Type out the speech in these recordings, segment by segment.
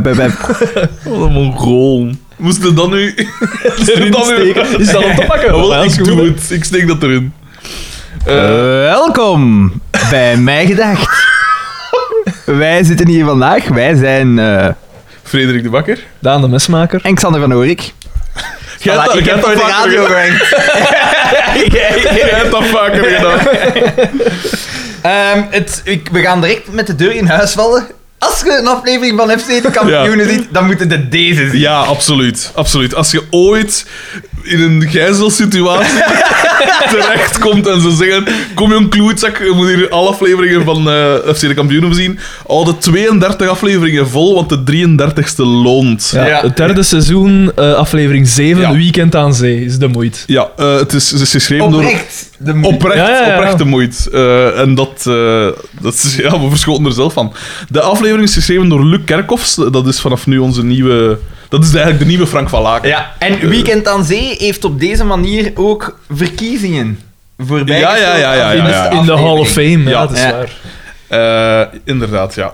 Wat een mongool. Moest er dan nu... Is er Erin dan nu... steken. Is dat op te pakken? Ja, wel, Als ik goed, doe hè. het. Ik steek dat erin. Eh, Welkom bij Mij Gedacht. Wij zitten hier vandaag. Wij zijn eh Frederik de Bakker. Daan de mesmaker. en Xander van Oorik. Jij hebt Voilà, dat- ik jij heb hebt voor dat de vaker radio gedaan. gewerkt. Jij hebt dat vaker gedaan. Ehm, het- ik- we gaan direct met de deur in huis vallen. Als je een aflevering van FC de kampioenen ziet, dan moeten de deze zien. Ja, absoluut. Absoluut. Als je ooit in een gijzelsituatie terechtkomt en ze zeggen... Kom jong kloetzak, je moet hier alle afleveringen van eh, FC de Kampioenen zien. Al de 32 afleveringen vol, want de 33ste loont. Ja, Ja. Het derde seizoen, eh, aflevering 7, Ja. Weekend aan Zee, is de moeite. Ja, eh, het, is, het is geschreven door... Oprecht. De moeite. Oprecht, Ja, ja, ja. oprecht de moeite. Eh, en dat, eh, dat is, ja, we verschoten er zelf van. De aflevering is geschreven door Luc Kerkhoffs. Dat is vanaf nu onze nieuwe... Dat is eigenlijk de nieuwe Frank van Eh, Laken. Ja, en Weekend aan Zee heeft op deze manier ook verkiezingen voorbij Ja, ja, gesteld ja, ja, aan ja, In, de ja. beste in de Hall of aflevering. Fame, ja, Ja. dat is Ja. waar. Eh, inderdaad, ja.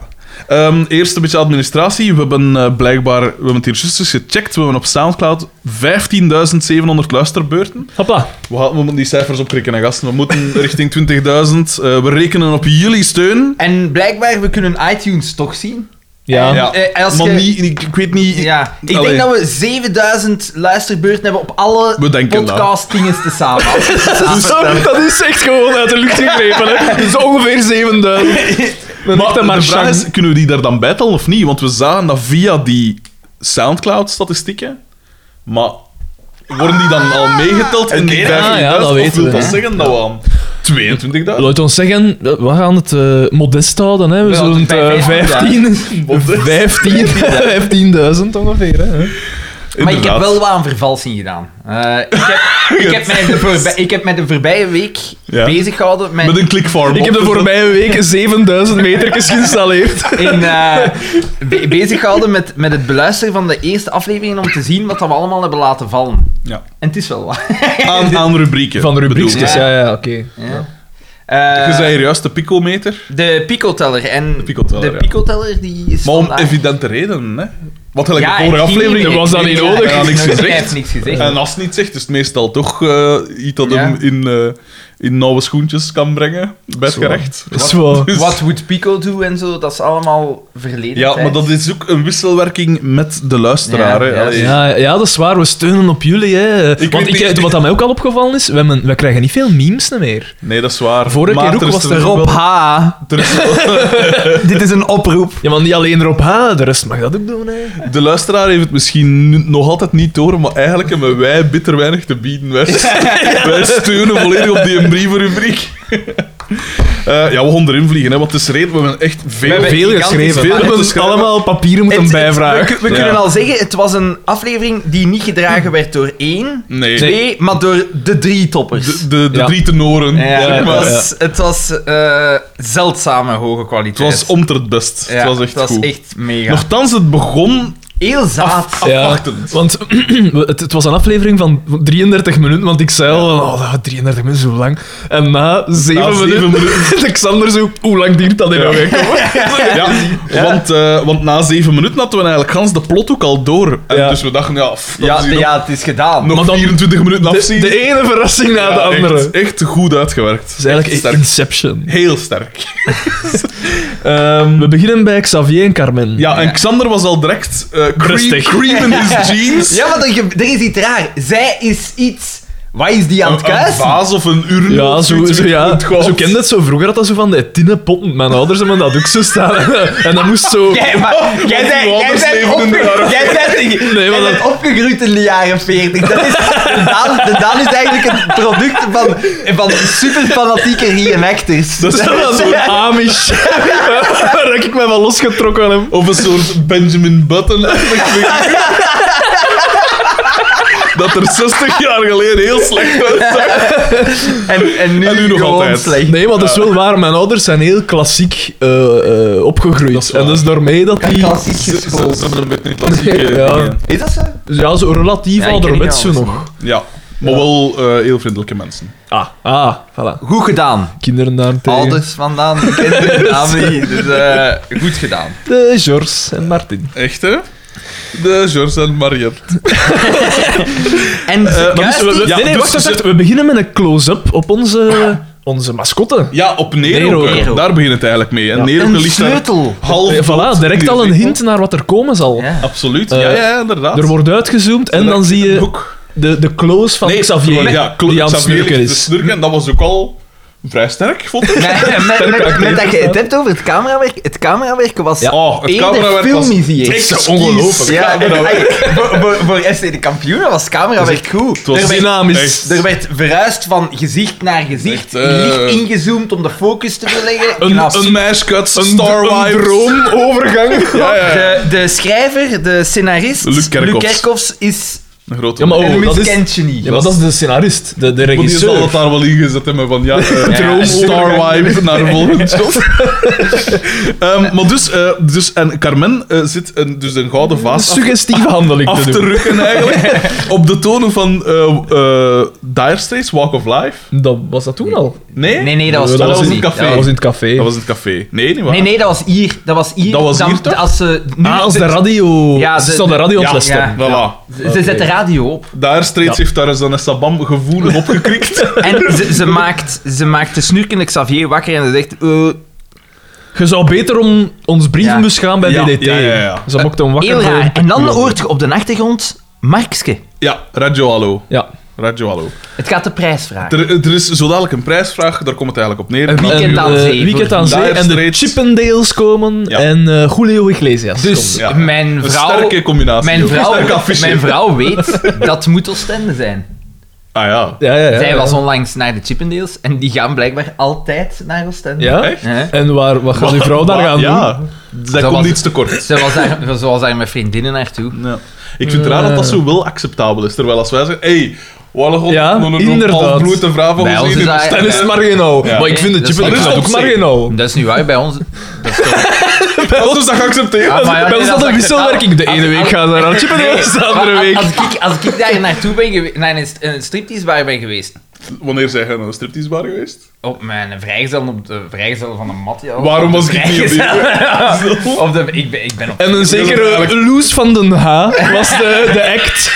Ehm, eerst een beetje administratie. We hebben eh, blijkbaar, we hebben het hier juist eens gecheckt, we hebben op Soundcloud 15.700 luisterbeurten. Hoppa. We, gaan- we moeten die cijfers opkrikken, hè, gasten. We moeten richting 20.000. Eh, we rekenen op jullie steun. En blijkbaar, we kunnen iTunes toch zien. Ja. Ja. eh, als maar je- niet, ik, ik weet niet... Ja. Ik Allee. denk dat we 7000 luisterbeurten hebben op alle We denken dat. podcast-dinges tezamen. Als we het samen stellen. dat is echt gewoon uit de lucht gegrepen. Hè. Dat is ongeveer 7000. Maar Maar, de vraag is, kunnen we die daar dan bij tellen of niet? Want we zagen dat via die Soundcloud-statistieken, maar worden die dan al meegeteld in die 15.000? Oké, ah, ja, dat of weten wil we, dat hè. zeggen dat we aan 22.000? Laat ons zeggen, eh, we gaan het eh, modest houden. Hè. We Ja, zullen het bij eh, 15 Modest. 15 15.000 ongeveer. Hè. Maar ik heb Dus Inderdaad. wel wat aan vervalsing gedaan. Eh, ik, heb, ik, heb mij de voorbij- ik heb mij de voorbije week Ja. bezig gehouden met... Met een klikfarm. Ik heb de voorbije weken 7000 metertjes geïnstalleerd. in, eh, be- bezig gehouden met, met het beluisteren van de eerste afleveringen om te zien wat dat we allemaal hebben laten vallen. Ja. En het is wel wat. Aan, aan rubrieken. Van rubriekjes, bedoel- ja, ja, oké. Ja. bedoel. Eh, Je zei hier juist de picometer, de picoteller. En de picoteller, ja. picoteller, die is maar om vandaag- evidente redenen. Hè? Want gelijk Ja, de hij vorige ging aflevering niet was dat meer. niet nodig. Hij Ja, heeft niks niks- gezegd. Hij heeft niks gezegd. En als het niet zegt, is het meestal toch eh, iets dat Ja. hem in, eh, in nauwe schoentjes kan brengen bij het Zo. gerecht. Dat is wel- Dus- What would Pico do en zo, dat is allemaal verleden Ja, tijd. maar dat is ook een wisselwerking met de luisteraar. Ja, hè. ja. Allee. Ja, ja, dat is waar. We steunen op jullie. Hè. weet Want ik, niet- wat aan mij ook al opgevallen is, we, hebben- we krijgen niet veel memes meer. Nee, dat is waar. Vorige keer ook is was er er ook Rob wel- H, er is- dit is een oproep. Ja, maar niet alleen erop ha, de rest mag dat ook doen. Hè. De luisteraar heeft het misschien nu- nog altijd niet door, maar eigenlijk hebben wij bitter weinig te bieden. Wij, wij steunen volledig op die brievenrubriek. Eh ja, we gaan erin vliegen, hè, want het is reden, we hebben echt veel... hebben Veel gigantisch geschreven. veel We hebben geschreven. allemaal papieren moeten Het- het- bijvragen. We, we Ja. kunnen al zeggen, het was een aflevering die niet gedragen werd door één, Nee. twee, maar door de drie toppers. De, de, de Ja. drie tenoren. Ja, zeg het maar. was, het was eh, zeldzame hoge Het kwaliteit. was om te het best. Ja, het was echt goed. echt mega. Nochtans, het begon heel zaad. afwachtend. want we- het, het was een aflevering van 33 minuten, want ik zei al, oh, dat- 33 minuten is zo lang. En na 7 Na minuten, zeven Alexander zo, hoe lang duurt dat in Ja. nog? hè?" Ja, want, eh, want na zeven minuten hadden we eigenlijk gans de plot ook al door. En Ja. Dus we dachten, ja, pff, dat Ja, is hier ja, het is gedaan. nog, nog Maar dan- 24 minuten De, afzien. de ene verrassing na de Ja, andere. Echt, echt goed uitgewerkt. Het is eigenlijk Echt sterk. Inception. Heel sterk. Ehm, we beginnen bij Xavier en Carmen. Ja, en Xander was al direct eh cream, Rustig. cream in his jeans. Ja, maar er, ge- er is iets raar. Zij is iets... Wat is die aan het een, een kuisen? vaas of een urn. Ja, of zo, zoiets zo, werd ja. ontgooched. zo kende het zo. Vroeger had dat zo van de tinnen potten. Mijn ouders hebben dat ook zo staan. En dat moest zo... Jij, maar, jij Want die bent, jij anders bent, leefden opge- daar ook. jij bent, Nee, jij maar bent dat- opgegroeid in de jaren 40. Dat is, de, Daan, de Daan is eigenlijk het product van, van superfanatieke reenactors. Dat is wel zo'n Amish. Waar ik mij wel losgetrokken aan hem. Of een soort Benjamin Button. dat er 60 jaar geleden heel slecht uitzag. En, en nu, En nu nog gewoon altijd. slecht. Nee, maar dat is wel waar. Mijn ouders zijn heel klassiek eh, eh, opgegroeid. Dat is waar. en dat is daarmee dat die... Klassiek Ze ze- geschoold. ze hebben een beetje klassieke Ja. dingen. Is dat zo? Ja, zo relatief Ja, ik ken ouderwets die zo ouders nog. Ja. Maar wel eh, heel vriendelijke mensen. Ah, ah, voilà. Goed gedaan. Kinderen daarentegen. Ouders vandaan, kinderen vandaan niet. Dus eh, goed gedaan. De George en Martin. Echt, hè? De George en Mariette. En Eh, ze Maar kruist dus we, we- die- Ja, nee, nee, dus wacht, wacht, ze- wacht. We beginnen met een close-up op onze, onze mascotte. Ja, op Nero. Nero. Nero. Daar begint het eigenlijk mee. En Nero een ligt daar sleutel. half Eh, dood. voilà, direct al een hint naar wat er komen zal. Ja. Absoluut. Eh, ja, ja, inderdaad. Er wordt uitgezoomd en dan zie je Hoek. de, de close van Xavier nee, ja, klopt. die aan het Xavier dus snurken ligt te is. snurken, en dat was ook al vrij sterk, vond ik. Nee, met, met, met dat je het hebt over het camerawerk. Het camerawerken was Ja. Oh, het Eén camerawerk filmmuziek. was Het is echt ongelooflijk. ongelooflijk. Ja, en, ey, voor, voor, voor FC de kampioenen was het camerawerk Dus goed. was er, werd, Dynamisch. Echt. er werd verhuisd van gezicht naar gezicht, Echt, eh. licht ingezoomd om de focus te verleggen. Een, Knap. een mashcut, Een- Star een Wars. droomovergang. Ja, ja, ja. de, de schrijver, de scenarist, eh, Luc Kerkhoffs. Kerkhoffs, is Een grote Ja, maar man. oh, een dat is- miskentje. Ja, maar dat is de scenarist, de, Maar die de zal regisseur. het daar wel in gezet hebben van ja, eh, droom Overgang. Star Wipe naar volgend shot. Ehm, maar dus, eh, dus, en Carmen eh, zit een, dus een gouden Een vaas af- suggestieve handeling af te te doen. rukken eigenlijk. op de tonen van eh eh Dire Straits, Walk of Life. Dat, was dat toen al? Nee? Nee, nee, dat was, Nee, dat was toen in niet. het café. Dat Dat was was- in het café. Dat was in het café. Nee, niet waar. Nee, nee, dat was hier. Dat was hier. Dat was Dan- hier, toch? Als ze, nu, Ah, als de ze- radio. Ja, ze de- staan de radio Ja, aan het ja. testen. Voilà. ze, ze zet de radio op. Dire Straits Ja. heeft daar eens dan een sabam gevoel opgekrikt. En ze, ze, maakt, ze maakt de snurkende Xavier wakker en ze zegt... eh, Je zou beter om ons brievenbus gaan bij Ja, DDT. ja, ja, ja. Ze mochten hem wakker heel voor raar. een En dan pakje. hoort je op de achtergrond Markske. ja, Radio Hallo. Ja. Radio Hallo. Het gaat de prijs vragen. Er, er is zo dadelijk een prijsvraag, daar komt het eigenlijk op neer. Een weekend En, aan eh, zee Weekend voor aan Dire zee. En de Straits. Chippendales komen. Ja. En eh Julio Iglesias. Dus Ja. mijn Een vrouw... sterke combinatie. Mijn ook. vrouw, Sterk affiche. mijn vrouw weet dat moet Oostende zijn. Ah ja. komt. Ja, ja, ja, Zij ja. was onlangs naar de Chippendales en die gaan blijkbaar altijd naar Oostende. Ja? Echt? Hè? En waar, wat gaat uw vrouw daar Maar- gaan doen? Ja, dat was- komt iets te kort. Ze was, daar, ze was daar met vriendinnen naartoe. Ja. Ik vind het raar dat dat zo wel acceptabel is. Terwijl als wij zeggen, hé, hey, wat een Ja, inderdaad. halfblote vrouw van Bij ons ons in is de dat- stad Dan is het marginaal. Ja. Maar ik vind de Dat is Chippendales wel- ook dat is op zich. marginaal. Dat is niet waar, bij ons... Dat is toch... Dat is dat geaccepteerd. Ah, maar ja, Bij nee, ons is dat dat Ah, een is wisselwerking. De ene als- week als- gaan ze naar Chippendales, de andere Maar week. Als ik, als ik daar naartoe ben geweest, naar een, st- een stripteasebar ben geweest, Wanneer zijn jij naar een striptease bar geweest? op mijn vrijgezel, op de vrijgezel van de mat, ja. Waarom was ik niet op die? Vrijgezel. Zo. Of de, ik, ben, ik ben op... En een zekere eigenlijk- Loes van den H was de, de act.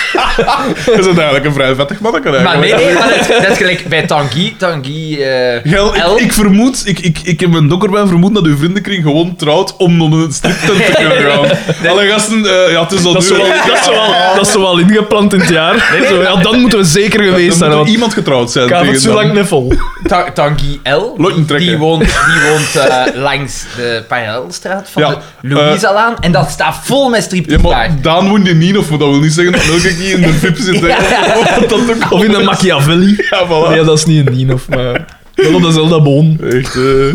Dat is eigenlijk een vrij vettig manneke Maar nee, eigenlijk. nee, maar dat, is- dat is gelijk bij Tanguy. Tanguy... eh, Gel, L. ik, ik vermoed, ik, ik, ik heb een dokkerbijn vermoed dat uw vriendenkring gewoon trouwt om nog een striptent te kunnen gaan. Alle gasten, eh, ja, het is al Dat is duur. wel, dat is wel, dat is wel ingeplant in het jaar. Zo, ja, dan moeten we zeker geweest Dan zijn. moet want er iemand getrouwd zijn Ik ga het tegen zo dan. lang nuffel. Ta Tanguy L. Lotten trekken. Die woont, die woont eh, langs de parallelstraat van Ja, Eh. de Louisalaan. en dat staat vol met Ja, stripteasebar. maar Daan woont in Nien, of maar dat wil niet zeggen dat elke keer in de VIP zit. hè. Ja. Of dat ook Of in de al is. Machiavelli. Ja, voilà. Nee, dat is niet een Nien of maar. Wel op dezelfde boom. Echt, eh.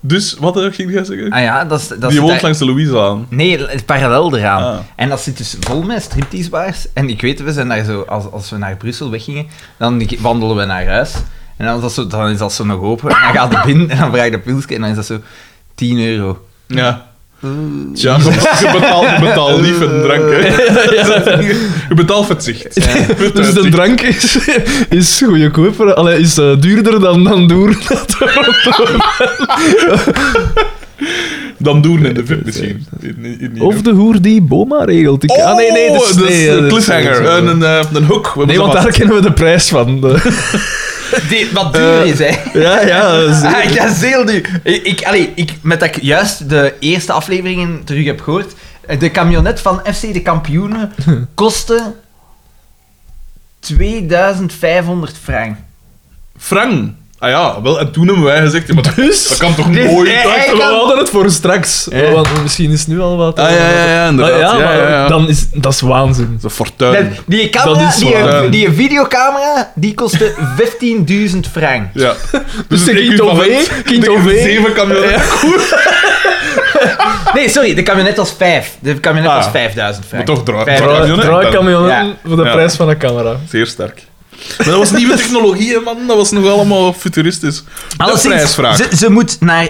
Dus, wat eh, ging jij zeggen? Ah ja, dat is... Dat Die is woont daar- langs de Louise aan. Nee, het parallel eraan. Ah. En dat zit dus vol met stripteasebaars. En ik weet, we zijn daar zo, als, als we naar Brussel weggingen, dan g- wandelen we naar huis. En dan is dat zo, dan is dat zo nog open. En dan gaat het binnen en dan vraagt de pilsje en dan is dat zo 10 euro. Ja. Mm. Tja, je, je betaalt, je betaalt lief en drank, hè. Je betaalt het zicht. Het Dus de uitzicht. drank is, is goedkoper. Allee, is eh, duurder dan, dan door. Dan doen in de VIP misschien. In, in, in- Of de hoer die Boma regelt. Ik, ah, nee, nee. Dat is, dat nee, is een dat is- cliffhanger. dat is- een, een, eh, een hook. We hebben Nee, ze want vast. daar kennen we de prijs van. De- Die, wat duur is, hè? ja, ja. dus- dat is- Eh, Ah, dat is heel duur. Ik, ik, allee, ik, met dat ik juist de eerste afleveringen terug heb gehoord, eh, de camionet van FC de Kampioenen kostte 2500 frank. Frank. Ah ja, wel, en toen hebben wij gezegd... ja, maar dat, Dus? dat kan toch Dus, mooi... eh, dat- eh, We kan- hadden het voor straks. Ja. Want misschien is het nu al wat. Ah ja, ja, ja, inderdaad. Maar ja, ja, maar ja, ja. Dan is, dat is waanzin. Dat is een fortuin. Dat- die Ehm, Dat camera, is ehm, die, eh, waar. die videocamera, die kostte 15.000 frank. Ja. Dus de Quinto equivalent- V, Quinto de V. Zeven kamionnen. Nee, sorry, de camionet was 5. De camionet Ah. was 5.000 Maar frank. toch, draai- Vijf- draai- Draai- kamionet. Draaikamionen Ja. voor de Ja. prijs van een camera. Zeer sterk. Maar dat was nieuwe technologie, hè, man. Dat was nog allemaal futuristisch. De Alleszins, prijsvraag. Ze, ze moet naar...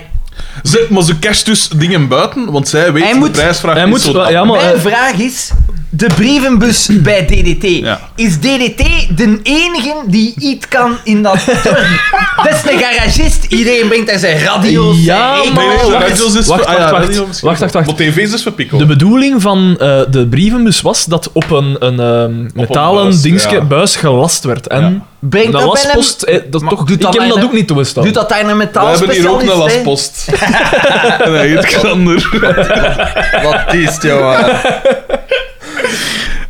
Ze, maar ze cash dus dingen buiten, want zij weet Hij de moet- prijsvraag Hij is moet, zo wel- dat- ja, maar, Mijn eh, vraag is, de brievenbus bij DDT. Ja. Is DDT de enige die iets kan in dat dorp? Dat is een garagist. Iedereen brengt daar zijn radio's. Ja, zijn maar- Nee, nee, regels. wacht, radio's is wacht, voor- ah, wacht, ja, wacht. radio misschien Wacht, wacht, wacht. wel. Maar tv's is voor Pico. De bedoeling van eh, de brievenbus was dat op een, een ehm, metalen buis, dingske, ja. buis gelast werd. En Breng dat dat bij hem. lastpost, eh, dat Maar toch, doet ik dat heb mij dat dan- ook niet toestaan. Doet dat daar een We metaal hebben hier ook een specialist, hè? lastpost. en hij heet Xander. Wat is het, jongen?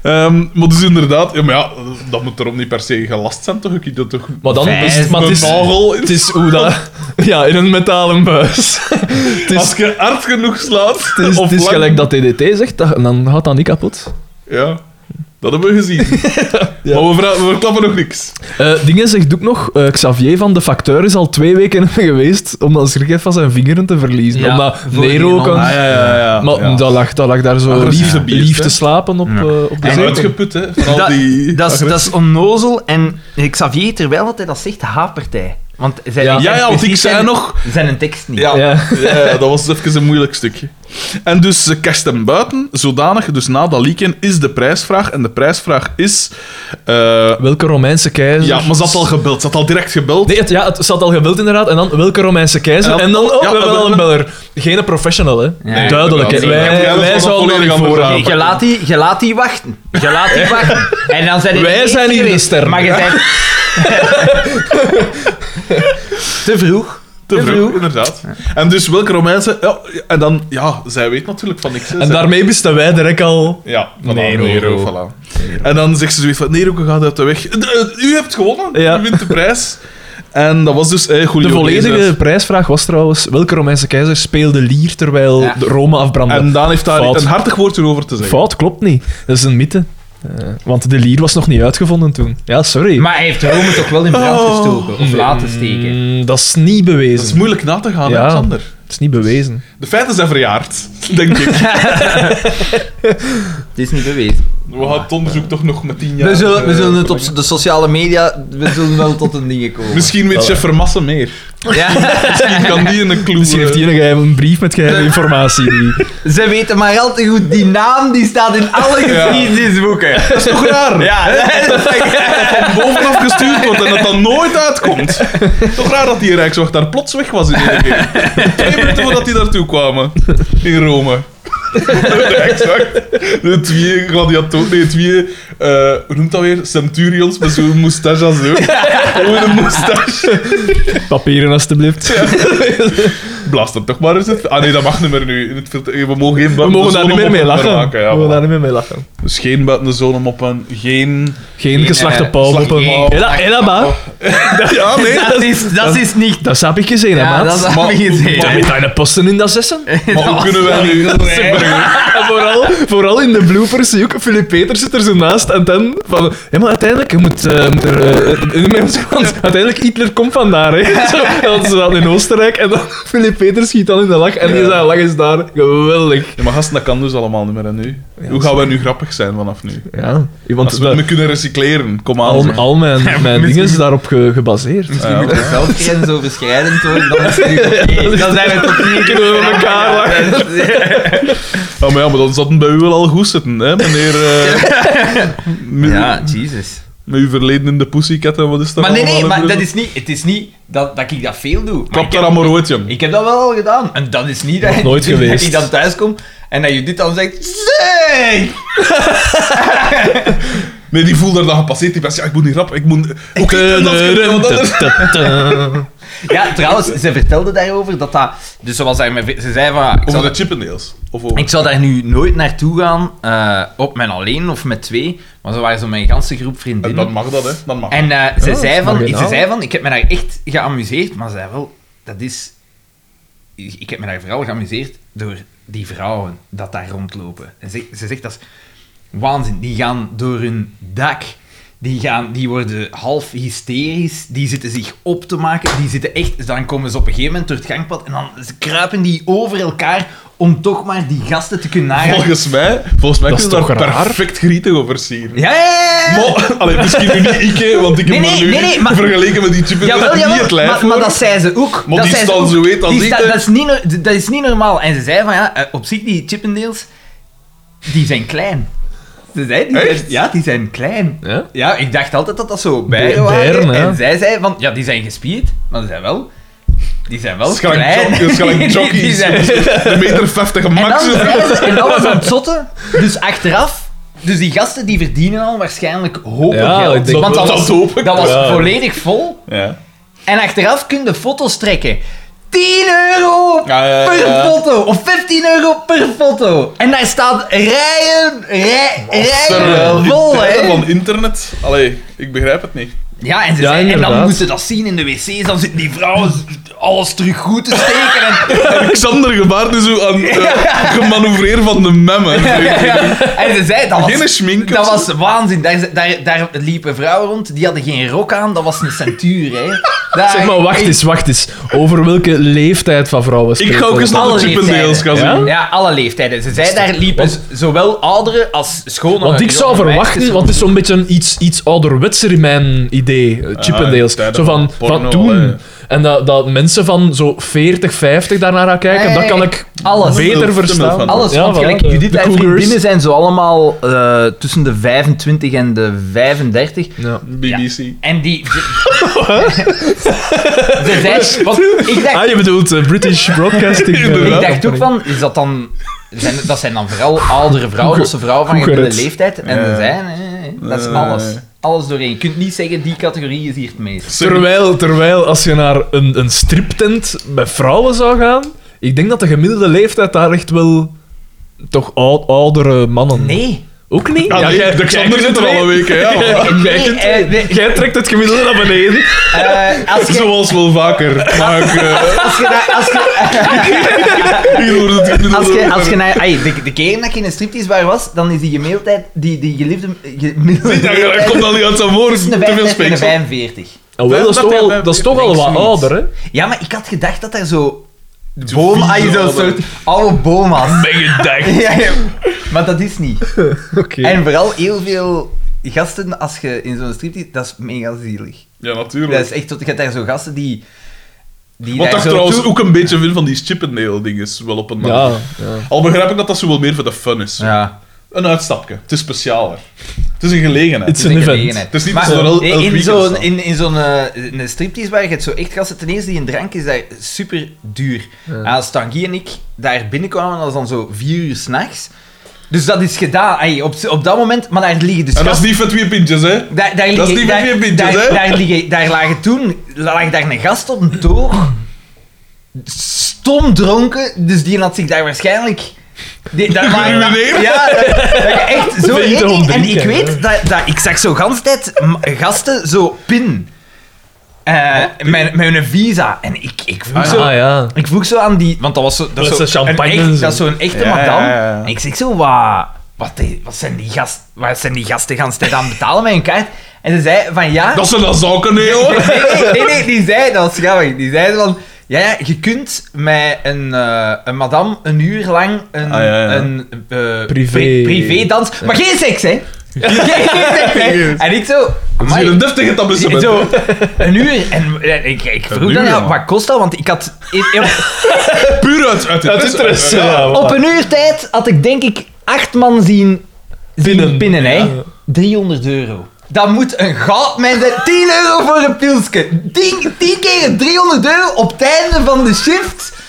Ehm, maar dus inderdaad, ja, maar ja, dat moet erom niet per se gelast zijn, toch? Ik denk dat toch Maar dan Vijf is het, maar het, is, een nagel. het is hoe dat... Ja, in een metalen buis. het is, Als je hard genoeg slaat, het is, of het is lang- gelijk dat DDT zegt, dat- en dan gaat dat niet kapot. Ja, dat hebben we gezien. Ja. Maar we, vra- we verklappen nog niks. Eh, Dingen zegt ook nog, eh, Xavier van de Facteur is al twee weken geweest om dan schrik heeft van zijn vingeren te verliezen. Ja, omdat voor Nero die kan... man. Ah, ja, ja. ja. Maar dat, lag, dat lag daar zo Agressieve lief, beest, lief hè? te slapen op, Ja. eh, op En de En- zetel. uitgeput, hè. Van al Dat, die... dat, is, agressie. dat is onnozel. En Xavier, terwijl dat hij dat zegt, hapert hij. Want zijn Ja. Ja, ja, want ik zei zijn, nog... Zijn een tekst niet. Ja, Ja. ja. dat was even een moeilijk stukje. En dus ze kerst hem buiten, zodanig, dus na dat leaken is de prijsvraag. En de prijsvraag is... eh, Welke Romeinse keizer... ja, maar ze had al gebeld, ze had al direct gebeld. Nee, het, ja, het zat al gebeld inderdaad. En dan welke Romeinse keizer? En dan- En dan, oh, ja, we hebben we- al een beller. Geen professional, hè? Nee, Duidelijk, hè? inderdaad. Wij, Ja, dat is wij wel zouden dat volledig niet anders voorraad. aan. Je, je laat die, je laat die wachten. Je laat die wachten. En dan zijn die Wij niet zijn hier de geweest. sterren. Maar je bent... Te vroeg. Te vroeg, inderdaad. En dus welke Romeinse... Ja, en dan, ja, zij weet natuurlijk van niks. hè. En Zij- daarmee wisten wij direct al... Ja, voilà, Nero. Nero. voilà. En dan zegt ze zoiets van, Nero, je gaat uit de weg. De- eh, U hebt gewonnen, Ja. u wint de prijs. En dat was dus eh, Julio De volledige Iglesias. prijsvraag was trouwens... Welke Romeinse keizer speelde lier terwijl Ja. de Rome afbrandde? En Daan heeft daar Fout. een hartig woord over te zeggen. Fout, klopt niet. Dat is een mythe. Eh, want de lier was nog niet uitgevonden toen. Ja, sorry. Maar hij heeft Rome toch wel in brand Oh. gestoken. Of laten steken. Mm, dat is niet bewezen. Dat is moeilijk na te gaan, Ja. Alexander. Het is niet bewezen. De feiten zijn verjaard, denk ik. Het is niet bewezen. We gaan het onderzoek toch nog met tien jaar... We zullen, we eh, zullen het op verlengen. de sociale media... We zullen wel tot een ding komen. Misschien weet je Vermasse meer. Ja. Misschien kan die in een clue... Misschien heeft eh, hij een, geheim, een brief met geheime informatie. Die... Ze weten maar al te goed, die naam die staat in alle Ja. geschiedenisboeken. Dat is toch raar? Ja, dat is Van bovenaf gestuurd wordt en dat dan nooit uitkomt. Toch raar dat die Rijkswacht daar plots weg was in één keer. Twee minuten voordat die daartoe kwamen. In Rome. De Rijkswacht. De twee gladiatoren... Nee, twee... eh, hoe noemt dat weer? Centurions met zo'n moustache als zo. Hoe een moustache. Papieren, alstublieft. Blaast hem toch maar eens. het- Ah nee, dat mag niet meer nu. In het filter- We mogen, geen We buiten mogen de daar niet meer mee zonnemoppen lachen. raken, ja, we mogen voilà. daar niet meer mee lachen. Dus geen buiten de zon om op een... Geen... Geen geslachte eh, paal op slag- een... geen- Hela, hela, Oh. ba. Ja, nee. Dat is, dat is niet... Dat heb ik gezien, hè, Ja, maat. dat Dat heb ik maar gezien. met de posten in dat zessen? Maar hoe kunnen wij nu... En vooral, vooral in de bloopers zie je ook, Philip Peters zit er zo naast en dan van... Ja, maar uiteindelijk, je moet, eh, moet er... eh, eh, mensen gaan- uiteindelijk, Hitler komt vandaar, hè. Zo, en dan ze dat in Oostenrijk en dan Philip Peters schiet dan in de lach en die Ja. zijn lach is daar geweldig. Ja, maar gasten, dat kan dus allemaal niet meer hè, nu. Hoe gaan wij nu grappig zijn vanaf nu? Ja, Als want we het dat- me kunnen recycleren, kom aan. al, zeg. al mijn, mijn dingen zijn daarop ge- gebaseerd. Ja, Moet ja. er zelfgrens overschrijdend worden, dan is het nu oké. Dan zijn we tot hier Kunnen we met elkaar lachen? Ja, Ah, maar ja, maar dan zat het bij u wel al goed zitten, hè, meneer... eh, met, Ja, Jesus. met uw verleden in de pussycat en wat is dat Maar nee, allemaal nee, maar over- dat is niet, het is niet dat, dat ik dat veel doe. Maar Klap ik daar heb- allemaal ooit, jong. Ik heb dat wel al gedaan. En dat is niet dat, Nog nooit dat geweest. ik dan thuis kom en dat je dit dan zegt... Zeg! Nee, die voelde daar dan gepasseerd. Die was, ja, ik moet niet rap, ik moet... Oké, dat is goed, want dat is- Ja, trouwens, ze vertelde daarover dat dat... Dus zoals hij me... Ze zei van... ja, Ik zou, Over de Chippendales. Of over... ik zou daar nu nooit naartoe gaan, eh, op mijn alleen of met twee. Maar ze waren zo mijn ganse groep En vriendinnen. Eh, dan mag dat, hè. Dan mag En eh, ze, Oh, dat is zei van, marginaal. ze zei van, ik heb me daar echt geamuseerd, maar ze zei wel, dat is... Ik heb me daar vooral geamuseerd door die vrouwen dat daar rondlopen. En ze, ze zegt, dat is waanzin. Die gaan door hun dak. Die, gaan, die worden half hysterisch. Die zitten zich op te maken. Die zitten echt... dus Dan komen ze op een gegeven moment door het gangpad en dan ze kruipen die over elkaar om toch maar die gasten te kunnen nagaan. Volgens mij, volgens mij Dat kunnen is we toch daar raar? perfect grietig over zien. Ja, ja, ja, ja, ja. Maar, allee, misschien nu niet ik, hè, want ik heb Nee, me nee, nu nee, nee, maar- vergeleken met die chippen Jawel, niet jawel, het lijf maar, maar hoor. dat zei ze ook. Maar dat die zei ze staan ook. zo weet als Die ik, staan- hè. dat, is niet, no- dat is niet normaal. En ze zei van ja, eh, op zich die Chippendales, die zijn klein. Ze zijn, die Echt? zijn- ja, die zijn klein. Ja? Ja, ik dacht altijd dat dat zo bijen Bij- waren. bijen, ja. en zij zei van, ja, die zijn gespierd, maar ze zijn wel... Die zijn wel Schalijk klein. jo- schalijk Die- die jockeys. zijn- Een meter 50 en dan max. zijn ze- en dan was aan het zotten. Dus achteraf... Dus die gasten die verdienen al waarschijnlijk hopen Ja, ik geld. denk want dat, dat was, hoop ik. dat was Ja. volledig vol. Ja. En achteraf kun je foto's trekken. 10 euro Ja, ja, ja, per ja. foto. Of 15 euro per foto. En daar staat rijen, rij, rijen Terwijl die vol, tijden hè. van internet. Allee, ik begrijp het niet. Ja, en, ze Ja, zei- en dan inderdaad. moesten ze dat zien in de wc's. Dan zitten die vrouwen z- alles terug goed te steken. En, Alexander gebaart nu zo aan eh, gemanoeuvreer van de memmen. en ze zei, dat was... Geen schmink of dat zo. was waanzin. Daar, daar, daar liepen vrouwen rond, die hadden geen rok aan. Dat was een centuur, hè. Daar- Zeg maar, wacht eens, wacht eens. Over welke leeftijd van vrouwen Ik spreken ga ook eens we? naar de Alle Chippendales gaan leeftijden. zien. Ja, alle leeftijden. Ze zei, daar liepen Want- z- zowel ouderen als schonere... Want ik zou jonge verwachten, meisjes want het is zo'n beetje een iets, iets ouderwetser in mijn idee, eh, Chippendales. tijden zo van, van porno, van toen. hè. En dat, dat mensen van zo 40, 50 daarnaar gaan kijken, Nee, dat kan ik alles. beter Te veel verstaan. van. Alles, want voilà, gelijk de- Judith de en Cougars. vriendinnen zijn zo allemaal eh, tussen de 25 en de 35. Ja. BBC. En die... Ze zijn... Want ik dacht, Ah, je bedoelt eh, British Broadcasting. eh, Inderdaad. ik ja, dacht ook van, is dat dan... Zijn, dat zijn dan vooral oudere vrouwen, losse vrouwen van goed gemiddelde gered. leeftijd. En Ja. ze zijn... eh, dat is Eh. alles. Alles doorheen. Je kunt niet zeggen, die categorie is hier het meest. Terwijl, terwijl als je naar een, een striptent met vrouwen zou gaan, ik denk dat de gemiddelde leeftijd daar echt wel toch oud, oudere mannen. Nee. Ook niet? Ah, nee, jij- de Xander jij zit er twee- al een week, hè, ja, maar- Jij- jij- Nee, eh, nee. Jij trekt het gemiddelde naar beneden. Eh, als, je, Zoals wel vaker. Maar ik, eh, als, je, daar- als, je, hier wordt het gemiddelde Als je, als je verder. naar, ai, de, de keer dat je in een striptease bar was, dan is die gemiddeldheid, die, die geliefde gemiddelde Ja, ja, dat leeftijd komt dan niet uit zijn woord. tussen de Te veel 35 en de speeksel. 45. Alhoewel, Ah, dat is dat toch al, heb- dat is toch al wat zoiets. ouder, hè? Ja, maar ik had gedacht dat er zo boom, vieze ai, zo'n oude- soort oude boom was. Ben gedacht. Ja, ja. Maar dat is niet. Oké. En vooral heel veel gasten, als je in zo'n striptease, dat is mega zielig. Ja, Dat is natuurlijk. echt tot, je hebt daar zo gasten die... die Wat daar ik zo trouwens toe- ook een beetje vind van die Chippendale-dinges, wel op een Ja, manier. Al begrijp ik dat dat zo wel meer voor de fun is. Ja. Een uitstapje. Het is specialer. Het is een gelegenheid. It's Het is een een event. gelegenheid. Het is niet Maar dat er wel in- elk in weekend zo'n staan. in, in zo'n eh, een striptease waar je het zo echt gasten ten eerste die een drank is daar super duur. En Als Tanguy en ik daar binnenkwamen, dat was dan zo vier uur s'nachts. Dus dat is gedaan ay, op, op dat moment, maar daar liggen dus En dat is gasten- niet van twee pintjes, hè? daar, daar dat is liggen- niet daar, met vier pintjes, daar, hè? daar, liggen- daar lagen toen lag daar een gast op door, stom dronken, dus die had zich daar waarschijnlijk. Die, dat waren- Geruïneerd? Ja, dat, dat je echt zo Ben je rijk- erom En ik drinken, hè? weet dat, dat ik zag zo gans tijd m- gasten zo pin. Eh, met, met hun visa. En ik, ik vroeg Ah, zo... Ah, ja. Ik vroeg zo aan die... Want dat was zo... Dat, Met is zijn zo een champagne echt- en zo. Dat is zo'n echte Ja, madame. ja, ja. En ik zeg zo, wat... Wat, wat zijn die gast, wat zijn die gasten gaan tijd aan het betalen met hun kaart? En ze zei van ja... Dat ze dat zakken, hè, hoor. Nee, nee, nee, nee, die zei, dat was grappig. Die zei van, ja, ja je kunt met een, eh een madame een uur lang een, Ah, ja, ja. een eh, Privé. pri- privédans, maar geen seks, hè? Geen, geen seks, hè? En ik zo, Dat is amai, hier een deftig etablissement. zo, een uur. En, en ik, ik vroeg uur, dan, ja, ja. wat kost dat? Want ik had in- op, Puur uit, uit Dat interesse. is interesse. Ja, ja, op voilà. een uur tijd had ik denk ik acht man zien zien Pinnen. pinnen, hè? Ja. 300 euro. Dat moet een goudmijn zijn. 10 euro voor een pilsje. 10, 10 keer 300 euro op het einde van de shift.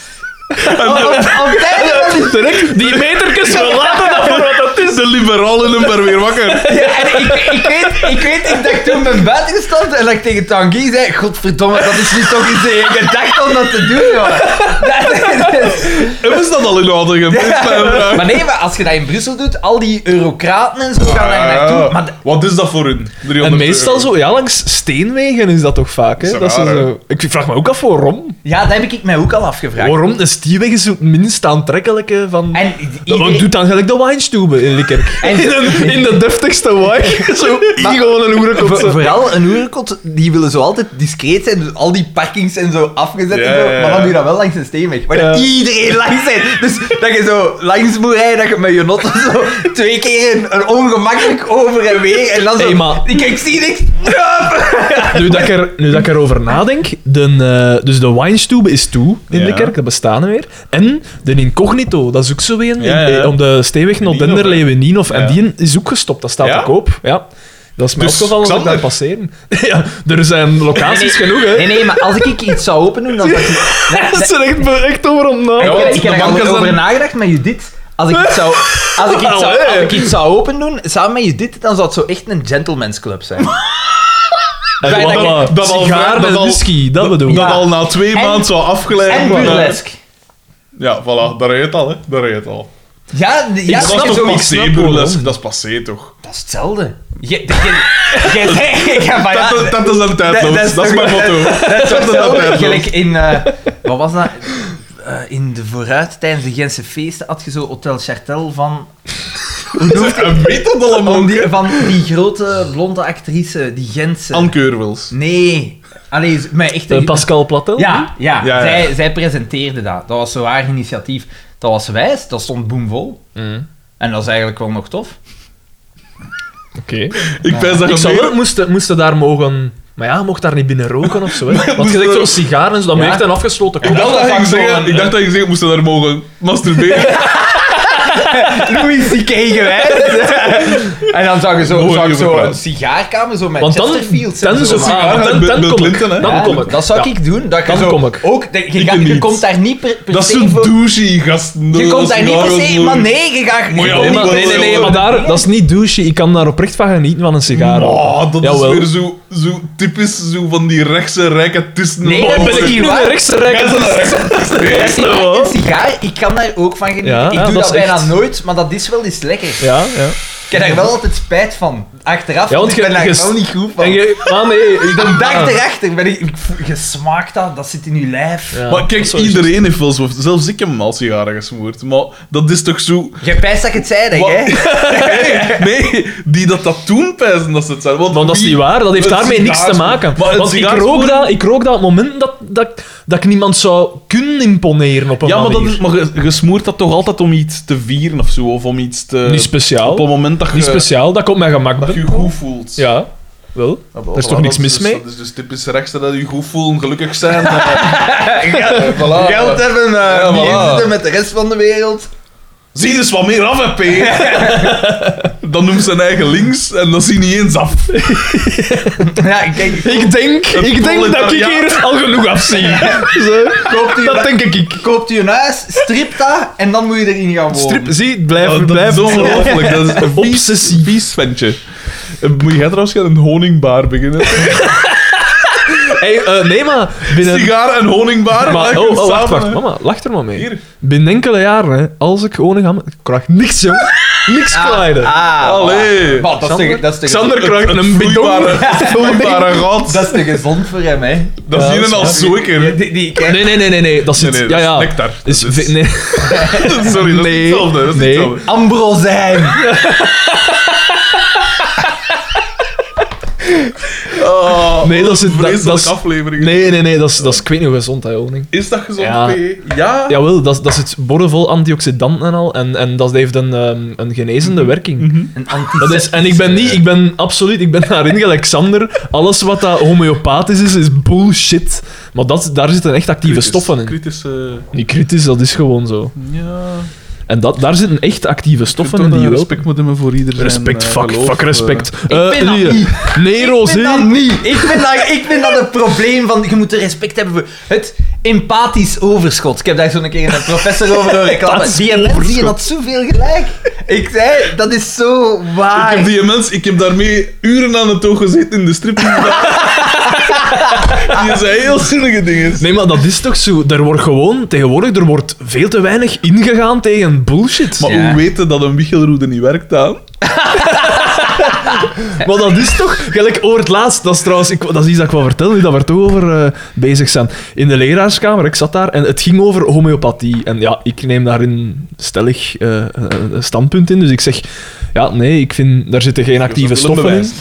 Op, op- op het einde van de Direct, die metertjes, we laten dat voor wat dat is. De liberalen hem er weer wakker. Ja, en ik, ik, weet, ik weet, ik dacht toen ben buiten gestapt en dat ik tegen Tanguy zei: Godverdomme, dat is nu toch iets in je gedacht om dat te doen, joh. Dat- dat is- Hebben ze dat al in handen gebracht? mijn vraag? Maar nee, maar als je dat in Brussel doet, al die eurocraten en zo gaan Ah. daar naartoe. Maar d- Ah, Wat is dat voor hun? 300 En meestal euro. zo, ja, langs steenwegen is dat toch vaak, hè? Dat is Dat ze raar, zo... Ik vraag me ook af waarom. ja, dat heb ik mij ook al afgevraagd. Waarom is die weg is het minst aantrekkelijke van... En Dat iedereen- doet dan gelijk de wijnstube in Likkerk. En- In, de- in de deftigste wijn. Zo, hier gewoon een hoerenkot. Vo- zo. vooral een hoerenkot, die willen zo altijd discreet zijn, dus al die parkings en zo afgezet Ja, en zo, ja, ja. maar dan doe je dat wel langs een steenweg, waar Ja. dat iedereen langs zit. Dus dat je zo langs moet rijden, dat je met je notte zo twee keer een, een ongemakkelijk over en weer, en dan zo, Hey, maar- ik, ik zie niks, Nu dat, ik er, nu dat ik erover nadenk, de, eh, dus de Wijnstube is toe in Ja. de kerk, dat bestaan er weer. En de Incognito, dat is ook zo een, Ja, in- ja. eh, op de Steenweg naar Weninof, Denderlee, hè? Weninof. Ja. En die is ook gestopt, dat staat Ja? te koop. Ja. Dat is me Dus opgevallen als ik daar Xander. passeren. ja, er zijn locaties genoeg, hè. Nee, nee, maar als ik iets zou opendoen, dan zou ik... Nee, Dat zijn echt, echt overom na. Ik, Ja, want ik de heb er bank is al dan- over nagedacht met Judith. Als ik iets zou, als ik iets zou, als ik iets zou open doen, samen met Judith, dan zou het zo echt een gentleman's club zijn. En Wij Eh, voilà, denken- dat al- sigaren dat en al- whisky, dat bedoel ik. Dat Ja. al na twee En- maanden zou afgeleid En worden. burlesk. Ja, voilà, daar heet het al, hè. Daar heet het al. Ja, d- ja dat snap is je toch zoiets? passé, snap burlesk? waarom. Dat is passé, toch? Dat is hetzelfde. Je- de- je- jij zegt- ik ga van- ja, dat, dat is een tijdloos. Dat, is toch- mijn motto. Dat is toch dat hetzelfde? tijdloos. Gelijk in... eh, wat was dat? Eh, in de vooruit, tijdens de Gentse feesten, had je zo Hotel Chartel van... En weet dat allemaal? Van die, van die grote blonde actrice, die Gentse... Anne Keurwils. Nee. Allee, z- maar echt... Eh, Pascal Platel? Ja, ja, Ja, ja. Zij, zij presenteerde dat. Dat was zo haar initiatief. Dat was wijs, dat stond boemvol. Mm. En dat is eigenlijk wel nog tof. Oké. Ik pijs dat Ik je zou wel, meer... moesten, moesten daar mogen... Maar ja, mocht daar niet binnen roken of zo. Hè. Want je zegt zo sigaren en zo, dat Ja. moet echt een afgesloten Ik kop. dacht dat ik zeggen, ik dacht dat ik zeggen, moest daar mogen masturberen. Louis C.K. gewijd. en dan zag je zo, Mooi zag je zo mevrouw. een sigaarkamer zo met Want dan, Chesterfield. dan, zo zo, aan. sigaren. ah, dan, Bill- dan Bill kom ik. Clinton, hè? Dan Ja, kom ik. Dat zou Ja. ik doen. Dat je Dan zo, kom ik. Ook, dat- je, Ik gaat- je niet. komt daar niet per, per Dat is se een voor... douche, gasten. Je Dat komt is daar niet per raar, se... hoor. Maar nee, je gaat... Moet je je al komt Nee, maar, niet- nee, nee, nee, maar daar, dat is niet douche. Ik kan daar oprecht van genieten van een sigaar. Oh, dat Jawel. is weer zo, zo typisch zo van die rechtse rijke tussen. Nee, Oh, dat ben ik niet Nu waar. de rechtse rijk. Jij bent een Een rechtse. sigaar- hoor. Een sigaar, ik kan daar ook van genieten. Ja, ik ja, doe dat dat is bijna echt. nooit, maar dat is wel eens lekker. Ja, ja. Ik heb daar wel altijd spijt van. Achteraf Ja, want ik je- ben daar je- wel niet goed van. En je, ah, nee, ik De denk dag ah. erachter ben ik... ik voel- je smaakt dat, dat zit in je lijf. Ja, Maar dat kijk, is wel juist. iedereen heeft wel zo... Zelfs ik heb hem al sigaren gesmoord. Maar dat is toch zo... Je pijst dat ik het zei, denk Wat? hè? Nee, nee, die dat dat toen pijzen dat ze het zijn. Want Want dat is wie- niet waar, dat heeft een daarmee niks te sigaarsmoer- maken. Maar een Want ik sigaarsmoer- rook, dat, ik rook dat op het moment dat, dat, dat ik niemand zou kunnen imponeren op een Ja, maar, dat manier. is, maar je, je smoort dat toch altijd om iets te vieren of zo? Of om iets te... Niet speciaal. Op het moment dat je Niet speciaal, dat komt mijn gemak eh, dat je ben. je goed voelt. Ja, wel. Ah, daar is voilà, toch niks dat mis dus- mee? Dat is dus typisch rechtse dat je je goed voelen, gelukkig zijn. Eh, voilà. Geld hebben, uh, Ja, voilà. met de rest van de wereld. Zie dus wat meer af, hè, P. dan noemt zijn eigen links en dan zie je niet eens af. Ja, kijk, Ik denk, ik denk dat ik proletariaat. hier al genoeg afzie. Zo, koopt u, dat denk ik. ik. koopt u een huis, stript dat, en dan moet je erin gaan wonen. Strip, zie, het blijft, Oh, dat blijft. is ongelooflijk. Dat is een vies, Obsessief. vies ventje. Eh, Moet jij trouwens gaan een honingbaar beginnen? Hey, eh, nee, maar binnen... Sigaar en honingbaar. Maar, maken oh, oh, wacht, samen, wacht. hè. Mama, lach er maar mee. Hier. Binnen enkele jaren, hè, als ik gewoon ga... Ik krijg niks, joh. Niks Ah, kleiden. Ah, Allee. Maar dat is te- Xander? dat is te- Xander krijgt Het- een het bidon. vloeibare- het Vloeibare gat. Dat is te gezond voor hem, hè. Dat Ja, is hier dat en is al waar. Die, zeker. die, die krijgt- Nee, nee, nee, nee, nee. Dat is Nee, het- nee, ja, dat ja. is nectar. Is, Dat is- nee. Sorry, dat is Nee, hetzelfde. Dat is nee. hetzelfde. Ambrosijn. Oh, Nee, dat is een het- dat- vreselijke dat is- aflevering. nee, nee, nee. Dat is, dat is ik weet niet hoe gezond, hè, honing. Is dat gezond, Ja. P? Ja. Jawel, dat, is- dat zit borrevol antioxidanten en al. En, en dat heeft een, ehm, een Mhm. genezende werking. Een Dat is, en ik ben niet, ik ben absoluut, ik ben daarin gelijk Sander. Alles wat dat homeopathisch is, is bullshit. Maar dat, daar zitten echt actieve Kritisch- stoffen in. Kritische... Niet kritisch, dat is gewoon zo. eh, Ja... En dat, daar zitten echt actieve stoffen in die je wel- respect moet hebben voor ieder eh, Respect, fuck, fuck respect. ben Eh, dat nee, niet. Nee, Ik Roze. vind dat niet. Ik vind dat, ik vind dat een probleem van... Je moet er respect hebben voor het empathisch overschot. Ik heb daar zo'n keer een professor over horen reclame. Empathisch Die mens die overschot. had zoveel gelijk. Ik zei, dat is zo waar. Ik heb Ah, die mens, ik heb daarmee uren aan het toog gezeten in de strip. die zei heel zinnige dingen. Nee, maar dat is toch zo. Er wordt gewoon, tegenwoordig, er wordt veel te weinig ingegaan tegen bullshit. Maar Maar, Ja. hoe weten dat een wichelroede niet werkt aan? maar Eh. dat is toch, gelijk over het laatst, dat is trouwens, ik, dat is iets dat ik wil vertellen, nu dat we er toch over eh, bezig zijn. In de leraarskamer, ik zat daar en het ging over homeopathie. En ja, ik neem daarin stellig eh, een- een standpunt in. Dus ik zeg, ja, nee, ik vind, daar zitten geen actieve wil een stoffen in. bewijs.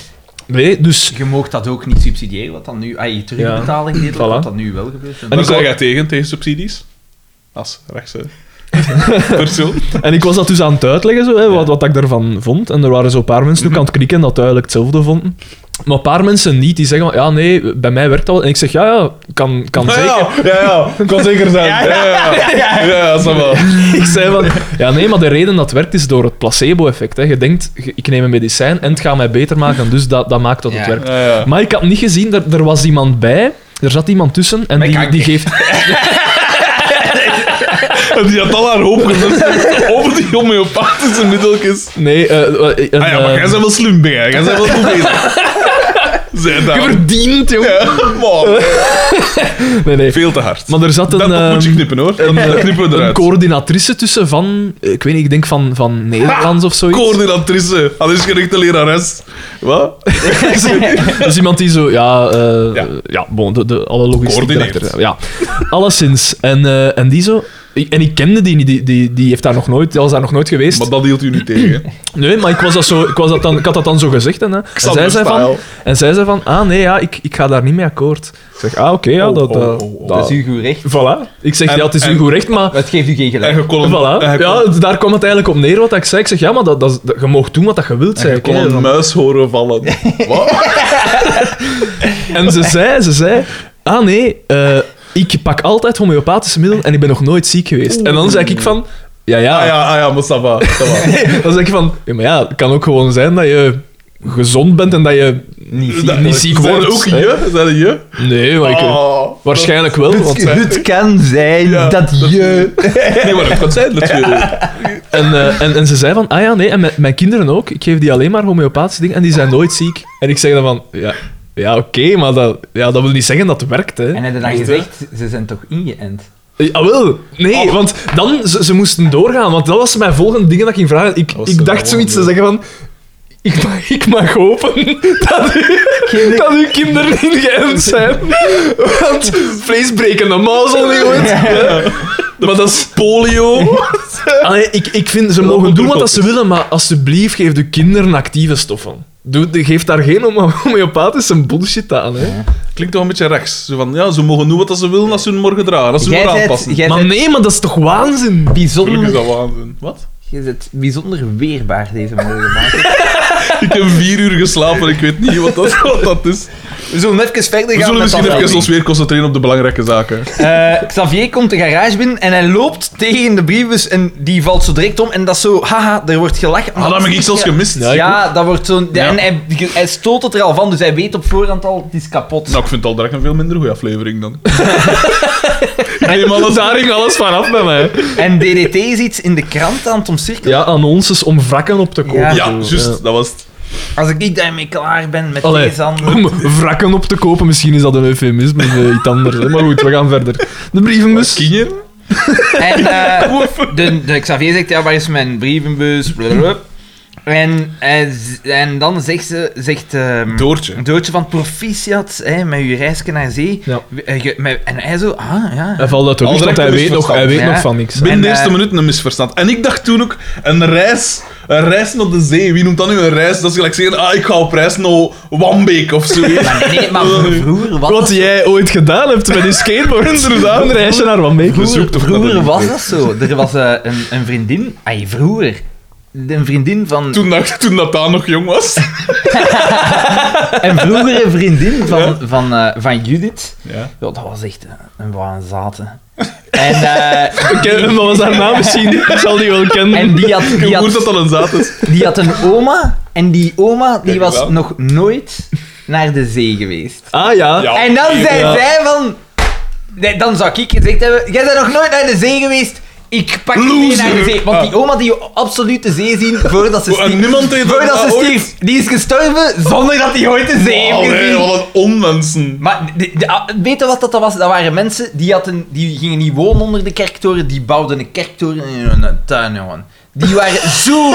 Nee, dus. Je mag dat ook niet subsidiëren, wat dan nu... Ah, je terugbetaling Ja. deed, wat Voilà. dat nu wel gebeurt. En En ik dan wou- jij tegen, tegen subsidies? Als rechtse. persoon. En ik was dat dus aan het uitleggen, zo, hè, wat, wat ik daarvan vond. En er waren zo'n paar mensen Mhm. ook aan het knikken dat duidelijk hetzelfde vonden. Maar een paar mensen niet, die zeggen van, ja, nee, bij mij werkt dat wel. En ik zeg, ja, ja, kan, kan Ah, zeker. Ja, ja, ja, kan zeker zijn. Ja, ja, ja. Ja, snap wel. Ik zei van, ja nee, maar de reden dat het werkt is door het placebo-effect. hè. Je denkt, je- ik neem een medicijn en het gaat mij beter maken, dus dat, dat maakt dat het Ja. werkt. Ja, ja. Maar ik had niet gezien, er, er was iemand bij, er zat iemand tussen en Met die, kanker. die geeft... En die had al haar hoop gezet over die homeopathische middeltjes. Nee, eh, eh, een, Ah ja, maar eh, jij bent wel slim, ben jij. Jij bent wel goed bezig. Zij je daar. verdient, joh. Ja, man. Nee, nee. Veel te hard. Maar er zat een... dat, dat eh, moet je knippen, hoor. een, dat eh, knippen we een eruit. coördinatrice tussen van, eh, ik weet niet, ik denk van, van Nederlands of zoiets. Coördinatrice. Al is gericht de lerares. Wat? Dus iemand die zo, ja, eh, Ja. ja. bon, de, de, alle logistiek Coördineert. erachter. Ja, alleszins. En, eh, en die zo... ik- En ik kende die niet, die, die, die heeft daar nog nooit, die was daar nog nooit geweest. Maar dat hield u niet tegen. hè. Nee, maar ik, was dat zo, ik, was dat dan, ik had dat dan zo gezegd. En, hè. en, zij zei van, en zij zei van, ah nee, ja, ik, ik ga daar niet mee akkoord. Ik zeg, ah oké, ja, Oh, dat... oh, dat- oh, oh. Dat dat- is u goed recht. Voilà. Ik zeg, En- ja, het is en- u goed recht, maar... Dat geeft u geen En gelijk. je kon hem- en je Voilà. kon- Ja, daar kwam het eigenlijk op neer wat ik zei. Ik zeg, ja, maar dat, dat, dat- je mag doen wat je wilt, en zei je ik. kon hè. een muis horen vallen. Wat? En ze zei, ze zei, ah nee, eh, ik pak altijd homeopathische middelen en ik ben nog nooit ziek geweest. En dan zei ik van, ja, ja. Ah ja, ah ja, maar ça va, ça va. Dan zeg ik van, ja, maar ja, het kan ook gewoon zijn dat je gezond bent en dat je... Niet Dat- niet ziek zijn wordt, ook hè. je? Zijn dat je? Nee, maar ik... Oh. Waarschijnlijk wel, want... Het, het kan zijn Ja, dat je... Nee, maar dat kan zijn natuurlijk. En, eh, en, en ze zei van, ah ja, nee, en mijn, mijn kinderen ook. Ik geef die alleen maar homeopathische dingen en die zijn nooit ziek. En ik zeg dan van, ja, ja oké, maar dat, ja, dat wil niet zeggen dat het werkt, hè. En hebben dan gezegd, ze zijn toch ingeënt? Ja, wel. Nee, want dan, ze, ze moesten doorgaan. Want dat was mijn volgende dingen dat ik ging vragen. Ik, was ik er dacht wel zoiets te aan, zeggen van... Ik mag, ik mag hopen dat, u, Geen- dat uw kinderen niet geënt zijn. Want vleesbrekende mazzel niet goed. Maar dat is polio. Allee, ik, ik vind, ze mogen doen wat dat ze willen, maar alsjeblieft geef de kinderen actieve stoffen. Doe, geef daar geen homo- homeopathische bullshit aan. Hè. Klinkt toch een beetje rechts. Zo van, ja, ze mogen doen wat ze willen als ze hun morgen dragen. Als ze hun Jij maar bent- aanpassen. jij Mm. Maar bent nee, maar dat is toch waanzin? Gelukkig is bijzonder... dat waanzin. Wat? Je bent bijzonder weerbaar deze morgen. Maarten. Ik heb vier uur geslapen, ik weet niet wat dat, wat dat is. We zullen even verder We gaan zullen met misschien dat even ons melding. weer concentreren op de belangrijke zaken. Eh, Xavier komt de garage binnen en hij loopt tegen de brievenbus en die valt zo direct om. En dat is zo, haha, er wordt gelachen. Ah, dat heb ik zelfs gemist. Dus Ja, dat wordt zo... Ja. En hij, hij stoot het er al van, dus hij weet op voorhand al, het is kapot. Nou, ik vind het al direct een veel minder goede aflevering dan. ik neem alles Daar ging alles vanaf bij mij. En DDT is iets in de krant aan het omcirkelen. Ja, annonces om wrakken op te kopen. Ja. Ja, juist, dat was het. Als ik daarmee klaar ben met Allee, deze handen... om wrakken op te kopen, misschien is dat een eufemisme of iets anders. hè. Maar goed, we gaan verder. De brievenbus. Kinger? En eh, de, de Xavier zegt, ja, waar is mijn brievenbus? Blablabla. En, en, z- en dan zegt ze... Zegt, ehm, Doortje. Doortje van proficiat hè, met uw reisje naar zee. Ja. W- eh, je- met- En hij zo, ah ja. Hij valt uit de Al lucht, want hij direct weet, nog, hij weet Ja. nog van niks. Binnen de En, eerste eh, minuut een misverstand. En ik dacht toen ook, een reis, een reis naar de zee. Wie noemt dat nu een reis? Dat is gelijk zeggen, ah, ik ga op reis naar Wambeek of zo. Maar nee, maar vroeger was Wat jij ooit gedaan hebt met je skateboard. Inderdaad. Een reisje naar Wambeek. Vroeger- Bezoek toch dat Vroeger niet was dat zo. Er was eh, een, een vriendin... Ay, vroeger. Een vriendin van... Toen, dat, toen dat daar nog jong was. Een vroegere vriendin van, van, eh, van Judith. Ja. Ja, dat was echt een, een waanzate. En, eh, Ik ken hem, maar was haar naam misschien? Ik zal die wel kennen. en die, had, Ik die, hoor dat had, dat een zaad is. die had een oma. En die oma die Kijk was wel. nog nooit naar de zee geweest. Ah ja. Ja. En dan oké, zei ja. zij van... Nee, dan zou ik gezegd hebben... Jij bent nog nooit naar de zee geweest. Ik pak je mee Loser. naar de zee. Want die Ah. oma die absoluut de zee zien voordat ze En stierf. niemand deed dat Voordat ze ooit. stierf. Die is gestorven zonder dat hij ooit de zee heeft Allee, gezien. wat een onmensen. Maar de- de- ah, weet je wat dat was? Dat waren mensen die, hadden, die gingen niet wonen onder de kerktoren. Die bouwden een kerktoren in hun tuin, jongen. Die waren zo...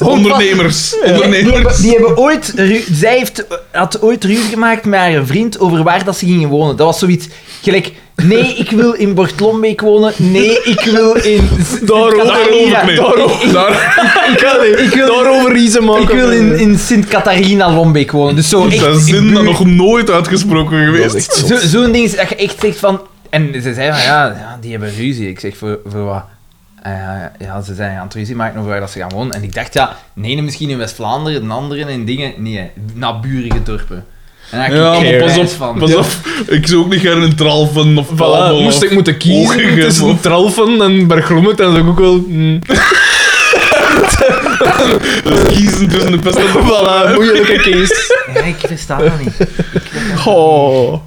Ondernemers. Die hebben, Ondernemers. die hebben ooit... ru- Zij heeft, had ooit ruzie gemaakt met haar vriend over waar dat ze gingen wonen. Dat was zoiets gelijk... Nee, ik wil in Bortlombeek wonen. Nee, ik wil in... Daarover, Sint-Catharina. Daarover, nee. Daarover. Daar, Ik kan niet. Ik wil- Daarover iets maken. Ik wil in, in Sint-Catharina-Lombeek wonen. Dus zo echt... dat is in zin dat buurt- nog nooit uitgesproken Dat is geweest. echt Zo- zot. Zo'n ding is dat je echt zegt van... En ze zei van, ja, ja die hebben ruzie. Ik zeg, voor, voor wat? eh, ja, ze zijn aan het ruzie maken over waar dat ze gaan wonen. En ik dacht, ja, de ene misschien in West-Vlaanderen, de andere in dingen... Nee, naburige dorpen. En daar Ja, heb ik maar geen pas prijs op, van. pas op. Ik zou ook niet graag een tralfen of Voilà, palmen moest of- ik moeten kiezen Ogen, tussen of- Tralfen en Bergrommet, dan zou ik ook wel... mm, kiezen tussen de pest en de voilà, palmen. moeilijke keus. Ja, ik versta dat niet. Oh.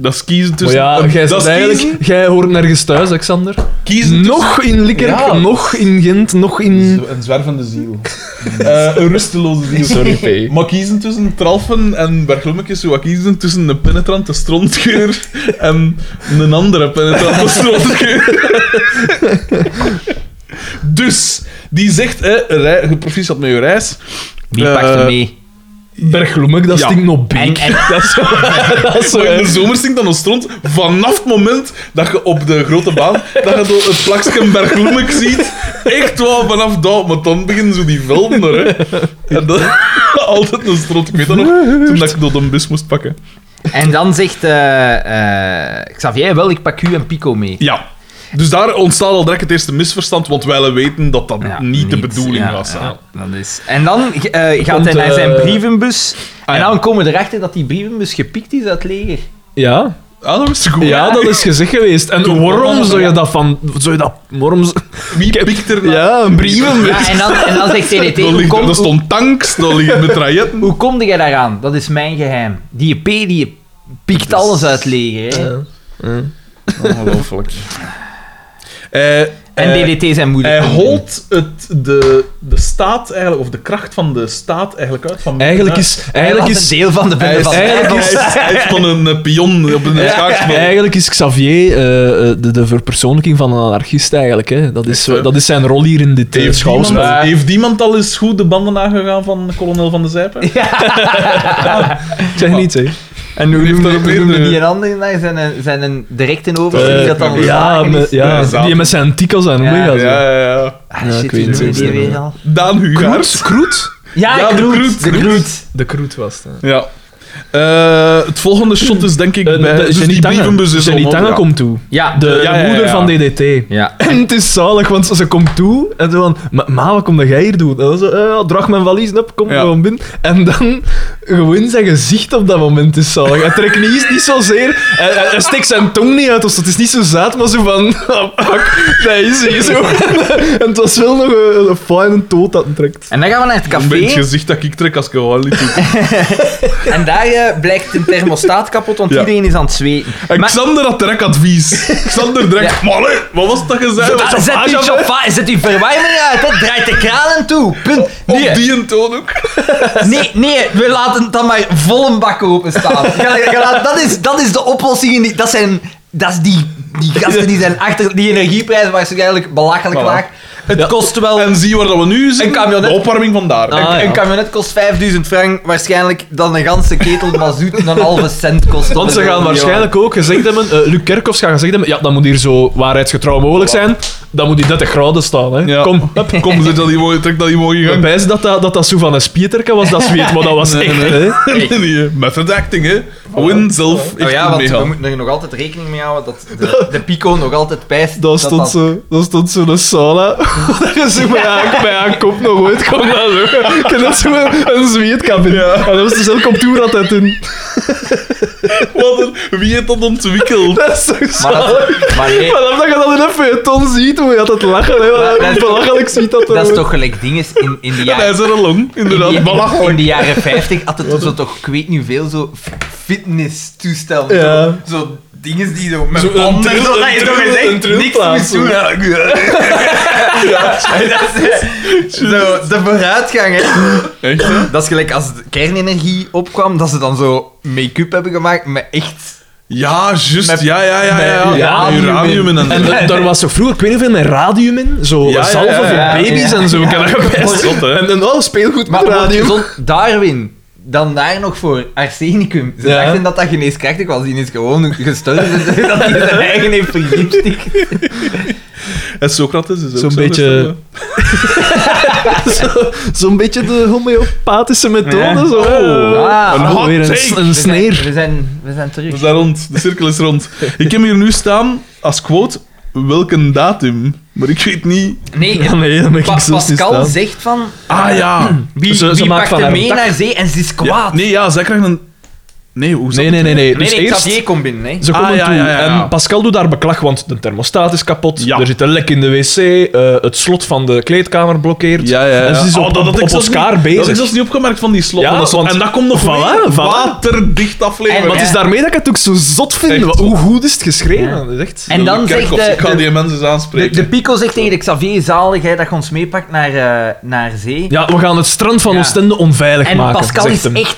Dat is kiezen Maar tussen... ja, Oh, jij, dat zit is kiezen, eigenlijk, jij hoort nergens thuis, Alexander. kiezen tussen... Nog in Likkerk, Ja. nog in Gent, nog in... Een zwervende ziel. Eh, een rusteloze ziel. P. Maar kiezen tussen tralfen en berglommetjes, wat kiezen tussen een penetrante strontgeur en een andere penetrante strontgeur. dus, die zegt, hè, rij, proficiat met je reis. Wie Eh, pakt hem mee? Berglommet, dat Ja. stinkt nog beek. En- en- Dat is zo... Dat is zo Maar in de erg. zomer stinkt dan nog stront. Vanaf het moment dat je op de grote baan dat je door het plaksken bergloemek ziet. Echt wel vanaf dat. Maar dan beginnen zo die velden er. Hè. En dat, altijd een stront. Ik weet dat nog, toen dat ik door een bus moest pakken. En dan zegt eh, eh, Xavier, wel, ik pak u en Pico mee. Ja. Dus daar ontstaat al direct het eerste misverstand, want wij weten dat dat Ja, niet, de bedoeling ja, was. ja, dat is. En dan eh, gaat Komt, hij naar zijn eh, brievenbus. ah, en ja. dan komen we erachter dat die brievenbus gepikt is uit het leger. Ja. Ah, dat wist ik ook. Ja, dat is gezegd geweest. En Toen- waarom zou je dat van... Zou je dat... Waarom... z- Wie pikt er nou? Ja, een brievenbus. Ja, en, dan, en dan zegt CDT, Dat hoe ligt- kom, Er hoe, stond tanks, dat liggen metrailletten. hoe kom jij daaraan? Dat is mijn geheim. Die P die pikt alles uit het leger. Hè? Eh, Ongelooflijk. Eh, en eh, DDT zijn moeder. Hij holt het, de, de staat eigenlijk, of de kracht van de staat eigenlijk uit van Eigenlijk is... Eigenlijk is... een deel van de hij bende is, van eigenlijk Nijvel. is, hij is van een eh, pion op een schaakspel. Eigenlijk is Xavier eh, eh, de, de verpersoonlijking van een anarchist, eigenlijk. Hè. Dat, is, Echt, hè? dat is zijn rol hier in dit eh, Heeft schouwspel. iemand, maar- heeft iemand al eens goed de banden aangegaan van kolonel van de Zijpen? Zeg niet, hè. En hoe heeft noemen daar we- ook hoe weer noemen een- die een ander? naar zijn, een- zijn een directe overste Eh, die dat dan Ja, ontslagen met, is? ja, Ja, die met zijn tikkel zijn Ja. omega. zo. ja, ja, ja. Ah, Ja, shit, ik weet hoe het noemen die niet. weer al? Daan Hugaert. Kroet? Ja, Ja, de Groot, Groot, de de Groot. De Kroet was het. Ja. Eh, het volgende shot is denk ik Eh, bij... de- dus Jenny die Tangen. brievenbus is Jenny allemaal- Tangen ja. komt toe. Ja, De, ja, ja, de moeder ja. van DDT. Ja. En het is zalig, want ze komt toe en zo van... "Ma- Ma, wat kom dat jij hier doen? En dan zo, eh, ja, draag mijn valies op, kom Ja. gewoon binnen. En dan, gewoon zijn gezicht op dat moment is zalig. Hij trekt niet, niet zozeer... Hij, hij, hij steekt zijn tong niet uit, of zo. het is niet zo zaad, maar zo van... Ah, fuck, dat is hier zo. en het was wel nog een, een fijne toot dat hij trekt. En dan gaan we naar het Een beetje café. gezicht dat ik trek als ik gewoon niet doe. En daar eh, blijkt een thermostaat kapot, want Ja. iedereen is aan het zweten. En Maar- Xander had direct advies. Xander direct... Ja. Maar allee, wat was dat gezegd? Ah, Zet uw, chauffage, zet uw verwarming uit, hè. draait de kranen toe. Punt. Op Nee, die een toon ook. nee, nee, we laten het dan maar vol een bak openstaan. Ga- ga- laat- Dat is, dat is de oplossing. in die- dat zijn dat is die, die gasten die zijn achter die energieprijzen waarschijnlijk belachelijk Voilà. laag. Het Ja. kost wel. En zie waar dat we nu zijn. camionet. De opwarming vandaar. Ah, ja. Een camionet kost 5000 frank, waarschijnlijk dan een ganse ketel mazoet een halve cent kost. Want ze gaan waarschijnlijk ook gezegd hebben... eh, Luc Kerkhoffs gaat gezegd hebben... Ja, dat moet hier zo waarheidsgetrouw mogelijk zijn. Dat moet die 30 graden staan, hè. Ja. Kom, hup, Kom, zet dat die mooi, trek dat die mooi Ik gang. ben dat dat, dat dat zo van een spieterke was, dat zweet, maar dat was Nee, echt, nee, hè. Nee, nee, Method acting, hè. Gewoon zelf echt Oh ja, goed want we meegaan. moeten er nog altijd rekening mee houden dat de, de pico nog altijd pijst. Daar dat stond, dat- zo, daar stond zo'n sauna. dat is zo bij haar, bij haar kop nog ooit kwam dat zo. Ik heb dat zo een, een zweetkabin. En dat was dus heel contour had dat toen. Wat een- Wie heeft dat ontwikkeld? Dat is zo Maar saai. dat, maar nee, Maar dat je dat in een feuilleton ziet, hoe je dat lachen, hè. Maar dat Hoe is- belachelijk ziet dat er dat is ook. toch gelijk dinges in, in de Hij jaren... is er een long, In, inderdaad. die- in Belachelijk. de jaren 50 had het zo toch, ik weet niet veel, zo f- fitness-toestel. Ja. Zo, zo dingen die zo met Zo een banden, trill- zo, dat je een toch trill- gezegd een niks trillplaats, moest doen. Ja. Dat is- Zo, de vooruitgang, hè. Echt, hè? Dat is gelijk als de kernenergie opkwam, dat ze dan zo make-up hebben gemaakt met echt... Ja, juist. Met- Ja, ja, ja. ja, met ja. Met uranium uranium in. en En een... da- daar was zo vroeger, ik weet niet veel, met radium in. Zo Ja, ja, zalven ja, ja, voor baby's ja. en zo. Ik heb dat gepest. Zot, hè. En, en oh, speelgoed met Maar wordt radium. gezond Darwin, dan daar nog voor arsenicum. Ze Ja. dachten dat dat geneeskrachtig was, die is gewoon gestorven. dat hij zijn eigen heeft vergiftigd. En Socrates is ook Zo'n zo dus eh, beetje- gestorven. Zo- Zo'n beetje de homeopathische methode. Ja. Zo. oh, Ah, Oh. Een hot weer een, take. s- We zijn- een sneer. We zijn, we zijn terug. We zijn rond. De cirkel is rond. Ik heb hier nu staan als quote. welke datum, maar ik weet niet. Nee, Ja, nee, dan ben ik Pa- zo snel Pascal staan. zegt van... eh, Ah ja. Wie, Ze- ze wie pakt maakt van hem haar mee een tak. naar zee en ze is ja. kwaad? Nee, ja, zij krijgen een. Nee, hoe zat Nee, nee, nee. nee. nee, Dus nee, eerst... Xavier komt binnen. Hè. Ze komen Ah, ja, toe ja, ja, ja. en Pascal doet daar beklag, want de thermostaat is kapot, Ja. er zit een lek in de wc, eh, het slot van de kleedkamer blokkeert. Ja, ja, ja. En ze is dus Oh, op, op, op ik zelfs Oscar niet, Dat bezig. heb ik zelfs niet opgemerkt van die slot. Ja, van dat slot. want- en dat komt nog Voilà, mee. voilà. Waterdicht aflevering. En- Maar het is daarmee dat ik het ook zo zot vind. Echt. want Hoe goed is het geschreven? Dat is echt... En dan zegt Kerkhoff, de, ik ga de, die mensen eens de, aanspreken. de Pico zegt tegen de Xavier, zalig hè, dat je ons meepakt naar, eh, naar zee. Ja, we gaan het strand van Ja. Oostende onveilig en maken. Pascal zegt is hem. echt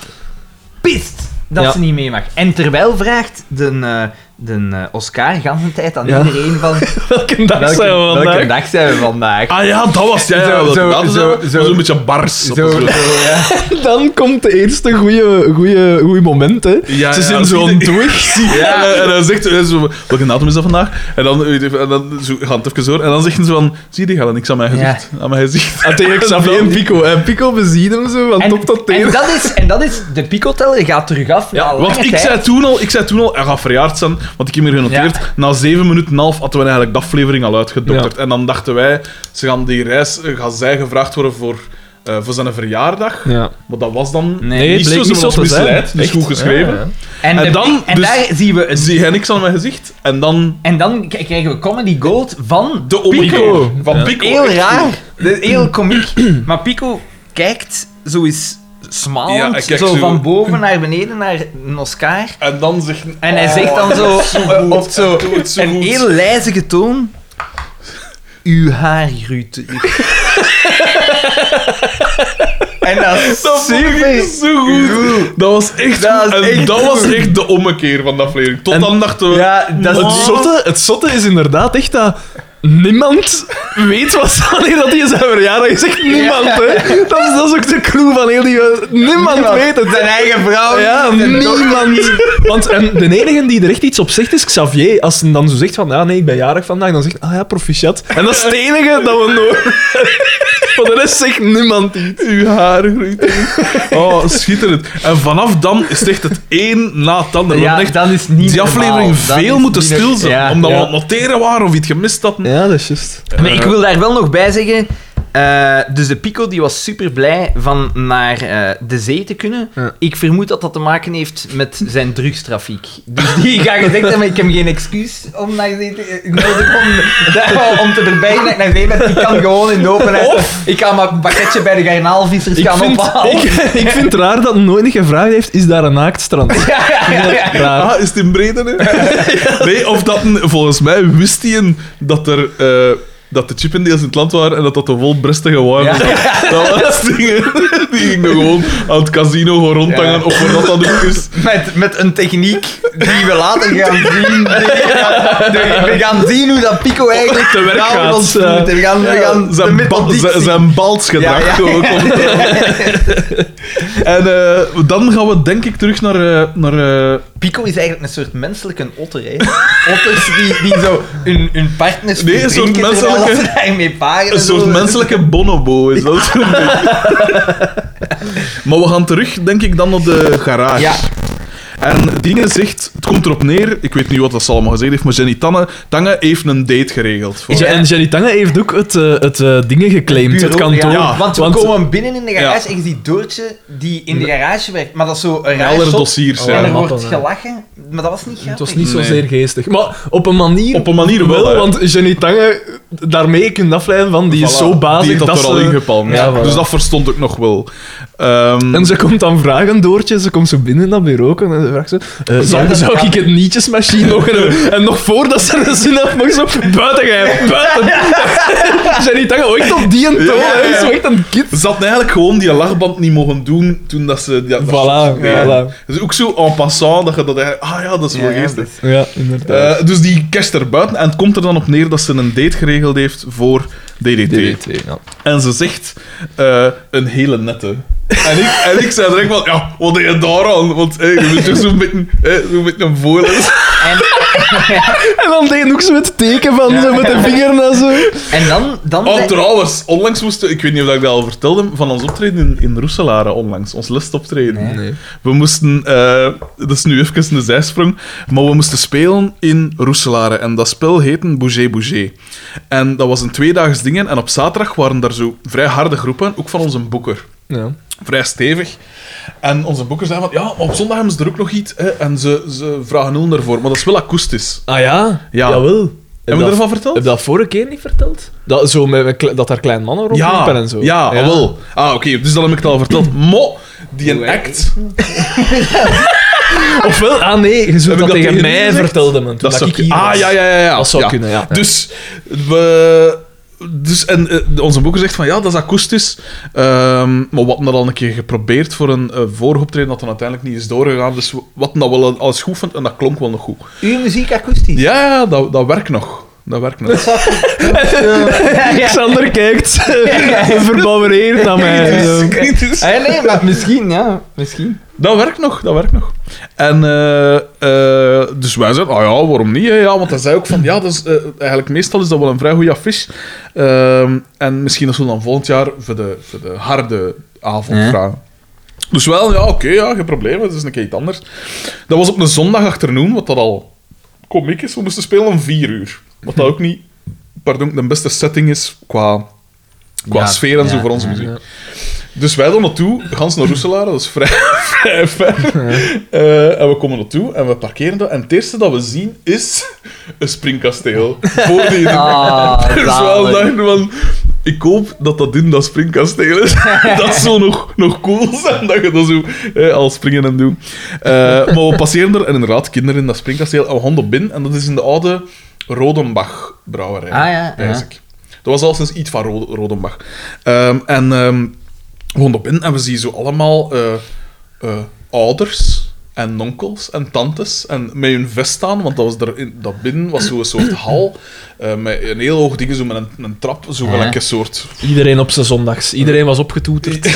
pist dat Ja. ze niet mee mag. En terwijl vraagt de, eh, de eh, Oscar gans de tijd aan Ja. iedereen van... Welke dag Welke, zijn we welke vandaag? dag zijn we vandaag? Ah ja, dat was ja, ja, Zo- wel, zo- dat is zo- wel- zo- maar zo'n beetje bars. op Zo, een soort- zo, ja. Dan komt de eerste goede goeie, goeie moment. Hè. Ja, Ze ja, zijn dat zo zie aan ik. het weg. Ja, en- en dan zegt hij zo, welke datum is dat vandaag? En dan, weet je, en dan zo, gaat het even door. En dan zeggen ze van, zie je, die gaat er niks aan mijn gezicht. Aan mijn gezicht. En tegen Xavier en Pico. En Pico beziet hem zo van En, top tot en teen. dat is, en dat is, de picoteller gaat terug af. Ja, Want ik zei toen al, ik zei toen al, hij gaat verjaard zijn, want ik heb hier genoteerd, Ja. na zeven minuten en een half hadden we eigenlijk de aflevering al uitgedokterd. Ja. En dan dachten wij, ze gaan die reis, eh, gaan zij gevraagd worden voor, eh, voor zijn verjaardag. Ja. Maar dat was dan Nee, het niet bleek zo, ze niet zo hebben te ons zijn. misleid, dus Echt? goed geschreven. Ja, En, en de dan- Pi- en dus- daar zien we een Zie jij niks aan mijn gezicht? En dan En dan k- krijgen we comedy gold van de Pico. Van Ja. Pico. Heel raar, de- heel komiek. Maar Pico kijkt zo eens Ja, hij smalend, kijkt zo, zo- van boven naar beneden naar een Oscar. En dan zegt... En hij zegt dan zo, eh, op zo, Oh, doe het zo een goed. heel lijzige toon... Uw haar groeit terug. en dat is Dat vond ik super zo goed. Oh, Dat was echt Dat goed. was en echt dat was goed. echt de ommekeer van de aflevering. Tot En- dan dachten we... Ja, dat is Het "Wow." zotte, het zotte is inderdaad echt dat niemand weet wat wanneer dat hij zijn verjaardag is. Echt niemand, hè. Dat is, dat is ook de clue van heel die... Niemand, weet het. Zijn eigen vrouw. Ja, zijn niemand. Want en de enige die er echt iets op zegt is Xavier. Als hij dan zo zegt van, ja nee, ik ben jarig vandaag, dan zegt hij, ah ja, proficiat. En dat is het enige dat we nooit... Voor de rest zegt niemand iets. Uw haar groeit. Oh, schitterend. En vanaf dan is het echt het één na het ander. We Ja, hebben echt dat is niet die normaal. aflevering Dat veel is moeten niet normaal. stil zijn. Ja. omdat ja. we aan het noteren waren of iets gemist hadden. Ja, dat is juist. Maar ik wil daar wel nog bij zeggen. eh, dus de Pico die was super blij van naar eh, de zee te kunnen. Ja. Ik vermoed dat dat te maken heeft met zijn drugstrafiek. Dus die gaat gezegd hebben: ik heb geen excuus om naar zee te eh, nodig om, daar- om te verbergen dat ik naar zee ben. Ik kan gewoon in de openheid. ik kan mijn pakketje bij de garnaalvissers Ik gaan vind, ophalen. ik, ik vind het raar dat nooit niet gevraagd heeft, is daar een naaktstrand? Ja, ja, ja, ja. Raar. Ah, is het in Bredene? Nee, of dat... een- Volgens mij wist hij een- dat er... eh, dat de Chippendales in het land waren en dat dat de wolbrestige waren. Ja. Dat was dingen die gingen gewoon aan het casino gewoon rondhangen Ja. of waar dat dan ook is. Met, met een techniek die we later gaan zien. We gaan zien hoe dat Pico eigenlijk Te werk gaat gaat, ontvloeien. eh, We gaan, we gaan de zijn, ba methodiek zijn, zien. zijn balsgedrag Ja, ja. gewoon komt er. En eh, dan gaan we denk ik terug naar... eh, naar eh, Pico is eigenlijk een soort menselijke otter, hè. Otters die, die zo hun, hun partners Nee, een soort verdrinken terwijl menselijke- ze daarmee paren. een soort menselijke bonobo is dat zo'n beetje. Maar we gaan terug, denk ik, dan naar de garage. Ja. En Dine zegt, het komt erop neer, ik weet niet wat dat ze allemaal gezegd heeft, maar Jenny Tanne, Tange heeft een date geregeld. Voor. Ja, en Jenny Tange heeft ook het, eh, het eh, dingen geclaimd, Bureau, het kantoor. ja. Want we Want- komen binnen in de garage Ja. en je ziet Doortje die in de garage werkt. Maar dat is zo Oh, een raar Aller shot. En dossiers, ja. er wordt Mappen, hè. gelachen. Maar dat was niet grappig. Het was niet Nee. zozeer geestig. Maar op een manier... Op een manier wel, hè. want Jenny Tange, daarmee kun je afleiden van, die is Voilà, zo bazig die heeft dat, dat er al ze- ingepalmd. Ja, voilà. Dus dat verstond ik nog wel. Ehm, En ze komt dan vragen, Doortje, ze komt zo binnen dat bureau ook en ze vraagt zo... eh, zou, dat- zou ja. ik het nietjesmachine nog... En, en nog voordat ze de zin had, mag zo... Buiten gij, buiten! Jenny Tange, oh, echt op die en toon, Ja, hè. ja, ja. Zo echt een kid. Ze hadden eigenlijk gewoon die lachband niet mogen doen toen dat ze... Ja, Voilà, Ja. voilà. Dus ook zo en passant dat je dat eigenlijk... Ah ja, dat is wel Ja, ja, geestig. dat is- Ja, inderdaad. Eh, dus die kerst er buiten en het komt er dan op neer dat ze een date geregeld heeft voor DDT. DDT, ja. En ze zegt eh, een hele nette. En ik, en ik zei direct van, ja, wat deed je daar aan? Want eh, je bent toch zo'n beetje, eh, zo'n beetje een voorlezer. En, En dan deed hij ook zo het teken van zo met de vinger naar zo. En dan... dan Oh, trouwens, onlangs moesten... Ik weet niet of ik dat al vertelde, van ons optreden in, in Roeselare onlangs. Ons lustoptreden. Nee. We moesten... eh, dat is nu even een zijsprong. Maar we moesten spelen in Roeselare. En dat spel heette Bouger Bouger. En dat was een tweedaags ding. En op zaterdag waren daar zo vrij harde groepen, ook van onze boeker. Ja. vrij stevig. En onze boeken zijn van, ja, op zondag hebben ze er ook nog iets. Hè, en ze, ze vragen nul ervoor, maar dat is wel akoestisch. Ah ja? Ja. Jawel. Heb Hebben we dat- ervan verteld? Heb je dat vorige keer niet verteld? Dat, zo met, met kle- dat daar kleine mannen ja, rondliepen en zo. ja, wel. Ah, oké, dus dan heb ik het al verteld. Mo, die een Hoe erg act, Ofwel, ah nee, je zou ik dat, dat tegen tegen u mij gezegd? vertelde men. dat Toen dat zou ik hier kunnen. Ah, was. ja, ja, ja. ja. Dat zou Ja. kunnen, ja. Dus we... Dus, en eh, onze boeken zegt van ja, dat is akoestisch. Ehm, maar we hadden dat al een keer geprobeerd voor een eh vorig optreden dat dan uiteindelijk niet is doorgegaan. Dus we- wat dat wel alles goed vond en dat klonk wel nog goed. Uw muziek akoestisch. Ja, ja, dat, dat werkt nog. Dat werkt nog. Xander kijkt verbouwereerd naar mij. zo. Kritisch. Ah, nee, maar misschien, ja. Misschien. Dat werkt nog, dat werkt nog. En eh, eh, dus wij zeiden, ah ja, waarom niet? Hè? Ja, want hij zei ook van, ja, dat is, eh, eigenlijk meestal is dat wel een vrij goede affiche. Ehm, en misschien dat we dan volgend jaar voor de, voor de harde avond Ja. vragen. Dus wel, ja, oké, ja, geen probleem, het is een keer iets anders. Dat was op een zondag achternoon, wat dat al komiek is. We moesten spelen om vier uur. Wat dat ook niet, pardon, de beste setting is qua, qua Ja, sfeer en zo ja, voor onze ja, muziek. Dus wij dan naartoe, gans naar Roeselaar, dat is vrij, vrij ver. Eh, en we komen naartoe en we parkeren dat. En het eerste dat we zien is een springkasteel. Voor die Ah, Dus wel zalig. dachten van... Ik hoop dat dat in dat springkasteel is. dat zou nog, nog cool zijn, dat je dat zo eh, al springen en doen. Eh, maar we passeren er en inderdaad kinderen in dat springkasteel. En we gaan er binnen en dat is in de oude Rodenbach-brouwerij. Ah, ja, wijs ja. ik. Dat was al sinds iets van Rode- Rodenbach. Ehm, en ehm, we gaan op in en we zien zo allemaal eh, eh, ouders en nonkels en tantes en met hun vest aan, want dat, was er in, dat binnen was zo'n soort hal eh, met een heel hoog ding, zo met een, een trap, zo Ja. gelijk een soort... Iedereen op zijn zondags. Iedereen was opgetoeterd.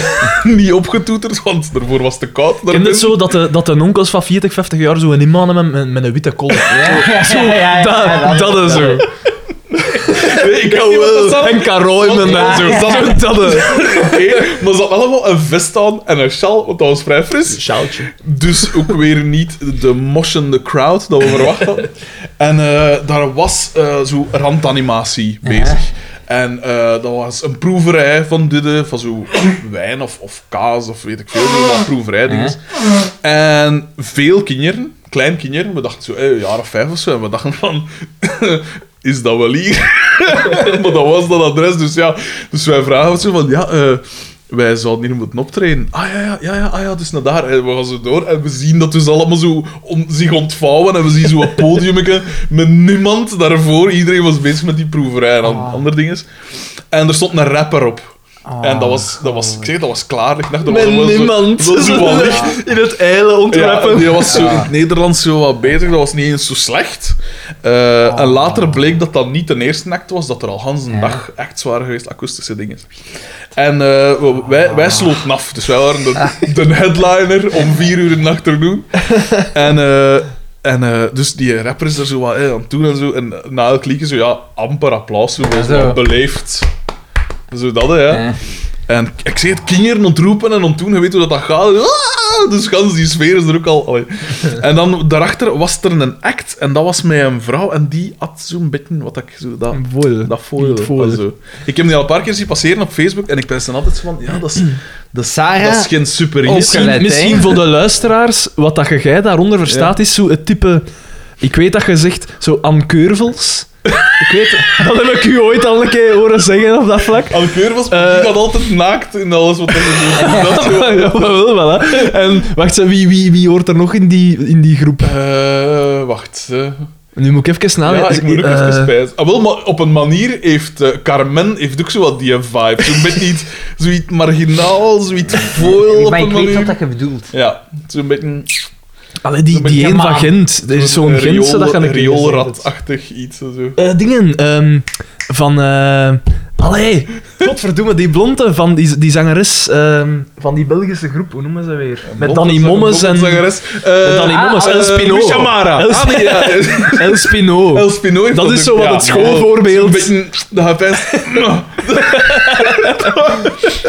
niet opgetoeterd, want daarvoor was het te koud. Ik daarbinnen. het zo dat de, dat de onkels van 40, 50 jaar zo een imam hebben met, met een witte kol. Zo, ja, dat, dat is zo. Nee, ik hou wel... En karooi met en zo. Dat is dat. is- Oké, maar ze hadden allemaal een vest aan en een sjaal, want dat was vrij fris. Dus ook weer niet de moshende crowd dat we verwacht hadden. En eh, daar was eh, zo randanimatie bezig. En eh, dat was een proeverij van dit, van zo wijn of, of kaas of weet ik veel, maar wat proeverij dinges. En veel kinderen, klein kinderen, we dachten zo, eh, een jaar of vijf of zo, en we dachten van, is dat wel hier? maar dat was dat adres, dus ja. Dus wij vragen ze van, ja, eh, wij zouden hier moeten optreden. Ah ja, ja, ja, ja, ah, ja, dus naar daar. En we gaan zo door en we zien dat dus allemaal zo on- zich ontvouwen. En we zien zo een podiumke met niemand daarvoor. Iedereen was bezig met die proeverij en an- Ah. andere dingen. En er stond een rapper op. en dat was, dat was, ik zeg, dat was klaar. Ik dacht, dat was, Ah. Met was, niemand. was zo wat licht. In het eilen Ja, ontrappen. die was zo in het Nederlands zo wat bezig. Dat was niet eens zo slecht. Eh, En later bleek dat dat niet de eerste act was, dat er al Hans een dag acts waren geweest, akoestische dingen. En eh, we- wij, wij sloten af. Dus wij waren de, de headliner om vier uur in de achternoon. En, eh, en eh, dus die rapper is er zo wat eh, aan toe en zo. En na elk liedje zo, ja, amper applaus. Zo, wel zo. Zo. wat beleefd. Zo dat, hè. ja. En ik zei het, kinderen ontroepen en ontdoen, je weet hoe dat, dat gaat. Ah, Dus gans die sfeer is er ook al. allee. En dan daarachter was er een act en dat was met een vrouw en die had zo'n beetje wat ik zo... Dat, Voordeel. dat foil. Het foil. ah, zo. Ik heb die al een paar keer zien passeren op Facebook en ik pens dan altijd zo van, ja, dat is, dat is, Sarah dat is geen superhit. Oscar- Misschien, Opgelet, misschien hè? voor de luisteraars, wat dat je jij daaronder verstaat, is zo het type... Ik weet dat je zegt, zo aan keurvels. Ik weet, dat heb ik u ooit al een keer horen zeggen op dat vlak. Alkeur was Eh. die gaat altijd naakt in alles wat hij doet. Dat zo. ja, wel, voilà. En wacht, zo, wie, wie, wie hoort er nog in die, in die groep? Eh, wacht. eh. Nu moet ik even nadenken. ja, ik moet ook Eh, even spijzen. Ah, wel, maar op een manier heeft eh, Carmen heeft ook zo wat die vibe. Zo met niet zoiets marginaal, zoiets foil op Maar ik een weet wat manier. dat je bedoelt. Ja, zo'n beetje Allee, die, Met die een Jamaan. van Gent. Er is zo'n Gentse, dat ga ik rioolratachtig iets. en Zo. Eh, Dingen, ehm, van... eh, Allee, godverdomme, die blonde van die, die zangeres ehm, van die Belgische groep, hoe noemen ze weer? Met Danny Mommes en... eh, Zangeres. ah, Met Danny Mommes, El Spino. Shamara. El, eh, Ah, nee, ja. El Spino. El Spino heeft Dat is zo ook, wat ja. het schoolvoorbeeld. Een beetje... Dat gaat best.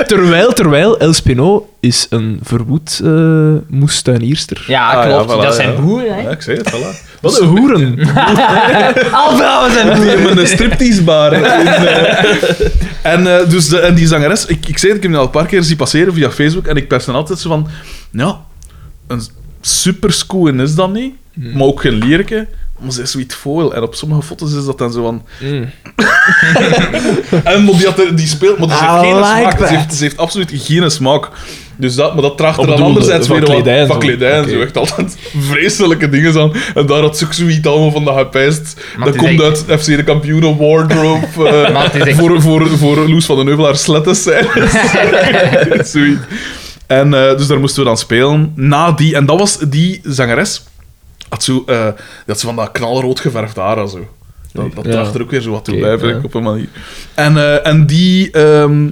Terwijl, terwijl, El Spino is een verwoed eh moestuinierster. Ja, Ah, ja, klopt. voilà, dat zijn ja. boeren, Ja, hè. ik zei het, voilà. Wat een hoeren. Al vrouwen zijn boeren. Die hebben een stripteasebar. in, eh. en, eh, dus de, en die zangeres, ik, ik zei het, ik heb die al een paar keer zien passeren via Facebook en ik pers dan altijd zo van, ja, een superschoen is dat niet, maar ook geen lierke. Maar ze is zoiets foil. En op sommige foto's is dat dan zo van... en maar die, had er- die speelt... Maar ze heeft I geen like smaak. Ze that. heeft, ze heeft absoluut geen smaak. Dus dat, maar dat traagt er dan bedoelde, anderzijds eh, van weer wat- kledij en van zo. kledij en zo. Oké. Echt altijd vreselijke dingen aan. En daar had ze ook zoiets allemaal van dat gepijst. Maar Dat het is komt uit FC de kampioenen wardrobe. eh, Maar het is echt- voor, voor, voor Loes van den Heuvel haar sletten zijn. Zoiets. En eh, dus daar moesten we dan spelen. Na die, en dat was die zangeres. Had zo, eh, die had zo van dat knalrood geverfd haar en zo. Dat, dat Ja. draagt er ook weer zo wat toe Oké, bij, vind ja. ik, op een manier. En, eh, en die... ehm,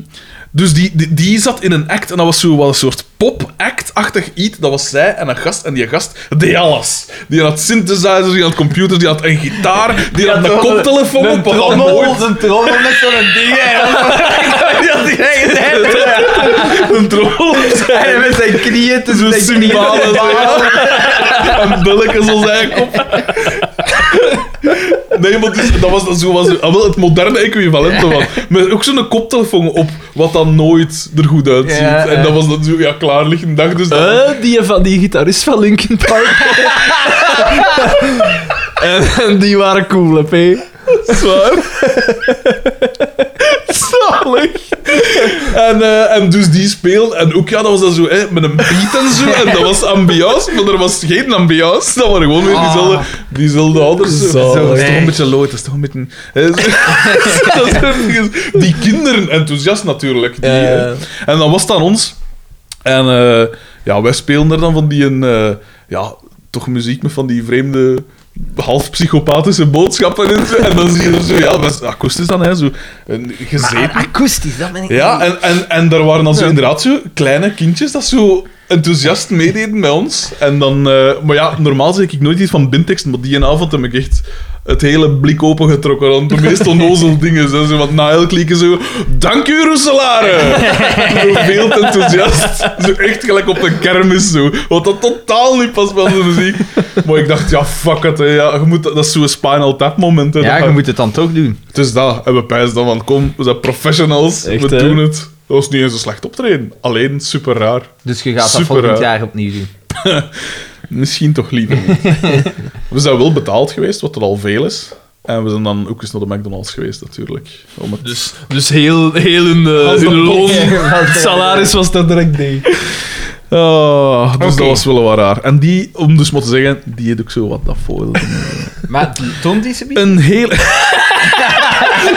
dus die, die, die zat in een act en dat was zo wel een soort pop-act-achtig iets. Dat was zij en een gast. En die gast deed alles. Die had synthesizers, die had computers, die had een gitaar, die had een koptelefoon op. wat dat nooit- een trommel met zo'n ding, Een trommel. En met zijn knieën Zo'n tussen zijn knieën. cymbalen, zo, ja. En billetjes als eigenlijk op. Nee, maar dus, dat was, dat zo was ah, wel het moderne equivalent ervan. Met ook zo'n koptelefoon op, wat dan nooit er goed uitziet. Ja, en dat ja. was dan zo, ja, klaarliggende dag. Dus dan- Eh, die van die gitarist van Linkin Park. en, en die waren cool, hè, P. Zwaar. Zalig. En, eh, en dus die speel. En ook, ja, dat was dan zo, hè, met een beat en zo. En dat was ambiance, maar er was geen ambiance. Dat waren gewoon weer diezelfde, diezelfde ouders. Ah. Zo, Zalig. dat is toch een beetje lood, dat is toch een beetje... hè, zo. Dat is ergens- die kinderen enthousiast natuurlijk. Die, Ja. eh, En dan was het aan ons. En eh, ja, wij spelen er dan van die... Een, eh, ja, toch muziek met van die vreemde half psychopathische boodschappen in. zo. En dan zie je er zo, ja, dat is akoestisch dan, hè, zo een Maar gezeten. akoestisch, dat ben ik Ja, niet. en, en, en daar waren dan zo inderdaad zo kleine kindjes dat zo enthousiast meededen met ons. En dan, eh, maar ja, normaal zeg ik nooit iets van bintekst, maar die avond heb ik echt het hele blik opengetrokken aan de meest onnozel dingen. Zo, zo, want na elk liedje zo, dank u Roeselare! Zo veel te enthousiast. Zo echt gelijk op een kermis zo. Wat dat totaal niet past bij onze muziek. Maar ik dacht, ja, fuck it. Hè. Ja, je moet, dat is zo'n Spinal Tap moment. Hè. Ja, Dat je gaat- moet het dan toch doen. het is dat. En we pijzen dan van, kom, we zijn professionals, Echt, we hè? doen het. Dat was niet eens een slecht optreden. Alleen, super raar. Dus je gaat dat Super, volgend hè. jaar opnieuw doen. Misschien toch liever niet. we zijn wel betaald geweest, wat er al veel is. En we zijn dan ook eens naar de McDonald's geweest, natuurlijk. Om het... Dus, dus heel, heel hun, eh, Als de hun loon, boom. het salaris was dat direct nee. Ah, dus Oké. dat was wel wat raar. En die, om dus maar te zeggen, die heeft ook zo wat dat foil. Maar toont die ze bij? Een hele...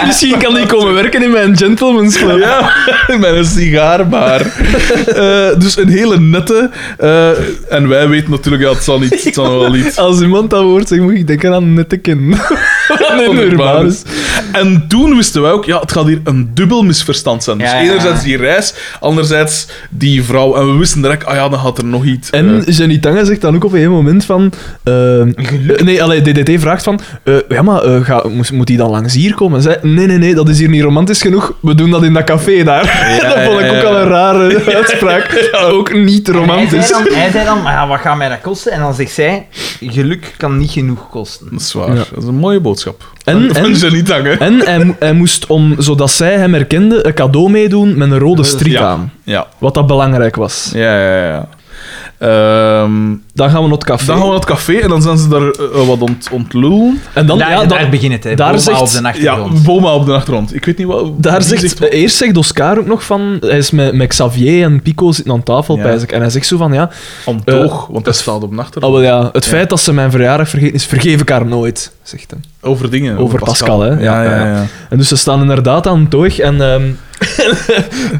Misschien kan die komen werken in mijn gentleman's club. Ja, met een sigaarbaar. Eh, dus een hele nette... eh, en wij weten natuurlijk, ja, het zal, niet, het zal wel niet... Als iemand dat hoort, zeg, moet ik denken aan nette kinderen. Van Van een Urbanus. Urbanus. dus- En toen wisten wij ook, ja, het gaat hier een dubbel misverstand zijn. Dus Ja, ja, ja. enerzijds die reis, anderzijds die vrouw. En we wisten direct, ah ja, dan gaat er nog iets. En eh, Jenny Tange zegt dan ook op een gegeven moment van... eh, eh, nee, allee, DDT vraagt van... eh, ja, maar eh, ga, moest- moet hij dan langs hier komen? En zij, nee, nee, nee, dat is hier niet romantisch genoeg. We doen dat in dat café daar. dat vond ik ja, ook ja. al een rare uitspraak. Ook niet Hij zei romantisch. dan, hij zei dan maar ja, wat gaat mij dat kosten? En dan zegt zij, geluk kan niet genoeg kosten. dat is waar. Ja. Dat is een mooie boodschap. En- Van en- Jenny Tang, hè? En hij, mo- hij moest, om, zodat zij hem herkende, een cadeau meedoen met een rode strik ja. aan. ja. Wat dat belangrijk was. Ja, ja, ja. Ehm, Dan gaan we naar het café. dan gaan we naar het café en dan zijn ze daar eh, wat ont ontlullen. En dan, daar, ja, dan, daar begint het, hè. daar Boma zegt- op de Ja, achtergrond. Boma op de achtergrond. Ik weet niet wat... Daar wie zegt, eh, eerst zegt Oscar ook nog van... Hij is met, met Xavier en Pico zitten aan tafel, Ja. pijs ik. En hij zegt zo van, ja... Antoog, want hij staat op de Eh, Oh, achtergrond. wel ja. Het feit dat ze mijn verjaardag vergeten is, vergeef ik haar nooit, zegt hij. Over dingen. Over Pascal, hè? Ja, Ja, ja, ja, ja. En dus ze staan inderdaad aan het toog en... ehm,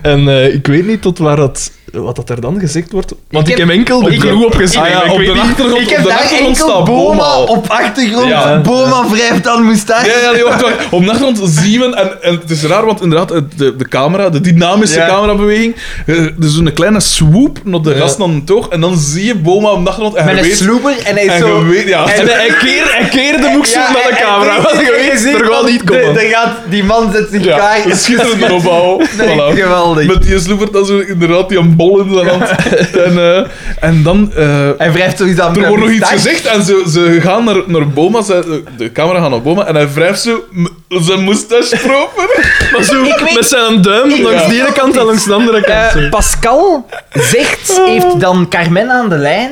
en eh, ik weet niet tot waar dat wat dat er dan gezegd wordt. Want ik, heb- heb enkel de ik crew heb- opgezet. Ah ja, maar ik op weet de niet- achtergrond, Ik heb op de daar achtergrond enkel staat Boma Boma al. op achtergrond. Ja. Boma wrijft dan moustache. Ja, ja, nee, wacht, wacht. Op de achtergrond zien we, en, en het is raar, want inderdaad, het- de, de camera, de dynamische Ja. camerabeweging, eh, dus een kleine swoop naar de gasten aan de toog, en dan zie je Boma op de achtergrond, en Met je een weet... sloeber en hij is En zo... je weet, ja. en- En hij keer- hij keerde de boekzoek Ja, naar en- de en camera. dit- Want ik dit- weet, dit- er gaat niet de- komen. de gaat- Die man zet zich Ja, kaai. een schitterende opbouw. Voilà. Geweldig. Met die sloeber, dan zo inderdaad die een bol in de hand. En, eh, en dan... eh, Hij wrijft sowieso aan er mijn wordt nog iets moustache. gezegd en ze, ze gaan naar, naar Boma, ze- de camera gaat naar Boma en hij wrijft zo m- zijn moustache proper. Maar zo met zijn duim langs de ene kant en langs de andere kant. Eh, zo. Pascal Ah. zegt, heeft dan Carmen aan de lijn.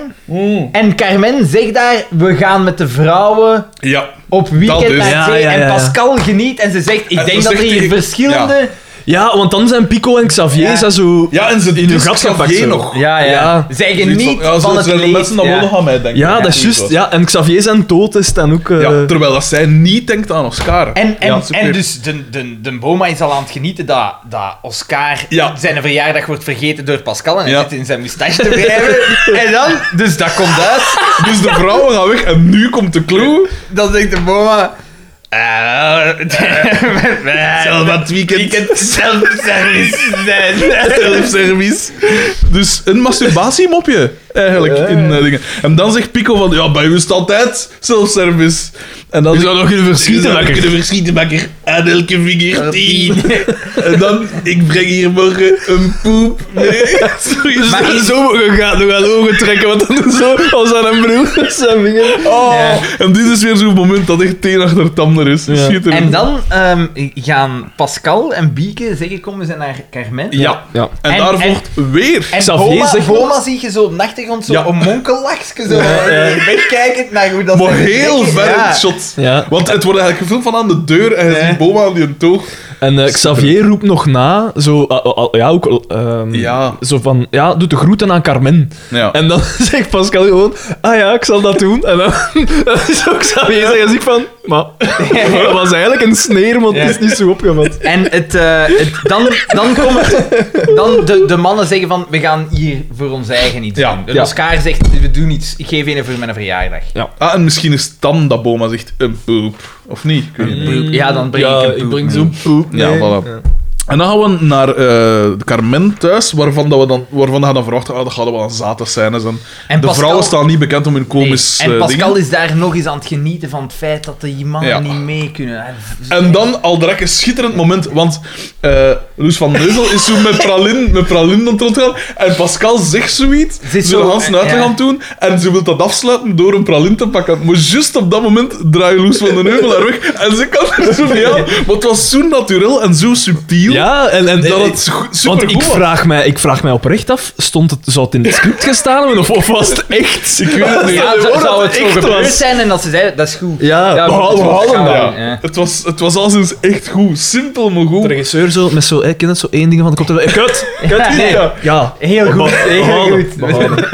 En Carmen zegt daar, we gaan met de vrouwen Ja. op Dat weekend dus. naar Ja, zee. ja, ja, En ja. Pascal geniet en ze zegt, ik En denk ze dat er zegt hier tegen- verschillende... Ja, want dan zijn Pico en Xavier Ja. zijn zo... Ja, en ze In hun dus gat gepakt, Xavier zo. nog. Ja, ja. Ja. Zij Zoiets geniet ja, van, zo het zijn de leed. mensen dan ja. wel nog aan mij denken. Ja, dat is zoiets juist. was. Ja, en Xavier zijn dood is dan ook... eh, Ja, terwijl dat zij niet denkt aan Oscar. En, en, Ja, super. en dus de, de, de Boma is al aan het genieten dat, dat Oscar Ja. zijn verjaardag wordt vergeten door Pascal en hij Ja. zit in zijn moustache te wrijven. en dan, dus dat komt uit, Dus de vrouwen gaan weg en nu komt de clue. dan zegt de Boma... eh, Zelf aan het weekend. weekend zelfservice zijn. Self-service. Dus een masturbatiemopje, eigenlijk. In, eh, dingen. En dan zegt Pico van, ja, bij u is het altijd self-service. En dan zou nog kunnen verschieten, lekker. de verschietenbakker aan elke vinger tien. En dan, ik breng hier morgen een poep mee. Zoiets. Maar En Zo gaat nog aan ogen trekken, want dan is zo als aan een broer zijn vinger. Oh, En dit is weer zo'n moment dat echt teen achter tander is. Ja. Schitterend. En dan ehm, gaan Pascal en Bieke zeggen, kom, we zijn naar Carmen. Ja. Ja. En, En- daar en- volgt weer... En Xavier Boma, zegt nog- Boma zie je zo op de achtergrond zo Ja. een monkellachje zo wegkijkend naar hoe dat... maar heel ver in Ja. het shot. Ja. Want het wordt eigenlijk gefilmd van aan de deur en je Nee. ziet Boma aan die een toog. En eh, Xavier roept nog na, zo, ah, ah, ah, ja, ook, ehm, Ja. zo van, ja, doe de groeten aan Carmen. Ja. En dan zegt Pascal gewoon, ah ja, ik zal dat doen. En dan, dan is ook Xavier zeggen, zie ik van, maar dat was eigenlijk een sneer, want het is niet zo opgevat. En het, eh, het- dan, dan komen dan de, de mannen zeggen van we gaan hier voor ons eigen iets Ja, doen. De ja. Oscar zegt we doen iets, ik geef een voor mijn verjaardag. Ah, en misschien is het dan dat Boma zegt een poep. Of niet? Ik weet het niet. Ja, dan breng Mm, ja, ik een poep breng mee. zo'n poep Ja, mee. voilà. En dan gaan we naar eh, Carmen thuis, waarvan, dat we dan, waarvan we gaan dan verwachten, ah, dat gaat wel een zate scène zijn. En de Pascal- vrouwen staan niet bekend om hun Nee, komisch En eh, Pascal dingen. is daar nog eens aan het genieten van het feit dat die mannen Ja. niet mee kunnen. Hij- En dan al direct een schitterend moment, want eh Loes van Neuvel is zo met pralin, met pralin aan het rondgaan en Pascal zegt zoiets, Ze ze is wil zo- Hans een uitleg ja. aan doen en ze wil dat afsluiten door een pralin te pakken. Maar juist op dat moment draait Loes van Neuvel haar weg en ze kan er zo niet aan. Maar het was zo natuurlijk en zo subtiel. Ja, en, en Dat het go- want supergoed ik was. vraag, mij, ik vraag mij oprecht af, stond het, zou het in het script gestaan hebben, of, of was het echt? Ik weet het niet. ja, zou, zou het zo echt gebeurd was. zijn en dat ze zeiden dat is goed. Ja, we we moeten hadden- het we gaan hadden doen, ja. Het was, het was alleszins echt goed. Simpel, maar goed. De regisseur zo, met zo, ik ken het zo één ding van de kop. Kut! Kut! Ja, nee. Ja. ja. Heel goed, heel Behouden, goed. behouden.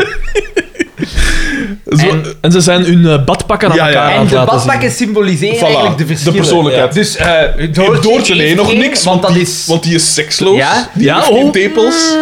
Zo- En- En ze zijn hun eh, badpakken aan Ja, ja. elkaar aan En het de laten badpakken symboliseren Voilà, eigenlijk de de verschillen. persoonlijkheid. Dus eh Doortje, Doortje nee, heeft nog geen- niks. Want dat die, is... want die is seksloos. Ja? Die Ja, heeft geen oh. tepels.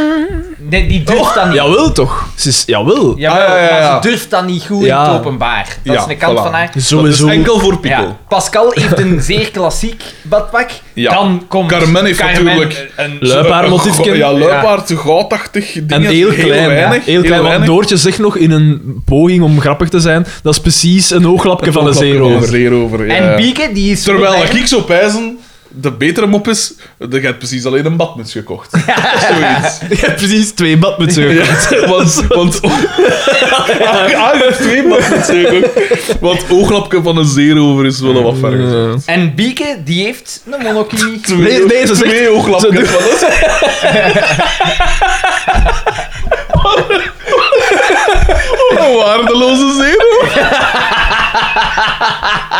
Nee, die durft dat zien. niet. Jawel toch? Ze is, jawel. Jawel, Oh. Ah, ja, ja, ja. maar ze durft dat niet goed Ja. in het openbaar. Dat Ja, is een kant voilà. van haar. Sowieso. Dat is enkel voor Pico. Ja. Pascal heeft een zeer klassiek badpak. Ja. Dan komt Carmen heeft natuurlijk een- een- Luip. Luipaardmotiefje. Luipaardmotiefje. Ja, luipaard, goudachtig. ding En is heel klein, ja. weinig, heel klein. Want weinig. Doortje zegt nog in een poging om grappig te zijn, dat is precies een ooglapje van een zeerover. Zeerover, ja, ja. En Bieke, die is... Terwijl ik zo pijzen, de betere mop is, je hebt precies alleen een badmuts gekocht. Of Zoiets. Je hebt precies twee badmutsen. Ja, want, want Ah, je hebt twee badmutsen gekocht. Want ooglapje van een zeerover is wel een wat ver gezet. Eh, En Bieke, die heeft een monokini. Nee, nee, ze zegt- Twee ooglapjes ze doet- van ons. Wat een Oh, waardeloze zenuw. Ah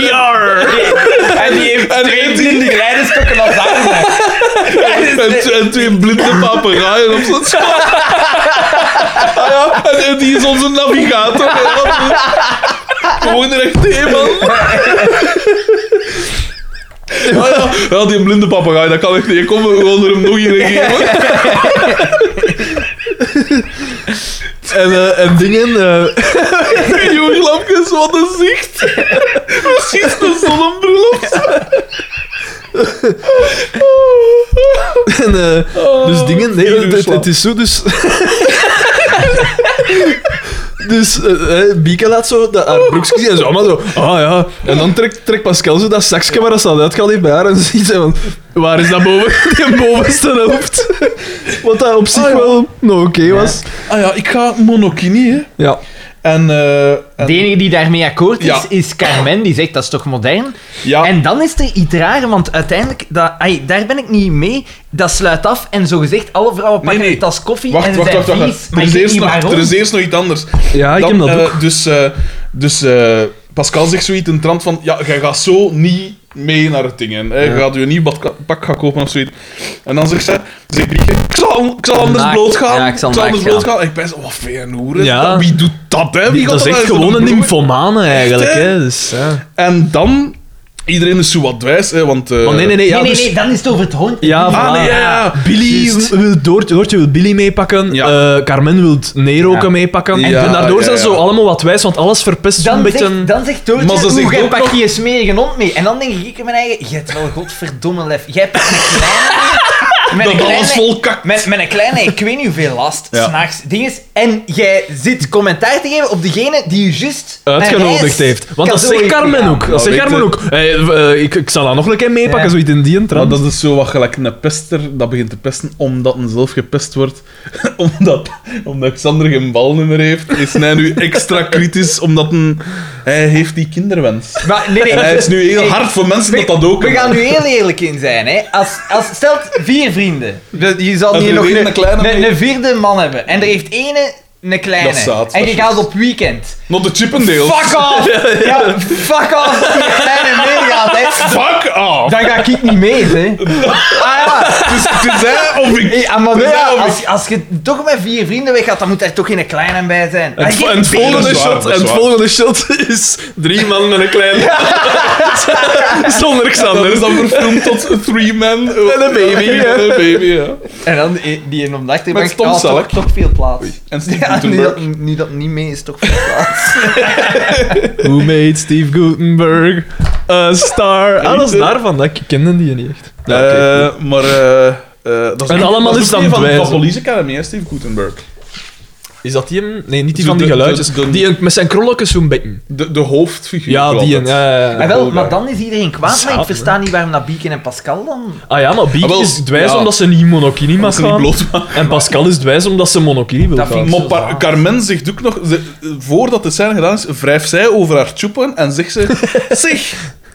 ja, en- en die heeft En twee heeft die- blinde kleiderstokken als haar. en, t- en twee blinde papegaaien op zijn schouder. Ah ja, en, en die is onze navigator. Gewoon recht heen, man. Ah ja, ja, die blinde papegaai, dat kan echt niet. Ik kom er gewoon er hem nog in geven. En, eh, en dingen... eh, Jonglapjes, wat een zicht. Precies de zonnebril op. en, eh, dus dingen... Nee, Iedereen het, het- slaapt. het is zo, dus... Dus eh, eh, Bieke laat zo dat haar broekje zien en zo, allemaal zo, ah ja. En dan trekt trekt Pascal zo dat zakje waar dat ze al uitgehaald heeft bij haar en ziet ze van, waar is dat boven, die bovenste helft? Wat dat op zich Ah, ja. wel nog oké was. Ah ja, ik ga monokini, hè. Ja. En, eh, en- De enige die daarmee akkoord is, Ja. is Carmen, die zegt dat is toch modern. ja. En dan is er iets raar, want uiteindelijk, dat, ai, daar ben ik niet mee. Dat sluit af en zo gezegd, alle vrouwen pakken nee. een tas koffie en Wacht, ze wacht, zijn wacht, wacht. vies. Er Maar ik is, weet eerst niet nog, waarom. er is eerst nog iets anders. Ja, ik Dan, heb dat eh, ook. Dus, eh, dus eh, Pascal zegt zoiets in de trant van... Ja, jij gaat zo niet mee naar het ding. hè. Hè. Je gaat je een nieuw badka- pak gaan kopen of zoiets. En dan zegt ze... Zegt Bieke, ik zal, ik zal anders Naakt. bloot gaan. Ja, ik zal anders naakt bloot gaan. En ik ben zo... Wat vind je een hoer, hè? Ja. Wie doet dat, nou hè? Wie gaat dat is echt daar gewoon een zo'n broer? nymphomane eigenlijk, hè? hè? Dus, ja. En dan... Iedereen is zo wat wijs, hè. Want... eh, Maar nee, nee, nee. Ja, nee, nee, dus- nee, dan is het over het hondje. Ja, Ah, voilà. nee, ja, ja. Billy Juist. wil Doortje, Doortje wil Billy meepakken. Ja. eh, Carmen wil Nero Ja. ook meepakken. Ja, en daardoor ja, zijn ze ja. zo allemaal wat wijs, want alles verpest zo'n Dan, beetje. zegt, dan zegt Maar ze Doortje, zegt hoe, jij ook pakt nog- je smerige hond mee. En dan denk ik in mijn eigen, jij hebt wel godverdomme lef. Jij pakt een kleine... Met Dat een kleine, alles vol kakt. Met, met een kleine, ik weet niet hoeveel last, Ja. s'nachts, dinges. En jij zit commentaar te geven op degene die je juist... een reis Uitgenodigd heeft. Want dat cadeau zegt heeft Carmen gedaan. ook. Nou, Dat zegt weet Carmen je- ook. Hey, eh, ik, ik zal daar nog een keer meepakken, Ja. zoiets in die Maar trant. dat is dus zo wat gelijk een pester dat begint te pesten omdat een zelf gepest wordt. omdat, omdat Xander geen balnummer heeft, is hij nu extra kritisch omdat een, hij heeft die kinderwens. Maar, nee, nee. En hij is nu heel Nee. hard voor mensen We- dat dat ook We hebben. gaan nu heel eerlijk in zijn. Hè. Als, als, stelt vier vrienden. De- Je zal Als hier er nog weer een, een kleine een, mee- een vierde man hebben. En er heeft ene een kleine. Dat is zaad, en je dat is- gaat op weekend. Not de Chippendales. Fuck off! Ja, fuck off als die kleine meegaat. Hè. Fuck off! Dan ga ik niet mee. Hè. Ah ja. Het is, het is hij of ik. Hey, ah, maar Dus ja, daarom- als, als je toch met vier vrienden weggaat, dan moet daar toch geen kleine bij zijn. En Ah, het, geen en het beest. volgende Dat is waar, shot, dat is en het waar. volgende shot is drie man met een klein. Zonder Dat Xander. is dan verfilmd tot Three Men. En een baby, hè. En een baby, ja. En dan die die een omdacht. Met Met Tom toch, Selleck. toch veel plaats. En Steve Ja, nu Gutenberg. dat, nu dat niet mee is, toch veel plaats. Who made Steve Gutenberg a star? Ah, dat is daarvan. dat- Ik kende die niet echt. Ja, oké. Eh, maar... eh, eh, dat is En ook- allemaal dat is dan ook een van dwijzen. de Police Academy, hè, Steve Gutenberg. Is dat die hem? Nee, niet die Zo van die de- de- geluidjes. de- Die een- met zijn krolletjes zo'n bekken. De, de hoofdfiguur. Ja, wel, die eh, dat- een. Ja, ja, ja. Maar, Ah, wel, Volga. maar dan is iedereen kwaad, maar Zalig, ik versta niet waarom dat Bieken en Pascal dan... Ah ja, maar Ah, Bieke wel, is dwijs ja. omdat ze niet monokini mag Dat ze niet gaan. bloot maken. En Pascal is dwijs omdat ze monokini wil Dat vind gaan. ik Maar zo Par- waar. Carmen zegt ook nog, ze- voordat de scène gedaan is, wrijft zij over haar tjoepen en zegt ze: Zeg,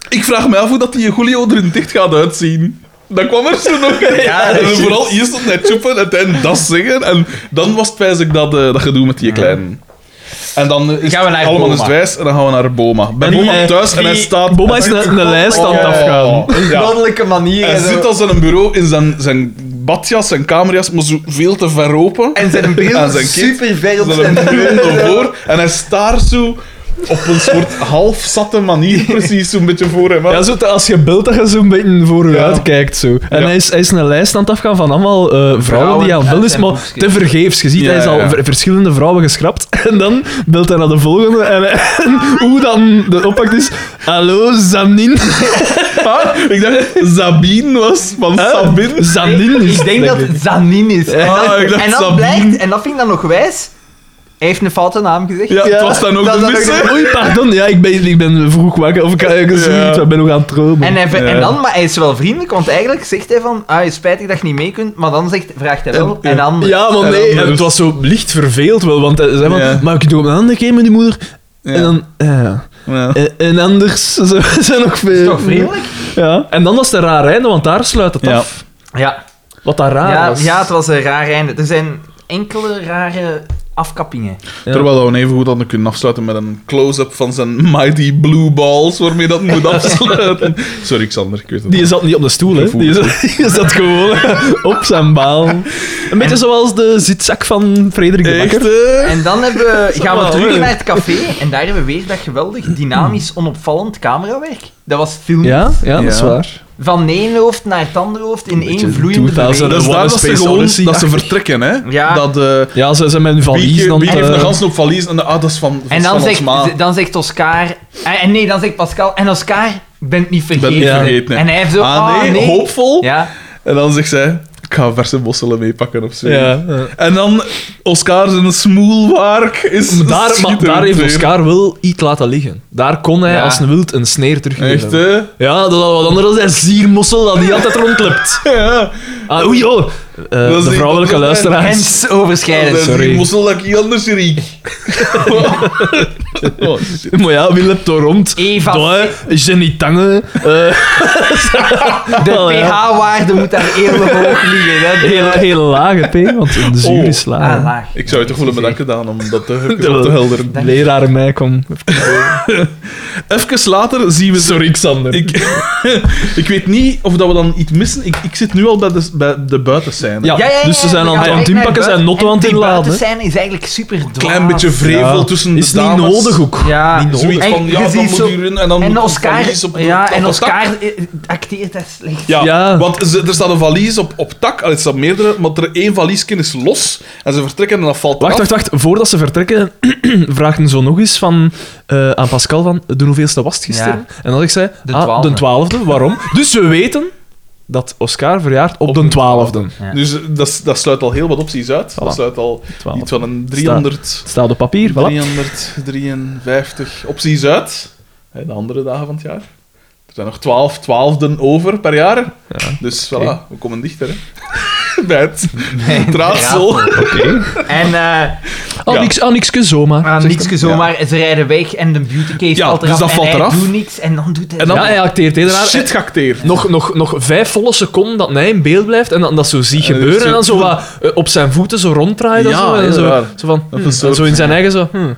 ik vraag me af hoe dat die Julio er in dicht gaat uitzien. Dat kwam er zo nog. hè. Ja, dat en is juist. vooral eerst op net tjoepen en dan dat zeggen. En dan was het wijs dat, eh, dat gedoe met die Mm. kleinen. En dan eh, is Gaan we naar het allemaal Boma. eens wijs en dan gaan we naar Boma. Bij En Boma hij- thuis en hij die- staat. Boma is een, een lijst aan het Oh. afgaan. Ja. mannelijke manier. Hij en, zit zo. als in een bureau in zijn, zijn badjas, zijn kamerjas, maar zo veel te ver open. en zijn Aan bril zijn kind. super ver op Zijn zijn bril naar voren en hij staart zo op een soort halfzatte manier precies zo'n beetje voor hem. Ja, zo, te- als je belt, dat je zo'n beetje voor je Ja. uitkijkt. Zo. En Ja. hij, is, hij is een lijst aan het afgaan van allemaal eh, vrouwen die aan uit bel is, zijn maar hoekje. te vergeefs. Je ziet, Ja, hij is al ja. ver- verschillende vrouwen geschrapt. En dan belt hij naar de volgende. En, en hoe dan de oppak is... Hallo, Zanin. Ah, ik dacht Sabine was van Sabine. Zanin is Dus Ik denk dat het Zanin is. En Ah, dan, ik dacht en dan Sabine. blijkt, en dat vind ik dan nog wijs, hij heeft een foute naam gezegd. Ja, het Ja, was dan ook dat de is dan ook misse. Oei, pardon. Ja, ik ben, ik ben vroeg wakker. Of ik, ik, Ja. zoiets, ik ben nog aan het dromen. En, hij, ver- Ja. en dan, maar hij is wel vriendelijk, want eigenlijk zegt hij van, ah, spijtig dat je niet mee kunt, maar dan zegt, vraagt hij wel, en dan... Ja, maar En nee, anders. het was zo licht verveeld wel, want hij zei van, Ja. maar ik doe op een andere keer met die moeder. Ja. En dan, eh, ja. Ja. En, Eh, en anders, zo, zijn nog veel. Is toch vriendelijk? Ja. En dan was het een raar einde, want daar sluit het Ja. af. Ja. Wat daar Ah, raar Ja, was. ja, het was een raar einde. Er zijn enkele rare afkappingen. Terwijl we even goed hadden kunnen afsluiten met een close-up van zijn Mighty Blue Balls, waarmee dat moet afsluiten. Sorry, Xander, ik weet het Die zat niet op de stoel, hè. Die zat, die zat gewoon op zijn baal. Een beetje zoals de zitzak van Frederik de Echt, Bakker. hè? En dan hebben, we- gaan we wel terug leuk. naar het café en daar hebben we weer dat geweldig, dynamisch, onopvallend camerawerk. Dat was film. Ja, ja, dat Ja. is waar. van één hoofd naar het andere hoofd in Beetje één vloeiende beweging. 2000 Dat is Wat daar een dat ze Space gewoon Odyssey. dat ze vertrekken, hè? Ja. Dat, eh, Ja, ze zijn met hun wie valies ge- dan... wie heeft eh, een gans nog valies? En, ah, dat is van, En dan van ons ma. zegt, dan zegt Oscar... eh, En en nee, dan zegt Pascal... En Oscar, ik ben het niet Ik ben vergeten. het niet Ja. vergeten. hè. En hij heeft zo... ah, nee, hoopvol. Ja. En dan zegt zij, ik ga verse mosselen meepakken of zo. ja, ja. En dan, Oscar zijn smoelwerk is Daar, maar schitterend daar heeft weer. Oscar wel iets laten liggen. Daar kon hij Ja. als een wild een sneer teruggeven. Echt, hè? Ja, dat was wat anders dan zijn ziermossel dat die altijd rondloopt. Ja. Ah, oei, joh. Eh, Dat is de die- vrouwelijke dat is- luisteraars. Grensoverschrijdend. Dat is Eh, sorry. die mossel dat ik hier anders riek. oh, shit. Maar ja, wie loopt er rond? Eva- Doe, Jenny Tange. eh, De Wel, ja. pH-waarde moet daar heel hoog liggen. Hè. Dus- hele, hele lage P, want de zuur Oh. is laag. Ah, laag. Ik zou je toch willen bedanken, gedaan om dat eh, te, op te helderen. De leraar in mij kom. Even later zien we... Sorry, Xander. Ik, ik weet niet of dat we dan iets missen. Ik, ik zit nu al bij de, bij de buitenscène. Ja. dus ze zijn we aan gaan het direct inpakken, naar zijn buiten. notto aan het En die inladen. buitenscène is eigenlijk super dwaas. Klein beetje vrevel Ja. tussen Is de niet dames. nodig ook. Ja. Niet nodig. Zoiets En van, je ja, ziet dan moet zo- hier in en dan En moet een Oscar, valies op de- ja, op en de tak. Oscar eh, acteert dat slecht. Ja, Ja. want ze- er staat een valies op, op tak. Allee, er staat meerdere, maar er één valiesje is los. En ze vertrekken en dat valt Wacht, af. wacht, wacht. Voordat ze vertrekken, vraagden zo nog eens van, eh, aan Pascal van, de hoeveelste was het gisteren? En dan ik zei, De ah, twaalfde. de twaalfde. Waarom? dus we weten dat Oscar verjaart op, de twaalfde. Ja. Dus eh, dat, s- dat sluit al heel wat opties uit. Voilà. Dat sluit al Twaalf. iets van een 300, Het staat op papier, voilà. 353 opties uit. Hè, De andere dagen van het jaar. Er zijn nog 12 twaalfden over per jaar. Dus voilà, we komen dichter. Hè. Bij het Raadsel. raadsel. En eh Ah, Ja. niks, ah, nikske zomaar. aan zegt niks ja. zomaar, ze rijden weg en de beautycase Ja, valt eraf dus dat en valt hij eraf. doet niks en dan doet hij... hij. Ja, hij acteert heel raar. Shit geacteerd. Nog, nog, nog vijf volle seconden dat hij in beeld blijft en dat, dat zo ziet En dan gebeuren is en dan zo- zo wat eh, op zijn voeten zo ronddraait. Ja, zo, en zo, inderdaad. zo, van, Dat hm, is zo- zo in zijn eigen zo, hm,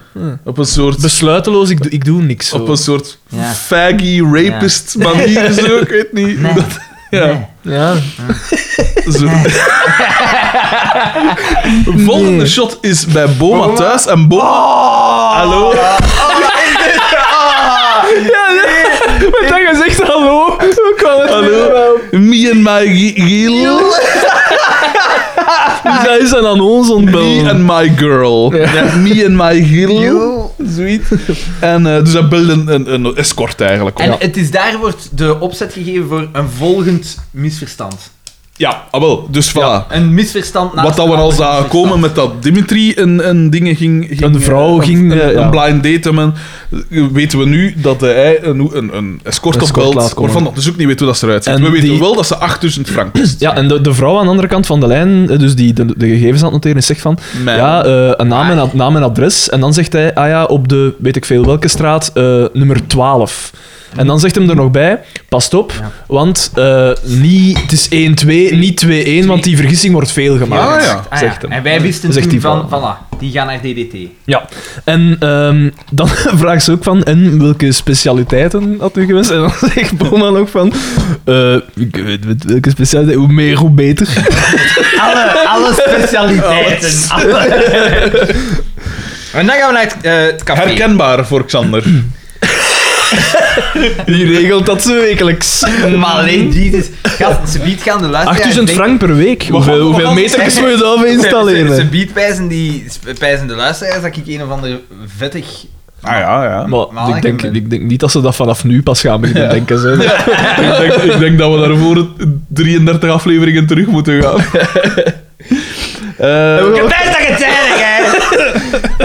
Op een soort... besluiteloos, ik, doe- ik doe niks. zo. Hmm. Op een soort Ja. faggy rapist manier, zo, ik weet niet. Nee. Dat- ja, Nee. Ja. zo. Volgende shot is bij Boma thuis en Boma... Hallo? Met dat gezegd, hallo, hoe kan het Hallo? Me and my gi- giel. Zij is dan aan ons Me ontbellen. and my girl. Me and my giel. Joe. Zoiets. En eh, dus hij belde een, een, een escort eigenlijk. En Ja. het is daar wordt de opzet gegeven voor een volgend misverstand. Ja, ah, wel. Dus voilà. Een misverstand naast Wat dat we een al ander zagen misverstand. komen met dat Dimitri en, en dingen ging, ging... Een vrouw eh, ging, Een, eh, een ja. blind date hem. en Weten we nu dat hij een, een, een escort Een escort laat opbelt, komen. waarvan dat dus ook niet weet hoe dat ze eruit ziet. En we weten die- wel dat ze 8000 frank kost. Ja, en de, de vrouw aan de andere kant van de lijn, eh, dus die de, de gegevens aan het noteren, is zegt van... Man. Ja, eh, een naam en, ad- naam en adres. En dan zegt hij, ah ja, op de, weet ik veel welke straat, eh, nummer 12. En dan zegt hem er nog bij, past op, Ja. want eh, niet, het is 1-2, niet 2-1, want die vergissing wordt veel gemaakt. Ah, ja. Ah, Zegt ja. hem. En wij wisten Zegt toen die van, vrouw. voilà, die gaan naar DDT. Ja, en ehm, dan vraagt ze ook van, en welke specialiteiten had u gewenst? En dan zegt Boma ook van, eh, ik weet niet welke specialiteit, hoe meer, hoe beter. Alle, alle specialiteiten. alle. En dan gaan we naar het, eh, het café. Herkenbaar voor Xander. Die regelt dat ze wekelijks. Maar alleen Jesus. Gast, ze biedt gaan de luisteraars... 8000 denken- frank per week. gaan- Hoeveel, we hoeveel gaan meters zeggen- moet je daarvoor Ze, ze installeren? biedt pijzen, die, pijzen de luisteraars dat ik een of ander vettig... Ah ja, ja. Maar Maar ik denk, ik- ik denk niet dat ze dat vanaf nu pas gaan beginnen denken. Ze. ik, denk, ik denk dat we daarvoor 33 afleveringen terug moeten gaan. Eh, Ik heb best dat je het zei, hè.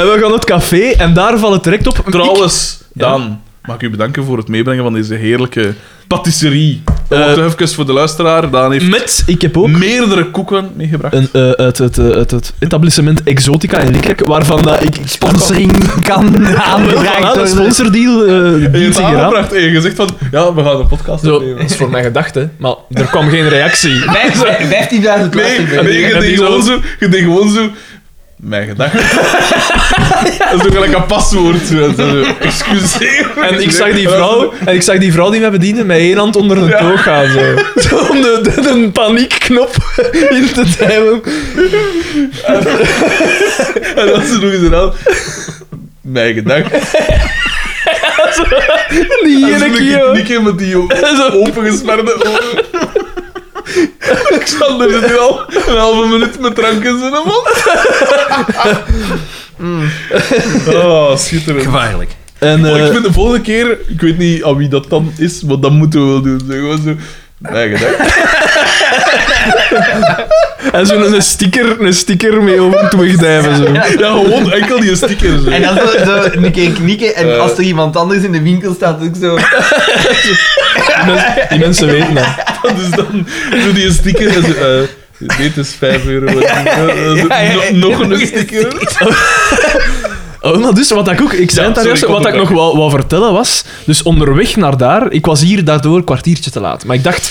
En we gaan het café en daar valt het direct op. trouwens, Dan, mag ik u bedanken voor het meebrengen van deze heerlijke patisserie. Eh, Wat even voor de luisteraar. Daan Ik, heeft met, ik heb ook meerdere koeken meegebracht. een, eh, uit het, eh, uit het etablissement Exotica in Likkerk, waarvan dat ik Sponsoring kan Ja, aangedragen de worden. sponsordeal eh Je dient hebt zich eraan. aangebracht en je gezegd van, ja, we gaan een podcast Zo, opnemen. dat is voor mijn gedachte, maar er kwam geen reactie. Vijf- vijf- 15.000 Nee, luisteraars. nee, je en deed die gewoon zo- zo, je deed gewoon zo, mijn gedachte. Dat is ook gelijk een paswoord. zo. Zo, Excuseer. me. En ik zag die vrouw, en ik zag die, vrouw die mij bediende met één hand onder de toog gaan. Zo. Zo om de, de, de paniekknop in te duwen. En dat ze nog eens aan. Mijn gedachte. Zo, Die En ene zo'n keer. hoor. knikken met die Zo. opengesperde ogen. Alexander zit hier al een halve minuut met drank in zijn mond. Oh, schitterend. Gevaarlijk. En, Maar eh, Oh, ik vind de volgende keer, ik weet niet aan wie dat dan is, maar dat moeten we wel doen. Zo, gewoon zo. Nee, gedacht. en zo'n een sticker, een sticker mee over het wegdijven. Zo. Ja, gewoon enkel die stickers. En dan zo, zo een keer knikken en Eh. als er iemand anders in de winkel staat, ook zo... Die, mensen- die mensen weten dat. Dat is dan zo die sticker. en zo, eh, dit is 5 euro. Eh, eh, ja, ja, ja. nog- nog een sticker. Oh, maar dus, wat ik ook, Ja, ik zei het daar sorry, juist, ik wat ik nog onderbrak. wou, wou vertellen was, dus onderweg naar daar, ik was hier daardoor een kwartiertje te laat. Maar ik dacht,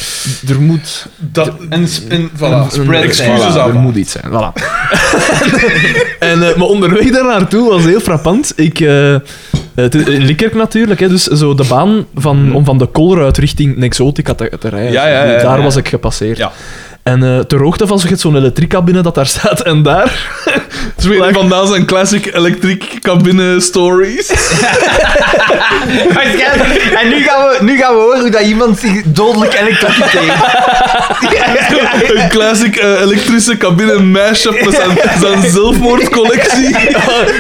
er moet Dat, Een, sp- een, Voilà. spread zijn. Excuses Voilà, aan. Er moet iets zijn, voilà. en, eh, maar onderweg daar naartoe was heel frappant. Ik, eh, het is- in Likkerk natuurlijk, hè, dus zo de baan van, om van de Kolruit richting Nexotica te, te rijden. Hmm. Dus Ja, ja, ja, ja, daar ja. was ik gepasseerd. Ja. En eh ter hoogte van zo'n- zo'n elektriekabine dat daar staat en daar... Tweede vandaan zijn classic electric cabine stories. Waarschijnlijk. En nu gaan, we, nu gaan we horen hoe dat iemand zich dodelijk elektrocuteert. Een classic eh, elektrische cabine mashup met zijn, zijn zelfmoordcollectie.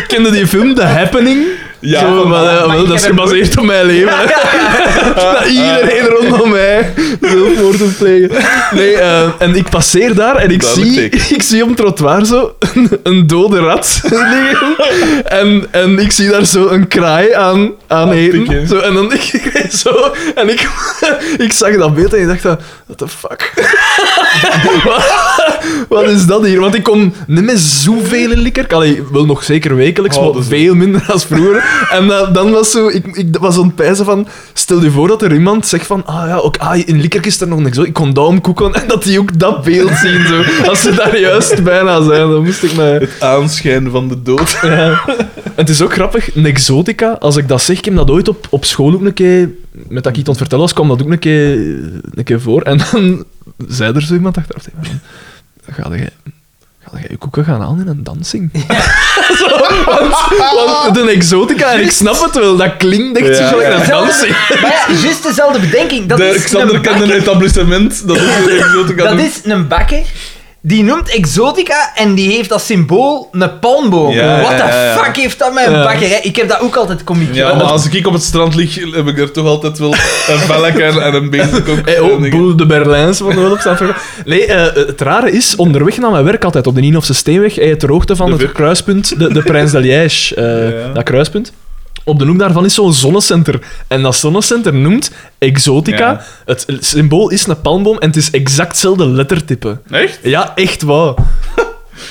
Kende die film, The Happening? Ja, Zo, van- maar, eh, maar wel, ik dat heb is hem gebaseerd op mijn leven. hè. Dat iedereen Ah. rondom mij zelfmoord plegen. Nee, eh, en ik passeer daar en ik Duidelijk zie, teken. ik zie op het trottoir zo een, een dode rat liggen. En, en ik zie daar zo een kraai aan, Ah, aan pikken. eten. Zo, en dan ik zo... En ik, ik zag dat beeld en ik dacht, dan, what the fuck? Wat is dat hier? Want ik kom niet meer zoveel in Likkerk. Allee, wel nog zeker wekelijks, Oh, dat maar is- veel minder als vroeger. En eh, dan was zo, ik, ik was aan het pijzen van... Stel je voor dat er iemand zegt van... Ah ja, ook, ah, in Likkerk is er nog niks. hoor. Ik kon daumkoeken. En dat die ook dat beeld zien. Zo. Als ze daar juist bijna zijn, dan moest ik mij... Aanschijn van de dood. En het is ook grappig, een exotica, als ik dat zeg, ik heb dat ooit op, op school ook een keer, met dat ik iets aan het vertellen was, kwam dat ook een keer, een keer voor. En dan zei er zo iemand achteraf tegen mij, ga jij, ga jij je koeken gaan halen in een dansing? Zo, want, want de exotica, en ik snap het wel, dat klinkt echt Ja, zo gelijk ja. een dansing. Maar ja, juist dezelfde bedenking. Dat De is Xander een kent een bakker. etablissement. Dat is een exotica. Dat is een bakker. Die noemt exotica en die heeft als symbool een palmboom. Ja, What ja, the ja, ja. fuck heeft dat met een Ja. bakkerij? Ik heb dat ook altijd komiek Ja, maar als ik op het strand lig, heb ik er toch altijd wel een belletje en- en een bezig ook. Hey, En oh, ik- Boel de Berlijns van de op Nee, eh, het rare is, onderweg naar mijn werk altijd op de Nienhofse Steenweg, hey, ter hoogte van De het Vip. kruispunt, de, de Prins de Liège, eh, Ja. dat kruispunt. Op de hoek daarvan is zo'n zonnecenter. En dat zonnecenter noemt Exotica. Ja. Het symbool is een palmboom en het is exact hetzelfde lettertype. Echt? Ja, echt waar.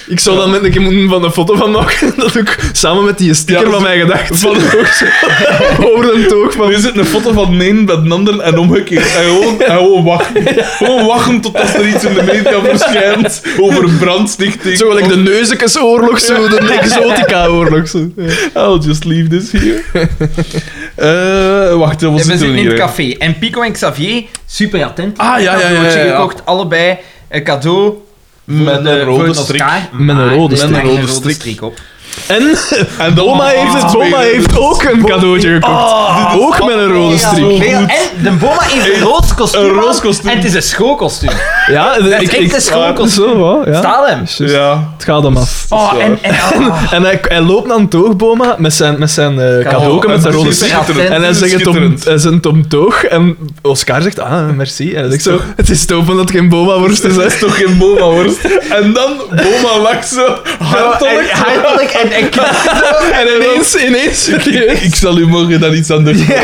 Ik zou dan met een keer moeten van een foto van maken. Dat doe ik samen met die sticker Ja, van mijn gedachten. Van Over een toog van Maar er zit een foto van de een bij de ander en omgekeerd. En gewoon, en gewoon wachten. Gewoon wachten totdat er iets in de media verschijnt over brandstichting. Zo gelijk de neuzekesoorlog, zo de exotica-oorlog. Zo. I'll just leave this here. Eh wacht, wat En we zitten zitten we in het café. hier? En Pico en Xavier, super attent. Ah, ja, ja, ja, Cadeautje ja, ja. gekocht, allebei een cadeau. Met voor de- een rode voor strik. Oscar. Met een Maar rode er strik. hangt Rode strik. op. En En dan Boma heeft, het, Boma heeft ook een cadeautje gekocht. Ah. ook met een rode zo strik. goed. En de Boma heeft een roos kostuum. een roos aan. kostuum. En het is een schoolkostuum. Ja, Dat is echt een schoolkostuum. Zo, ja. Staat hem. Juist. Ja. Het gaat hem af. Oh, en, en, oh. En hij, hij loopt naar een toogboma met zijn, met zijn eh cadeauken, met zijn rode strik. En En hij zegt het om, Schitterend. hij zegt het om toog. En Oscar zegt, ah, merci. En hij zegt zo, het is tof dat het geen boma-worst Dus is. hè. hij is toch geen Boma-worst. En dan, Boma lacht zo hartelijk. En hartelijk en, en knap. En ineens, ineens. Ik, ik zal u morgen dan iets anders doen.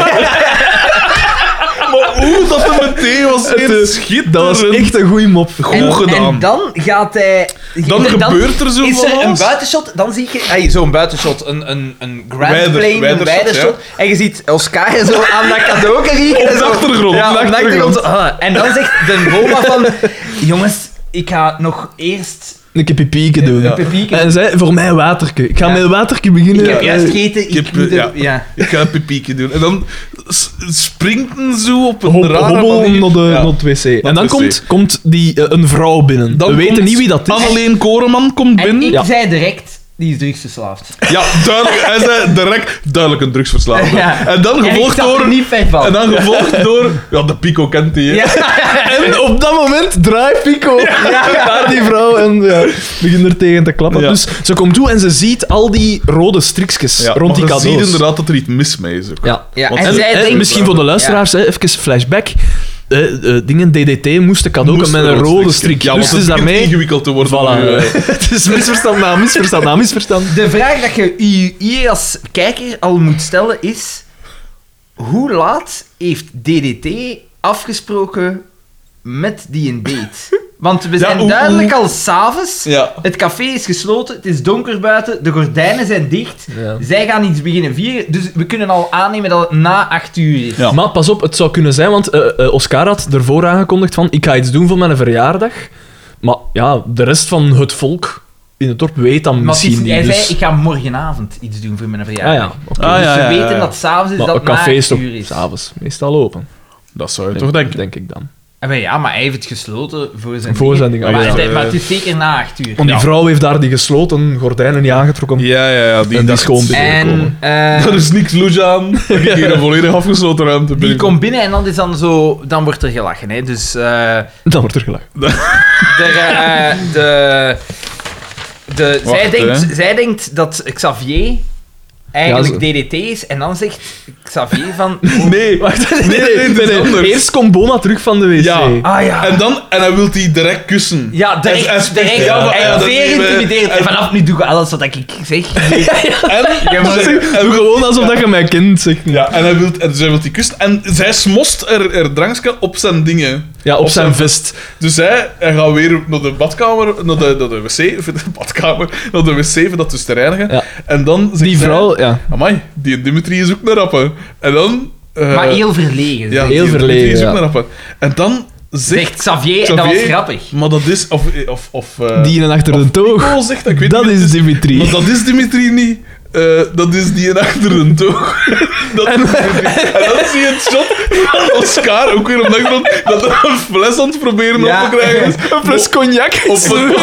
maar hoe dat er meteen was, het eh, is schitterend. Dat was echt een goede mop. En, Goed gedaan. en dan gaat hij... Dan gebeurt er zo Is van er een alles. buitenshot, dan zie je... Ay, Zo'n buitenshot, een, een, een grand Wijder- plane, wijdershot, een wijdershot. En je ziet Oscar zo aan dat cadeau rieken. Op en de zo- achtergrond, Ja, op de op de achtergrond. zo, ah. achtergrond. En dan zegt de Boma van... Jongens, ik ga nog eerst... Een keer pipieke doen. Ja. Pipieke. En zij, voor mij waterke. Ik ga Ja. met waterke beginnen. Ik heb Eh, juist gegeten, ik, ik heb, moet eh, er- ja. Ik ga een pipiekje doen. En dan s- springt hij zo op een Hob- rare hobbel manier. naar de, Ja. naar het wc. en dan wc. komt, komt die, eh, een vrouw binnen. Dan We weten komt niet wie dat is. Anneleen Koreman komt En binnen. ik Ja. zei direct, die is drugsverslaafd. Ja, duidelijk. Hij zei direct duidelijk een drugsverslaafde. Ja. En dan En ik gevolgd zag er door... niet fijn van. En dan gevolgd door... Ja, de Pico kent die, hè. Ja. En op dat moment draait Pico naar die vrouw en ja, begint er tegen te klappen. Ja. Dus ze komt toe en ze ziet al die rode strikjes Ja, rond die maar Je ziet cadeaus. inderdaad dat er iets mis mee is. ook. Ja. Ja, Want- en En, zij hè, denkt- misschien voor de luisteraars, hè, even flashback. Eh, eh, dingen DDT moesten cadeau Moest met er een een rode strikje. strik. Ja, want dus het is het begint daarmee... ingewikkeld te worden. Voilà. nu, eh. het is misverstand na misverstand na misverstand. De vraag dat je je hier als kijker al moet stellen is... Hoe laat heeft DDT afgesproken met die een date? Want we zijn hoe- duidelijk al s'avonds. Ja. Het café is gesloten, het is donker buiten, de gordijnen zijn dicht. Ja. Zij gaan iets beginnen vieren, dus we kunnen al aannemen dat het na acht uur is. Ja. Maar pas op, het zou kunnen zijn, want eh, eh, Oscar had ervoor aangekondigd van ik ga iets doen voor mijn verjaardag. Maar ja, de rest van het volk in het dorp weet dan Maar het is- misschien niet. hij dus... zei, ik ga morgenavond iets doen voor mijn Ah ja, verjaardag. oké. Ah, Dus ja, ja, we ja, weten ja. dat s'avonds is Maar dus dat een café na is acht toch uur is. s'avonds meestal open? Dat zou je toch denken. Denk ik dan. Ah, maar Ja, maar hij heeft het gesloten voor zijn Voor zijn ding, Maar, ah, ja. het, maar het is zeker na acht uur. Want die Eh, Ja. vrouw heeft daar die gesloten gordijnen niet aangetrokken. Ja, ja, ja. Die, En die dacht- schoon binnen. En binnenkomen. eh, Er is niks loes aan. Ik heb hier een volledig afgesloten ruimte. die komt binnen en dan, is dan, zo, dan wordt er gelachen. Hè. Dus eh, Dan wordt er gelachen. er, eh, de, de, Wacht, zij, denkt, hè. zij denkt dat Xavier eigenlijk DDT is. En dan zegt Xavier van... Nee, Wacht, nee, nee, nee, dit is anders. Eerst komt Boma terug van de wc. Ja. Ah ja. En dan... En hij wil die direct kussen. ja, direct, en- en- direct. ja, maar- ja, en dat- zeer geïntimideerd. En vanaf nu doe ik alles wat ik zeg. En... Ja, maar- Zeg, en- Ah, Doe gewoon alsof dat je mij kent, zeg. Ja, en hij wil, en zij wil die kussen. En zij smost er, er drankske op zijn dingen. Ja, op, Op zijn zijn vest. Dus hij, hij gaat weer naar de badkamer, naar de, naar de wc, of de badkamer, naar de wc, om dat dus te reinigen. Ja. En dan zegt Die zij, vrouw, ja. Amai, die Dimitri is ook naar rappen. En dan... eh, maar heel verlegen. ja, zegt- heel die Dimitri verlegen, is ook ja. naar rappen. En dan zegt... Zegt Xavier, en dat was Xavier, grappig. Maar dat is... Of... of, of eh, Die en achter de toog. Nicole zegt dat, ik weet Dat niet wie het is Dimitri. Maar dat is Dimitri niet. Eh, dat is die en achter de toog. Dat is Dimitri. en dan zie je het shot van Oscar, ook weer op de achtergrond, dat er een fles aan het proberen Ja. op te krijgen is. Een fles cognac. Op een,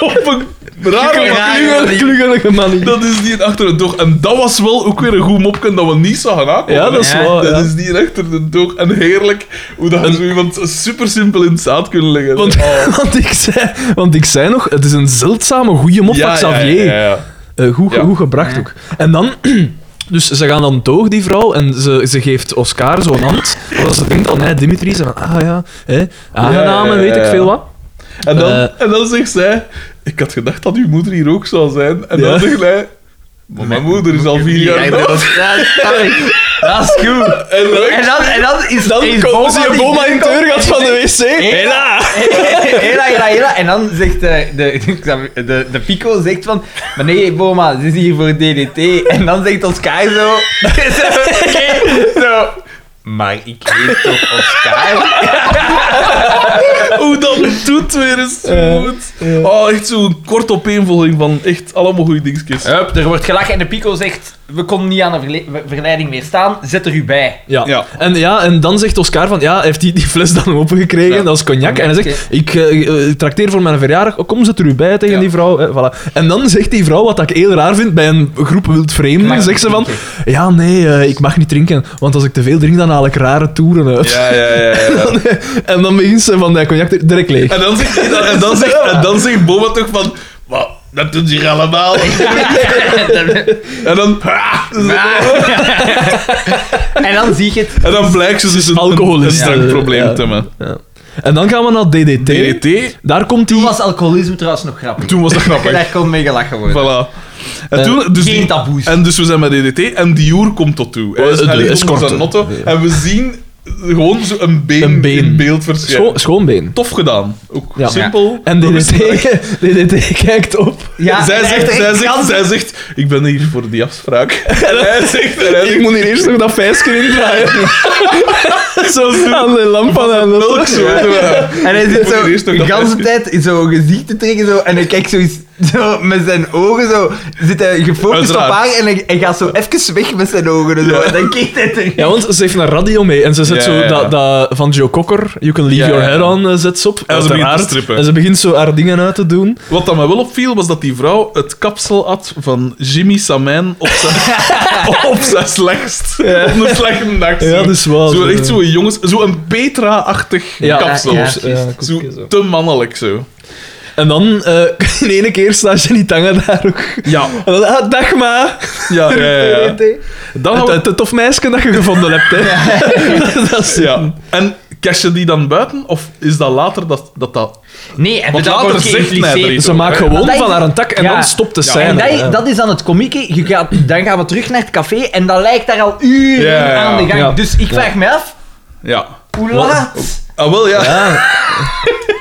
op een rare manier. manier. Klugelige man. Dat is die en achter de toog. En dat was wel ook weer een goed mopje dat we niet zagen aankomen. Ja, dat is Ja, waar. Dat ja. is die en achter de toog. En heerlijk hoe dat je zo iemand super simpel in het zaad kunnen leggen. Want, Oh. want, ik zei, want ik zei nog, het is een zeldzame goede mop van Xavier. Ja, ja, ja. Eh, goed, ge- Ja. goed gebracht Ja. ook. En dan... Dus ze gaan dan toog, die vrouw, en ze, ze geeft Oscar zo'n hand. Want ze denkt dan, hè, Dimitri, ze van, ah ja, hè, aangename, Ja, ja, ja, weet ik ja. veel wat. En dan, Eh. en dan zegt zij: Ik had gedacht dat uw moeder hier ook zou zijn. En Ja. dan zegt hij: Maar mijn moeder is al vier jaar Ja, dood. dat is- dat is grappig. Dat is goed. En dan, En dan, en dan is Dan is komen ze je die boma in het binnenkomt. deurgat van de wc. Hela! Hela, hela, hela. En dan zegt eh, de, de, de, de, de Pico zegt van... Maar nee, Boma, ze is hier voor DDT. En dan zegt Oscar zo... zo... Maar ik weet toch Oscar? hoe dat doet weer eens zo Eh, goed. Oh, echt zo'n kort opeenvolging van echt allemaal goede dingetjes. Hup, er wordt gelachen en de Pico zegt... We konden niet aan de verle- verleiding meer staan. Zet er u bij. Ja. Ja. En, ja, en dan zegt Oscar van, ja, hij heeft die, die fles dan opengekregen, Ja. dat is cognac. En hij zegt, ik eh, eh, trakteer voor mijn verjaardag, oh, kom, zet er u bij tegen Ja. die vrouw. Hè, voilà. En dan zegt die vrouw, wat ik heel raar vind, bij een groep Mag wildvreemden, ik zegt ze van, drinken? ja, nee, eh, ik mag niet drinken, want als ik te veel drink, dan haal ik rare toeren uit. Ja, ja, ja. ja. en dan begint ze van, die cognac er- direct leeg. En dan zegt, en dan zegt, en dan zegt Boma toch van... "Wat, Dat doen ze hier allemaal. En dan... "Ha!" En dan zie je het. En dan blijkt ze dus een, een, een Alcoholist. drankprobleem Ja. te hebben. Ja. En dan gaan we naar DDT. DDT, Daar komt die... Toen was alcoholisme trouwens nog grappig. toen was dat grappig. Daar kon mee gelachen worden. Voilà. En Eh, toen, dus geen die- taboes. En dus we zijn bij DDT en Dior komt tot toe. Hij, is- Eh, de hij ligt onder escorte. zijn motto en we zien gewoon zo een been, Een been. in beeld verschijnen. Scho- schoonbeen. Tof gedaan. Ook Ja. simpel. En Dat is DDT, DDT kijkt op. Ja, zij, en zegt, echt zij, een zegt, gans- zij zegt, ik ben hier voor die afspraak. En hij zegt, en hij Ik zegt, moet hier eerst nog dat vijsje indraaien. Zo aan de lamp aan de melk zo. En hij zit Voor zo het eerst nog de dat hele flesje. tijd in zo'n gezicht te trekken zo, en hij kijkt zo eens zo met zijn ogen zo... Zit hij gefocust op Uiteraard. haar en hij, hij gaat zo even weg met zijn ogen en zo. En dan kijkt hij terug. Ja, want ze heeft een radio mee en ze zet Ja, zo ja, ja. Dat, dat van Joe Cocker, You Can Leave Ja, Your ja, ja. Hair On, eh, zet ze op. begint te uiteraard. strippen. En ze begint zo haar dingen uit te doen. Wat dat me wel opviel, was dat die vrouw het kapsel had van Jimmy Samin op zijn, op zijn slechtst. Op een slechte dag. Ja, dat is wel Zo, zo. echt zo'n jongens... Zo'n Petra-achtig Ja, kapsel. ja, ja, ja, zo, klopt, ja. te mannelijk, zo. En dan, eh, in ene keer staat Jenny Tange daar ook. Ja. En dan, ah, dag ma. Ja, ja, ja, ja. Dan Het, hou- het, het tof meisje dat je gevonden hebt, hè. dat is, ja. En cash je die dan buiten? Of is dat later dat dat... dat... Nee, en Want dat later wordt zegt hij er iets geïmpliceerd. Ze maakt gewoon Maar dat is- van haar een tak en ja. dan stopt de Ja, scène. En Ja. dat, dat is dan het komieke. Je gaat, dan gaan we terug naar het café en dat lijkt daar al uren Ja, ja, ja. aan de gang. Ja. Dus ik vraag me af, Ja. hoe Wat- laat? Ah, wel, ja. Ja.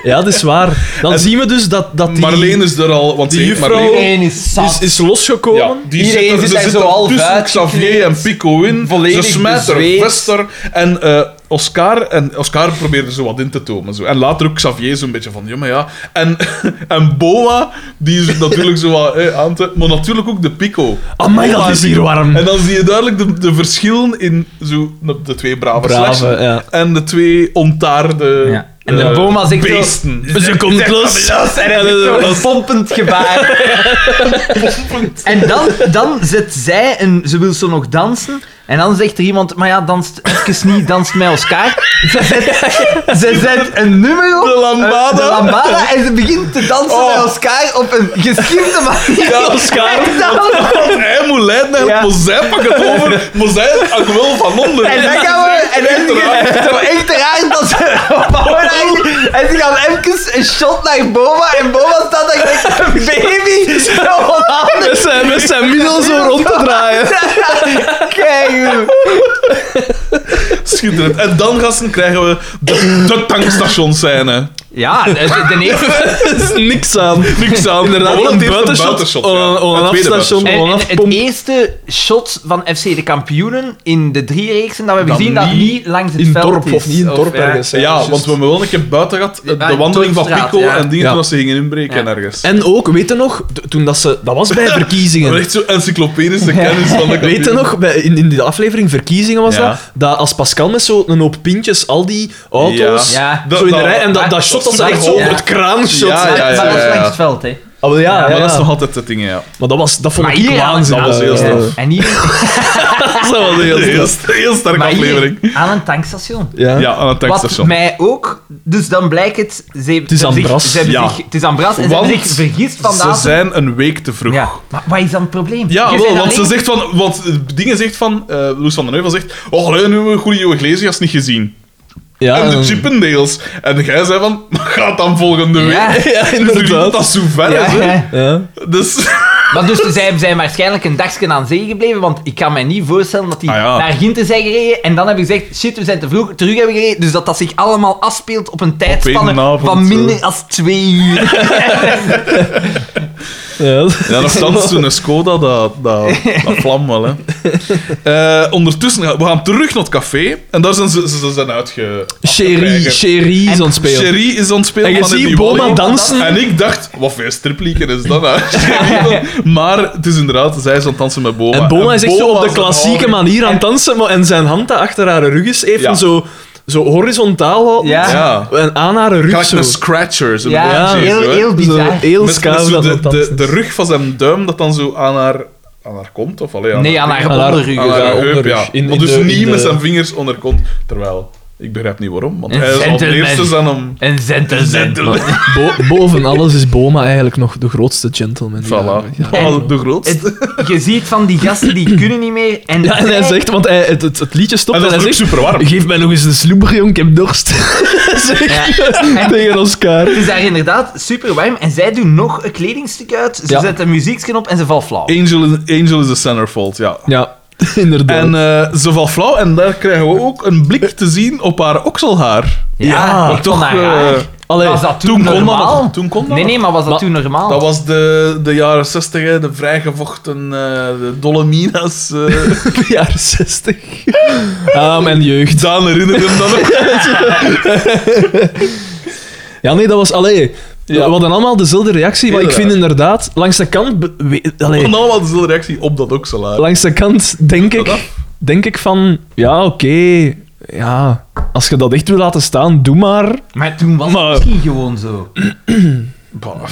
ja, dat is waar. Dan zien we dus dat, dat die, Marleen is er al, want die ze heet juffrouw- Marleen. Iedereen is is, zat. is losgekomen. Ja, die Iedereen zit er, zit ze daar zitten zo al tussen uitgekleed. Xavier en Pico in. Volledig ze smijten bezweet. Vester en eh, Oscar. En Oscar probeerde zo wat in te tomen. Zo. En later ook Xavier zo'n beetje van, ja, maar ja. En, en Boa, die is natuurlijk zo wat eh, aan te... Maar natuurlijk ook de Pico. Amai, dat is hier warm. En dan zie je duidelijk de, de verschillen in zo, de twee brave, Brave, slechtsen ja. en de twee ontaarde Ja. En de eh, Boma zegt zo- beesten. Ze komt los. En dat is zo'n pompend gebaar. En dan, dan zet zij, en ze wil zo nog dansen, en dan zegt er iemand, maar ja, danst even niet, danst mij Oscar. Ze zet, ze zet een nummer op, De eh, lambada. de lambada, en ze begint te dansen Oh. met Oscar op een geschimpte manier. Ja, Oscar. En dan- Want hij moet leiden naar Ja. het mozijn, pak het over. Mozijn, ik wil van onder. En dan gaan we... En dan Echt raar. zo echt raar dat ze... En ze gaan even een shot naar Boba. En Boba staat daar echt een baby. Zo Met onhandig. zijn, met zijn middel zo rond te draaien. Kijk hoe. Schitterend. En dan, gasten, krijgen we de, de tankstationscène. Ja, de, de eerste... Er is niks aan. Niks aan. Inderdaad, Maar wel een het eerste buitenshot. buitenshot, ja. Oh, oh, een Het tweede afstation. En, buitenshot. en Gewoon het afpompen. eerste shot van FC de kampioenen in de drie reeksen dat we hebben Dat gezien, dat niet niet langs het In veld dorp is. of niet in dorp ja. ergens. hè. Ja, Juist. want we hebben wel een keer buiten gehad. eh, Ja, De wandeling van Toornstraat, Pico ja. en dingen Ja. toen ze gingen inbreken Ja. ergens. En ook, weet je nog, t- toen dat ze... Dat was bij Maar verkiezingen. echt zo encyclopedische kennis van de Weet je kampioen. nog, bij, in, in die aflevering verkiezingen was Ja. dat, dat als Pascal met zo'n hoop pintjes al die auto's Ja. Ja. zo in de Dat- rij, en dat, dat- dat shot dat ze dat echt zo super- het kraanshot. Ja, ja, Maar- ja, Maar dat ja, is ja. langs het veld, hè. Oh, ja, ja, Ja, maar dat ja. is nog altijd het ding, ja. Maar dat, was, dat vond Maar ik hier aan waanzinnig. een Dat was heel tank- snel. En hier, Dat was heel Heel, snel. heel, sterke maar hier aflevering. aan een tankstation. Ja. Ja, aan het Wat tankstation. mij ook... Dus dan blijkt het... Ze, het is aan Bras. Ze hebben Ja. zich, het is aan Bras en ze Want hebben zich vergist Ze vandaag. zijn een week te vroeg. Ja. Maar wat is dan het probleem? Ja, Je wel, bent want ze alleen- zegt van... Want eh, dingen zegt van... eh Loes van den Heuvel zegt... Oh, alleen nu hebben we goede nieuwe Iglesias niet gezien. Ja, en de eh, Chippendales. En jij zei van... Gaat dan volgende week. Ja, ja, Dus inderdaad. nu dat dat zo ver Ja, is, hè. ja. Ja. Dus... Maar dus ze zijn, zijn waarschijnlijk een dagje aan zee gebleven, want ik kan mij niet voorstellen dat die Ah, ja. naar Ginten zijn gereden en dan hebben ze gezegd, shit, we zijn te vroeg, terug hebben gereden, dus dat dat zich allemaal afspeelt op een tijdspanne één avond, van minder eh. dan twee uur. Ja. Ja, nogthans, toen een Skoda, dat, dat, dat vlam wel, hè. Eh, ondertussen, gaan- we gaan terug naar het café. En daar zijn ze, ze, ze zijn uitge... Sherry, afgeweigerd. Sherry is En aan het spelen. Sherry is aan het spelen En je van ziet Happy Boma Wally. dansen. En ik dacht, wat voor een striplieken is dat nou? Sherry dan- maar het is inderdaad, zij is aan het dansen met Boma. En Boma is echt zo op de is aan het klassieke houden. manier aan het dansen, maar, en zijn hand dat achter haar rug is, even Ja. zo, zo horizontaal houden. Ja. Ja. En aan haar rug Gelijk zo. een scratcher. Zo Ja, een beetje, heel, zo, hè. heel Zo bizar. heel eh, Met- met schuin zo dat de, dat de, dansen. de rug van zijn duim dat dan zo aan haar, aan haar komt. Of alleen aan Nee, aan haar onderrug. aan haar Ja, heup, onderrug. ja. In- Maar in dus de- in niet de- met zijn vingers onder kont. Terwijl, ik begrijp niet waarom, want Een hij is al de gentleman. eerste aan hem... Een Zet- gentleman. Bo- boven alles is Boma eigenlijk nog de grootste gentleman. Ja, Voilà. ja. Oh, de grootste. Het- je ziet van die gasten, die kunnen niet meer. En, Ja, en hij zij- zegt, want hij, het, het, het liedje stopt En en, dat hij is ook zegt... super warm. Geef mij nog eens een sloeber, jong, ik heb dorst. Zeg Ja. tegen Oscar. Het is daar inderdaad super warm. En zij doen nog een kledingstuk uit. Ze Ja. zetten een muziekje op en ze valt flauw. Angel, is- Angel is de centerfold, ja. Ja, inderdaad. En eh, ze valt flauw en daar krijgen we ook een blik te zien op haar okselhaar. Ja, ik maar kon toch, haar eh, raar. allee, was dat toen, Toen kon dat normaal? nog. Toen kon dat nee, nog. nee, maar was dat Maar- toen normaal? Dat was de, de jaren zestig, hè, de vrijgevochten eh de Dolomina's. eh. de jaren zestig. Ah, mijn jeugd. Daan herinnert hem dan ook. Ja, nee, dat was... Allee, We hadden allemaal dezelfde reactie, maar ik vind inderdaad, langs de kant... be- we- allee, En allemaal dezelfde reactie op dat okselaar. langs de kant denk Dat ik, af. denk ik van... Ja, oké. ja, als je dat echt wil laten staan, doe maar. Maar toen was Maar- het misschien gewoon zo. Mm, Bah, Ik dat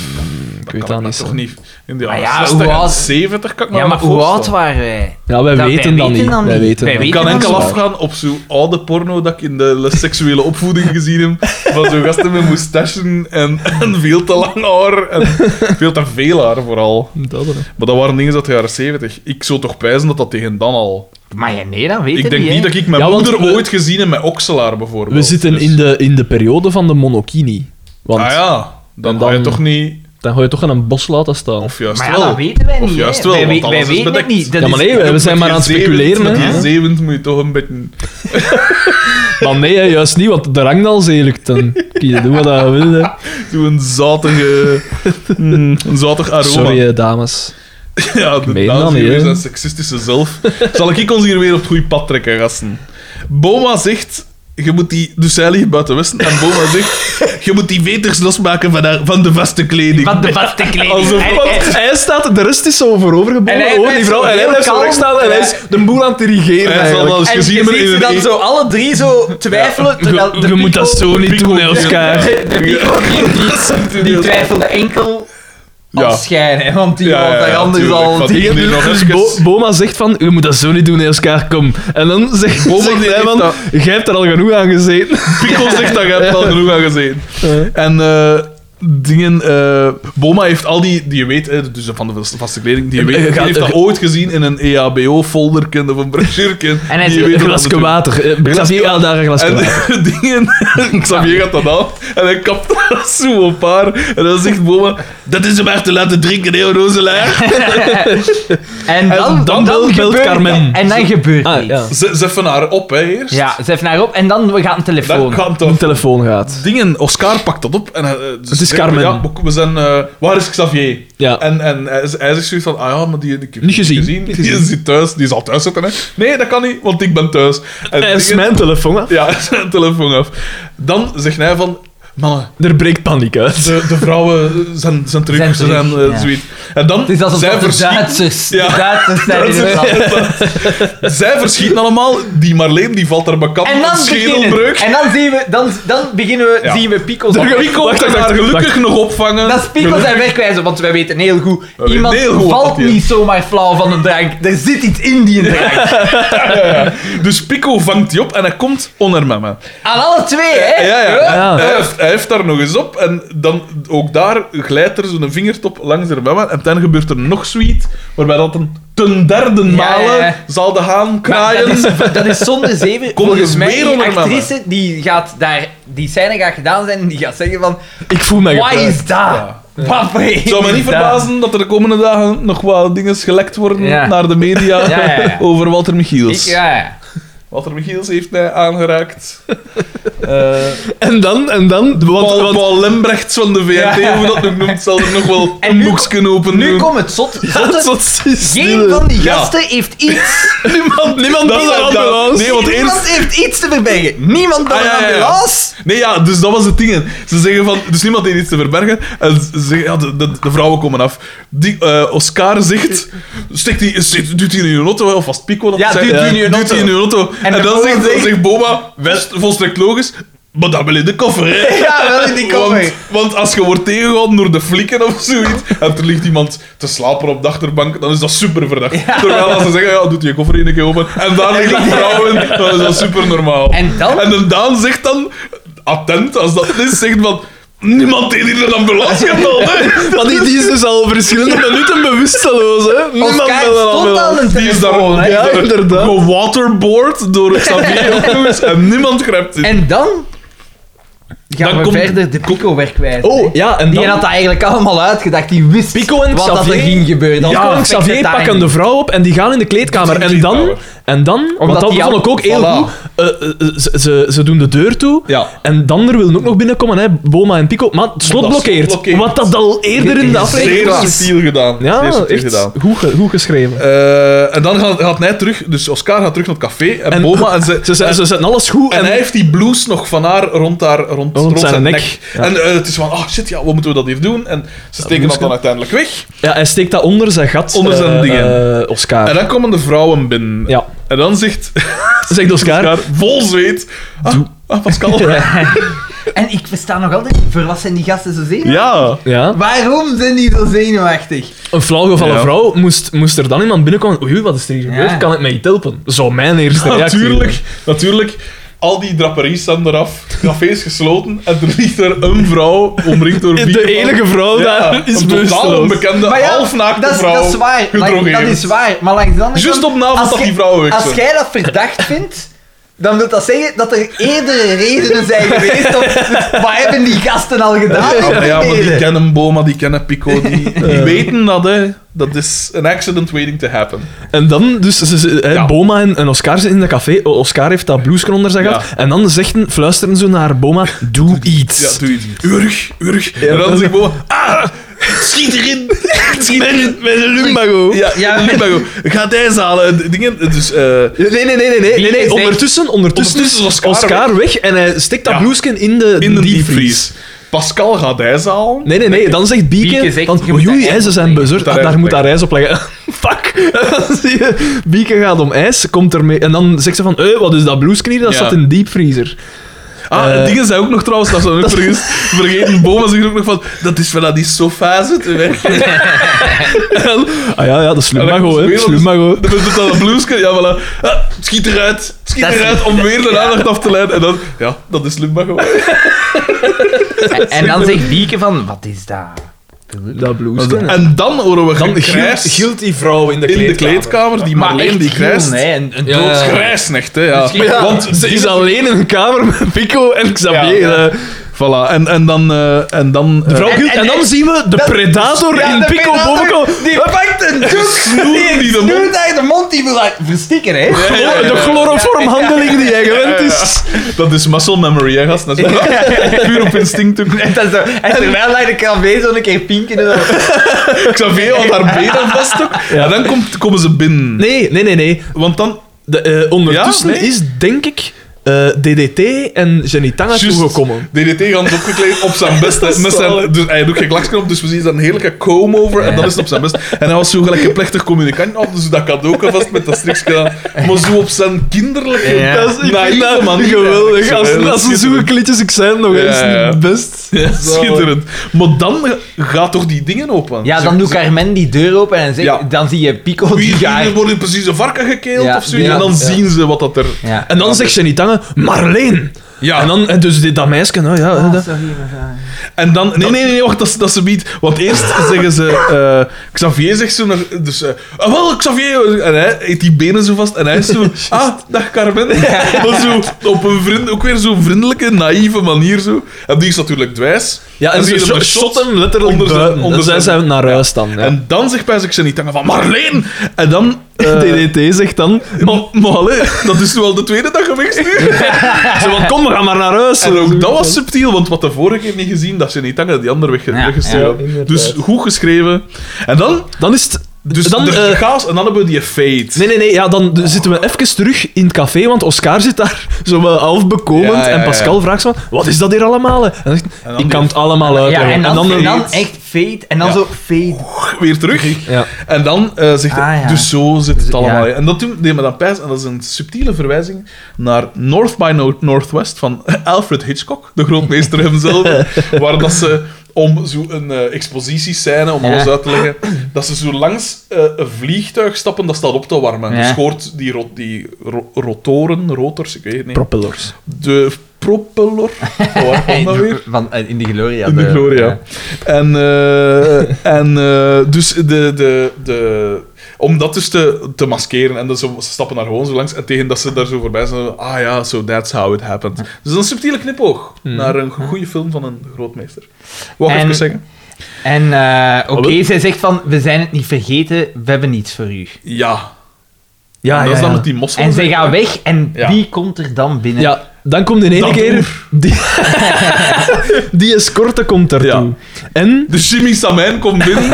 weet kan dat ik niet. toch zo. niet. In de Maar jaren ja, hoe 60 en oud- 70 kan ik me Ja, nog maar hoe voorstellen. oud waren wij? Ja, wij Dat- weten dat niet. dan Wij weten Wij dat Ik weten kan dat enkel niet. afgaan op zo'n oude porno dat ik in de les seksuele opvoeding gezien heb. Van zo'n gasten met moustachen en, en veel te lang haar. En veel te veel haar vooral. Dat er- Maar dat waren dingen uit de jaren 70. Ik zou toch pijzen dat dat tegen dan al. Maar ja, nee, dat weten Ik denk die, niet hè. dat ik mijn Ja, want moeder we- ooit gezien heb met okselaar bijvoorbeeld. We zitten Dus- in de, in de periode van de monokini. Want Ah ja, dan, En ga je dan- toch niet. dan ga je toch aan een bos laten staan. Of juist Maar ja, wel. dat weten wij Of niet, juist hè. wel, Wij want we- alles wij weten is het bedekt. niet. Dat Ja, maar is- nee, we- we zijn maar aan het Met je speculeren. zevend- Met hè. je zevend moet je toch een beetje... Maar nee, hè, juist niet, want de rangdal zeelikt dan. Kun je doen wat je wil. hè. Doe een zatige... mm, een zatig aroma. Sorry, hè, dames. Ja, de meen dat dames niet, hier hè. zijn seksistische zelf. Zal ik ons hier weer op het goede pad trekken, gasten? Boma zegt... Je moet die... Dus zij ligt buiten Westen. En Boma zegt... Je moet die veters losmaken van, haar- van de vaste kleding. Van de vaste kleding. Alsof, En- want en- hij staat, de rest is zo En voorovergebogen hij over die blijft vrouw. zo En hij heel blijft zo kalm. rechtstaan en hij is de boel aan het dirigeren. Hij zal eigenlijk. wel dus eens en je gezien ziet hebben in ze een... dan e- zo alle drie zo twijfelen, terwijl de Je moet Pico- dat zo niet Pico- doen, hè, Oscar. De Pico, die, die twijfelde enkel Ja. als schijn, hè, want die Ja, was ja, daar ja, anders tuurlijk, al want die tegen nu de- nog Dus even- Bo- Boma zegt van, je moet dat zo niet doen, hè, Oscar, kom. En dan zegt, Boma zegt die hij heeft van, dat- jij hebt er al genoeg aan gezeten. Pikkel zegt dat, je hebt al genoeg aan gezien. En eh, dingen... eh, Boma heeft al die... Die je weet, hè, dus van de vaste kleding, die je weet... Eh, Die gaat- heeft dat eh, ooit gezien in een E EHBO-folderken of een brochureken. hij Die zegt, weet dat Een glasje natuurlijk- water. Eh, Xavier, ja, daar een glasje En water. de dingen... Xavier gaat dat af en hij kapt haar zo op haar. En dan zegt Boma... Dat is hem echt te laten drinken, hè, Roselaar. En dan, dan belt- belt gebeurt- Carmen. En dan gebeurt Ah, iets. ja. Ze zeffen haar op, hè, eerst. Ja, ze heeft naar op en dan we gaan een Dat telefoon. kan Een toch... telefoon gaat. Dingen, Oscar pakt dat op en eh, eh, dus Het is zegt, Carmen. Ja, we- we zijn, eh, waar is Xavier? Ja. En, en hij, hij zegt zoiets van, ah ja, maar die, die ik heb Niet gezien. Die, Niet gezien. zit thuis, die zal thuis zitten. Hè. Nee, dat kan niet, want ik ben thuis. En Hij is dingen- mijn telefoon af. Ja, hij zijn telefoon af. Dan zegt hij van, mannen, Er breekt paniek uit. de, de vrouwen zijn, zijn terug, Zijn ze terug, zijn eh, ja. zoiets. En dan, Het is alsof zij dat de verschieten- Duitsers... Ja. De Duitsers zijn in het land. zij verschieten allemaal, die Marleen die valt er bekant En dan, een beginnen, schedelbreuk. en dan, zien we, dan, dan beginnen we, Ja. zien we Pico's... Maar Pico Wacht, kan wacht, haar wacht, gelukkig wacht. nog opvangen. Dat is Pico zijn wegwijzen, want wij weten heel goed, weten iemand heel goed wat valt dat is. niet zomaar flauw van een drank. Er zit iets in die drank. Dus Pico vangt die op en hij komt onder met me. Aan alle twee, hè? Ja, ja. Ja. Hij, heeft, hij heeft daar nog eens op en dan, ook daar glijdt er zo'n vingertop langs haar mama. En dan gebeurt er nog zoiets, waarbij dat een ten derde malen ja. zal de haan Maar kraaien. Dat is, dat is zonder zeven. Kom Volgens eens mij, weer die onder mama. actrice die gaat daar... Die scène gaat gedaan zijn en die gaat zeggen van... Ik voel me Why geplukt. is dat? Wat Het zou me niet verbazen dat er de komende dagen nog wat dingen gelekt worden Ja. naar de media Ja, ja, ja. over Walter Ik, Michiels. ja, ja. Walter Michiels heeft mij aangeraakt. Eh, En dan, en dan... Want, Paul, want- Paul Lembrechts van de VRT, Ja. hoe dat ook noemt, zal er nog wel En een nu- boeksken open Nu doen. komt het zot. zotte. Tot ziens. Geen van die Ja. gasten heeft iets... Niemand, niemand Dat wil is- een dat- ambulance. nee, want Niemand eerst- heeft iets te verbergen. Niemand dan Ah, ja, een ja, ja. ambulance. Nee, ja, dus dat was het ding. Ze zeggen van... Dus niemand heeft iets te verbergen. En ze zeggen, ja, de, de, de vrouwen komen af. Die, eh, Oscar zegt... Steekt die, steekt- duwt hij in uw auto, hè, of was Pico dat Ja, zei? duwt die in uw Duwt die in uw auto. En, En de dan vrouwen zegt, zeggen- zegt Boma, West, volstrekt logisch... Maar dat wil in de koffer, hè? Ja, wel in die koffer. Want, want als je wordt tegengehouden door de flikken of zoiets, en er ligt iemand te slapen op de achterbank, dan is dat super verdacht. Terwijl als ze zeggen, ja, doet je koffer één keer open, en daar ligt een vrouw in, dan is dat super normaal. En dan? En de Daan zegt dan, attent als dat is, zegt van... Niemand heeft hier een ambulance gebeld, hè? Want die, die is dus al verschillende minuten bewusteloos, hè. Niemand Oscar wil een stond ambulance. al een Die is daar telefoon, hè. Ja, inderdaad. gewaterboard door Xavier ook nog eens, en niemand grijpt in. En dan gaan Dan we komt- verder de Pico wegwijzen. hè. Oh, ja, en Die dan... had dat eigenlijk allemaal uitgedacht. Die wist Pico en wat dat er Xavier- ging gebeuren. Dat Ja, was en perfecte Xavier timing. pakken de vrouw op en die gaan in de kleedkamer. Die in de En dan, kleedkamer. en dan want die dat vond al- ik ook heel Voilà. goed, eh, eh, ze, ze, ze doen de deur toe. Ja. En dan er willen ook nog binnenkomen, hè, Boma en Pico. Maar het Dat slot slot blokkeert. blokkeert. Wat dat al eerder in de Zeer aflevering Zeer was. subtiel gedaan. Zeer Ja, subtiel echt goed, ge- goed geschreven. Eh, en dan gaat, gaat hij terug, dus Oscar gaat terug naar het café, en, Boma en ze... ze, ze, ze zetten alles goed. en, En, hij heeft die blouse nog van haar rond haar, rond Oh, op rond zijn zijn nek. nek. Ja. En eh, het is van, oh shit, ja, wat moeten we dat hier doen? En ze steken dat moest dan ik. uiteindelijk weg. Ja, hij steekt dat onder zijn gat. Onder zijn eh, dingen. eh, Oscar. En dan komen de vrouwen binnen. Ja. En dan zegt Zegt Oscar. Oscar, vol zweet, ah, ah, Pascal. En ik versta nog altijd niet, voor wat zijn die gasten zo zenuwachtig? Ja. Ja. Waarom zijn die zo zenuwachtig? Een flauwgevallen Ja. vrouw moest, moest er dan iemand binnenkomen. Oei, wat is er hier gebeurd? Ja. Kan ik mij iets helpen? Dat zou mijn eerste reactie Natuurlijk, natuurlijk. Al die draperies staan eraf, café is gesloten en er ligt er een vrouw omringd door zijn. vier De mannen. enige vrouw Ja, daar is een totaal bewusteloos. onbekende, Maar ja, halfnaakte dat is, vrouw. dat is waar. Like, gedrogeerd. dat is waar. Maar langs de andere Just kant, op de avond als dat jij- die vrouwen weg Als zijn. jij dat verdacht vindt, dan wil dat zeggen dat er eerdere redenen zijn geweest. Om, wat hebben die gasten al gedaan? om Ja, die maar die reden? kennen Boma, die kennen Pico, die, die weten dat, hè. Dat is een accident waiting to happen. En dan, dus ze, ze- hè, Ja. Boma en, en Oscar zitten in dat café. O- Oscar heeft dat blouse onder zijn gat. Ja. En dan zeggen, fluisteren ze naar Boma: Doe Ja, iets. doe iets. Urg, urg. en dat- dan zegt Boma, ah, schiet erin. Schiet erin. Met een lumbago. Ja, ja, maar goed. Ga deze halen. en d- Dingen, dus... eh, Nee, nee, nee, nee, nee, nee, Die nee. is Ondertussen, ondertussen, Ondertussen is is Oscar Oscar weg. en hij stikt dat Ja. bloesken in de, in de diepvries. diepvries. Pascal gaat deze halen. Nee, nee, nee. Dan zegt Bieke Bieke... zegt, Dan, je moet oei, daar hè, ze ijs zijn op bezorgd. leggen. Ah, daar moet Moet daar daar ijs op leggen. Fuck. Dan zie je, Bieke gaat om ijs, komt ermee... En dan zegt ze van... eh, wat is dat blouse hier? Dat Ja. staat in de diepvriezer. Ah, Eh. dingen zijn ook nog trouwens, dat is ook vergeten. vergeten Boma zegt ook nog van, dat is wel aan die sofa zitten. hè. En- ah ja, ja, dat is En Slumbago, dan komt hè. ze weer op de- Slumbago. Dan doet dat een blouse. Ja, voilà. Ah, schiet eruit. Schiet Dat is- eruit om weer de aandacht af te leiden. En dan, ja, dat is Limba gewoon. En, en dan zegt Bieke van, wat is dat? Dat blouse. En dan horen we Dan dan gilt, grijs gilt die vrouw in de in de kleedkamer. kleedkamer. Die Maar Marleen, echt die krijst. heel, nee, een, een Ja. doods- Krijsnecht, hè, ja. Misschien- Ja, Want Want ze is alleen in een kamer met Pico en Xavier. Ja, ja. eh. Voilà, en, en dan... eh, en dan eh, Vrouw En- Gilt. en, en- dan zien we de predator Ja, in de Pico predator, bovenkomen. Die pakt een doek, snoert die de mond. doet uit de mond, die wil haar verstikken, hè? ja, ja. De chloroformhandeling die hij gewend is. Dat is muscle memory, hè, gast. Dat is puur op instinct. ook. En, dan zo, en terwijl hij de café zo'n keer pinken. en zo. Xavier had haar benen vast ook. En dan komt, komen ze binnen. Nee, nee, nee, nee. Want dan... De, eh, ondertussen Ja, nee. is, denk ik, eh, DDT en Jenny Tanga Juist, toegekomen. DDT gaat opgekleed op zijn best. hè. Dat is Met zalig. zijn, dus, hij doet geen glaksken op, dus we zien zijn heerlijke comb-over. En dat is het op zijn best. En hij was zo gelijk een plechtig communicant. Oh, dus dat cadeau vast met dat strikje. gedaan. Maar zo op zijn kinderlijke... Ja. Dat is ik naïeve vind dat manier geweldig. eigenlijk. Als, Ja, dat als ze is zo'n klitjes, ik zijn nog Ja, eens ja. niet best. Schitterend. Maar dan gaat toch die dingen open. Ja, Ze- dan doet ze- Carmen die deur open en zegt, Ja. dan zie je Pico die Wie gaat... hier worden precies een varken gekeeld Ja, of zoiets. ja, en dan ja. zien ze wat dat er... Ja. En dan zegt Jenny Tanga, Marleen. Ja. En dan, eh, dus dit, dat meisje, nou ja. eh, dat- En dan... Nee, nee, nee, wacht, dat, is- dat ze biedt. Want eerst zeggen ze... eh, Xavier zegt zo nog... Dus, eh, ah, wel, Xavier... En hij eet die benen zo vast. En hij is zo... ah, dag Carmen. Maar zo op een vriend, ook weer zo'n vriendelijke, naïeve manier zo. En die is natuurlijk dwijs. ja, en zie ze je sho- een shot shot hem letterlijk onder zijn- buiten. onder Dan zijn zijn- ze naar huis dan. ja. En dan zegt Pijs Xenitanga van Marleen! En dan... eh, DDT zegt dan... Maar, maar allee, dat is nu al de tweede dag geweest nu. Ze van, kom, we gaan maar naar huis. En ook dat was subtiel, want wat de vorige keer niet gezien, dat ze niet hangen, die andere weg, Ja, weggestuurd. ja, inderdaad. dus goed geschreven. En dan, Dan is het... dus dan, de eh, chaos, en dan hebben we die fate. Nee, nee, nee. Ja, dan d- zitten we even terug in het café, want Oscar zit daar zo wel half bekomend. Ja, ja, en Pascal ja. vraagt zo van, wat is dat hier allemaal? hè?" En hij zegt, dan ik die- kan het allemaal Ja, uitleggen. en dan, en dan, fade. echt fade, en dan Ja. zo fade. Weer terug. Ja. En dan eh, zegt hij, Ah, ja. dus zo zit het Ja. allemaal. in. En dat toen nemen we dan pijs, en dat is een subtiele verwijzing naar North by No- Northwest van Alfred Hitchcock, de grootmeester hemzelf, waar dat ze om zo'n eh expositiescène, om Ja. alles uit te leggen, dat ze zo langs eh, een vliegtuig stappen, dat staat op te warmen. Ja. Dus hoort die, ro- die ro- rotoren, rotors, ik weet het niet. Propellers. de propeller, waar kwam dat weer? Van, eh, in de Gloria. In de Gloria. ja. En, eh, en eh, dus de, de, de, om dat dus te, te maskeren. En dat ze, ze stappen daar gewoon zo langs. En tegen dat ze daar zo voorbij zijn. Ah ja, so that's how it happened. Dus dat is een subtiele knipoog naar een goede film van een grootmeester. Wat En- even zeggen? En eh, oké, Ah, wel. zij zegt van, we zijn het niet vergeten, we hebben iets voor u. Ja. Ja, en dat ja, is dan ja. met die mossel. En zij gaan weg en Ja. wie komt er dan binnen? Ja, Dan komt in één Dat keer... Die, die escorte komt daartoe. En, De Jimmy Samijn komt binnen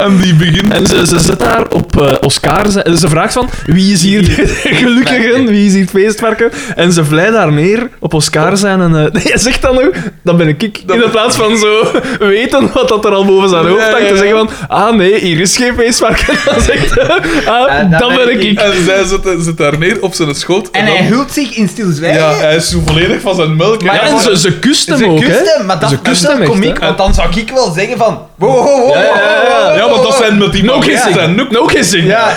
en die begint. en ze, ze zit daar op eh, Oscar. Ze, ze vraagt van, wie is hier de gelukkigen? Wie is hier het feestvarken? En ze vlijt daar neer op Oscar zijn. En eh, je zegt dan ook, dan ben ik ik. In de plaats van zo weten wat dat er al boven zijn hoofd Ja, ja, hangt. Te ja. zeggen van, ah nee, hier is geen feestvarken. Dan zegt ze, ah, dan dan ben ben ik ik ik. En zij zit, zit daar neer op zijn schoot. En dan- hij hult zich in stilzwijgen. Ja, hij is zo volledig van zijn melk. Maar hè. Ja, en ze, ze kust hem Ze ook, hè. kust hem, maar dat, Ze dat is kust wel hem echt, komiek, hè. want dan zou ik wel zeggen van... Wow, wow, wow, Ja, ja, ja, ja. wow, wow, Ja, want dat wow. zijn met die No Belgische kissing. zijn noek. No kissing. Ja,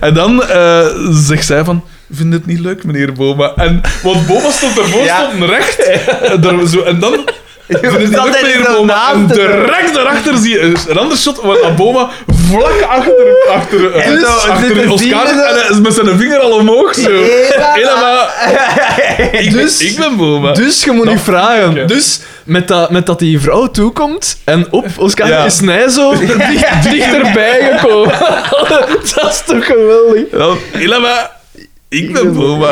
En dan eh, zegt zij van... Vind het niet leuk, meneer Boma? En, want Boma stond ervoor, Ja. stond recht. En, daar, zo, en dan... Vind het niet Dat leuk, hij er meneer zo Boma? naast En zit. direct daarachter zie je een ander shot waar Boma vlak achter, achter, eh, En zo, zit achter te Oscar zien zit. En hij- met zijn vinger al omhoog. Zo. Helemaal. Helemaal. Ik, Dus- ben, ik ben Boma. Dus je moet niet vragen. Eh, oké. Dus met dat, met dat die vrouw toekomt en op Oscar Ja. is hij zo dicht, dichterbij gekomen. dat is toch geweldig. Dan, helemaal. Ik ben Boma.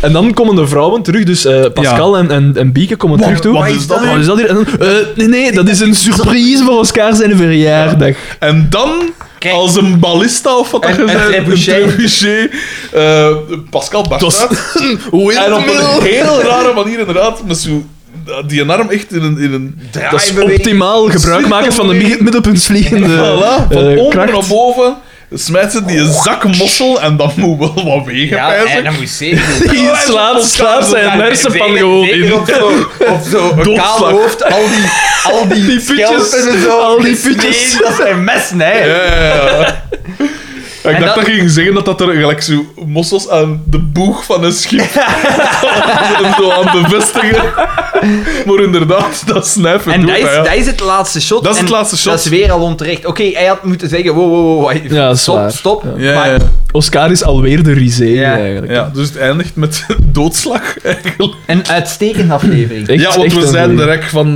En dan komen de vrouwen terug, dus eh, Pascal en, en, en Bieke komen terug toe. wat is dat Wat nu? is dat hier? En dan, eh, nee, nee, dat is een surprise voor Oscar zijn verjaardag. En dan, Kijk. als een ballista of wat dat En- gezegd, en trebuchet. trebuchet, eh, Pascal Het Basta. was En op windmill. een heel rare manier, inderdaad, met zo, die arm echt in een, in een draai. Dat is optimaal gebruik maken van de mi- middenpuntsvliegende voilà, van eh, onder kracht. naar boven. Smijt ze die zak mossel en dat moet wel wat wegen, ja pijs ik. en dat moet zeker. Oh, Die slaat, slaat zijn hersenpan gewoon in. Op zo- op zo'n Doodslag. kaal hoofd, al die, al die, Die putjes, schelpen en zo. al die gesneden, putjes. Dat zijn messen, hè. Ja, ja, ja. Ja, Ik En dacht dat... dat- je ging zeggen dat dat er gelijk zo mossels aan de boeg van een schip en zo aan bevestigen. Maar inderdaad, dat snijven En doet dat is, hij, ja. dat is het laatste shot. Dat is en het laatste shot. Dat is weer al onterecht. Oké, hij had moeten zeggen, wow, wow, wow, wow, Ja, dat is stop, waar. stop. Ja, maar ja. Oscar is alweer de risé Ja. eigenlijk. Ja, dus het eindigt met doodslag eigenlijk. een uitstekende aflevering. Echt- ja, want echt we een zijn goeie. de rek van... eh,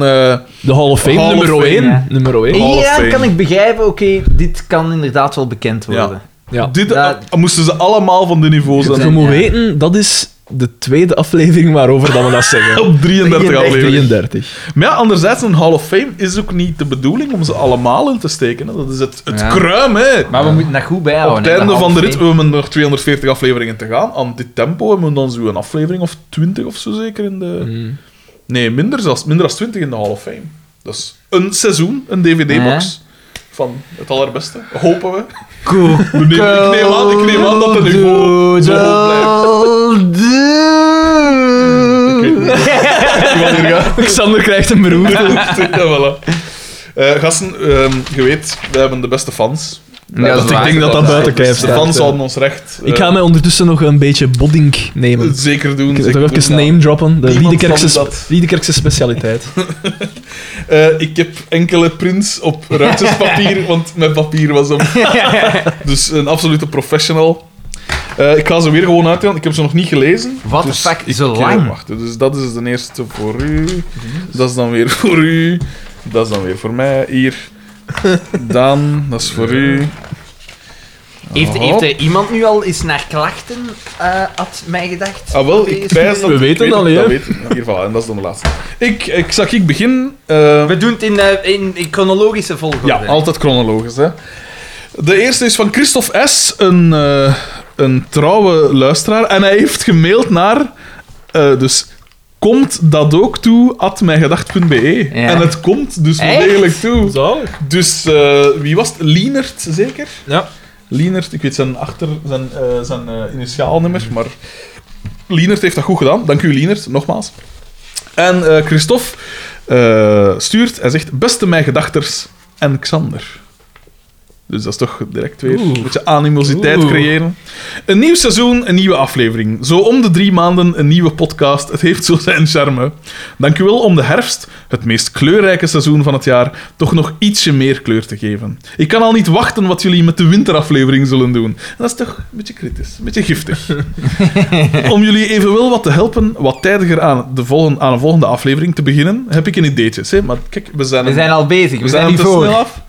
De Hall of Fame, Hall of nummer Fame, 1. ja. Nummer 1. En Hall of hieraan Fame. kan ik begrijpen, oké, dit kan inderdaad wel bekend Ja. worden. Ja. dit dat- eh, moesten ze allemaal van de niveau Je zijn. zijn- moet ja. weten, dat is de tweede aflevering waarover dat we dat zeggen. Op 33 afleveringen. 33. Maar ja, anderzijds, een Hall of Fame is ook niet de bedoeling om ze allemaal in te steken. Hè. Dat is het, het Ja. kruim, hè. Maar we moeten dat goed Op Oh, bijhouden. het hè, einde dat van de half rit we hebben we nog 240 afleveringen te gaan. Aan dit tempo hebben we dan zo'n aflevering of 20 of zo zeker in de... Hmm. Nee, minder zelfs. Minder dan 20 in de Hall of Fame. Dat is een seizoen, een dvd-box. Van het allerbeste, hopen we. Cool. We nemen- Ik neem aan, ik neem aan dat het niveau zo hoog blijft. Ik weet niet. Die wat hier gaat. Xander krijgt een beroerte. Ja, voilà. Eh, gasten, ehm, je weet, wij hebben de beste fans. Wij dat hebben is de waar. Ik beste denk dat fans. dus dat buiten kijf dus De staat, fans ja. hadden ons recht. Ik ga Eh, mij ondertussen nog een beetje bodding nemen. Zeker doen. Ik zeker wil toch even doen. name droppen. De Niemand Liedekerkse, van sp- dat. Liedekerkse specialiteit. Eh, ik heb enkele prints op ruitjespapier, want mijn papier was om. dus een absolute professional. Eh, ik ga ze weer gewoon uit, want ik heb ze nog niet gelezen. What the dus fuck, ik, zo eh, lang? Mhm. wacht, dus dat is de eerste voor u. Dat is dan weer voor u. Dat is dan weer voor mij. Hier. Dan, dat is voor u. Heeft, Oh. heeft er iemand nu al eens naar klachten eh had mij gedacht? Ah, wel, ik pijs dat... We ik weten weet al, dat hè? weet ik. Hier, voilà, en dat is dan de laatste. Ik, ik zag ik begin... eh, We doen het in, eh, in, in chronologische volgorde. Ja, altijd chronologisch, hè. De eerste is van Christophe S., een, eh, een trouwe luisteraar. En hij heeft gemaild naar... eh, dus komt dat ook toe, at mijngedacht.be. Ja. e. En het komt dus wel Echt? degelijk toe. Zalig. Dus eh, wie was het? Lienert, zeker? Ja. Lienert, ik weet zijn, achter, zijn, eh, zijn eh, initiaalnummer, maar Lienert heeft dat goed gedaan. Dank u, Lienert, nogmaals. En eh, Christophe eh, stuurt, hij zegt, beste mijn gedachters en Xander. Dus dat is toch direct weer Oeh. een beetje animositeit Oeh. creëren. Een nieuw seizoen, een nieuwe aflevering. Zo om de drie maanden een nieuwe podcast. Het heeft zo zijn charme. Dank u wel om de herfst, het meest kleurrijke seizoen van het jaar, toch nog ietsje meer kleur te geven. Ik kan al niet wachten wat jullie met de winteraflevering zullen doen. En dat is toch een beetje kritisch, een beetje giftig. Om jullie evenwel wat te helpen, wat tijdiger aan de volgende, aan de volgende aflevering te beginnen, heb ik een ideetje. Hè? Maar kijk, we zijn, We zijn al bezig, we, zijn, er niet te voor. snel af.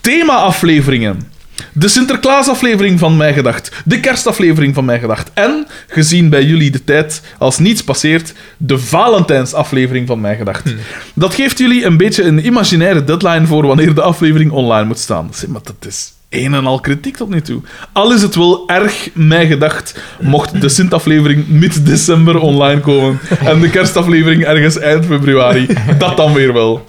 Thema-afleveringen. de Sinterklaasaflevering van Mij Gedacht, de kerstaflevering van Mij Gedacht en, gezien bij jullie de tijd als niets passeert, de Valentijnsaflevering van Mij Gedacht. Dat geeft jullie een beetje een imaginaire deadline voor wanneer de aflevering online moet staan. Zeg, maar dat is een en al kritiek tot nu toe. Al is het wel erg mij gedacht, mocht de Sint-aflevering mid-december online komen en de kerstaflevering ergens eind februari. Dat dan weer wel.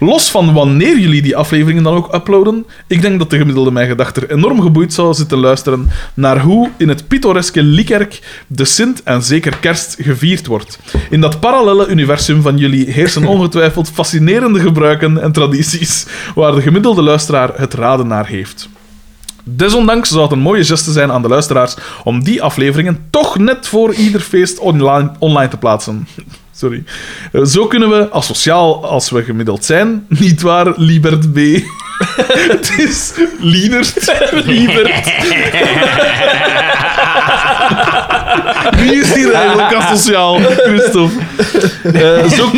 Los van wanneer jullie die afleveringen dan ook uploaden, ik denk dat de gemiddelde mijn gedachter enorm geboeid zal zitten luisteren naar hoe in het pittoreske Liekerk de Sint en zeker kerst gevierd wordt. In dat parallele universum van jullie heersen ongetwijfeld fascinerende gebruiken en tradities waar de gemiddelde luisteraar het raden naar heeft. Desondanks zou het een mooie geste zijn aan de luisteraars om die afleveringen toch net voor ieder feest online, online te plaatsen. Sorry. Eh, Zo kunnen we, asociaal als we gemiddeld zijn, niet waar, Liebert B. het is Lienert. Liebert. Wie is hier eigenlijk asociaal, Christophe? Eh, zo...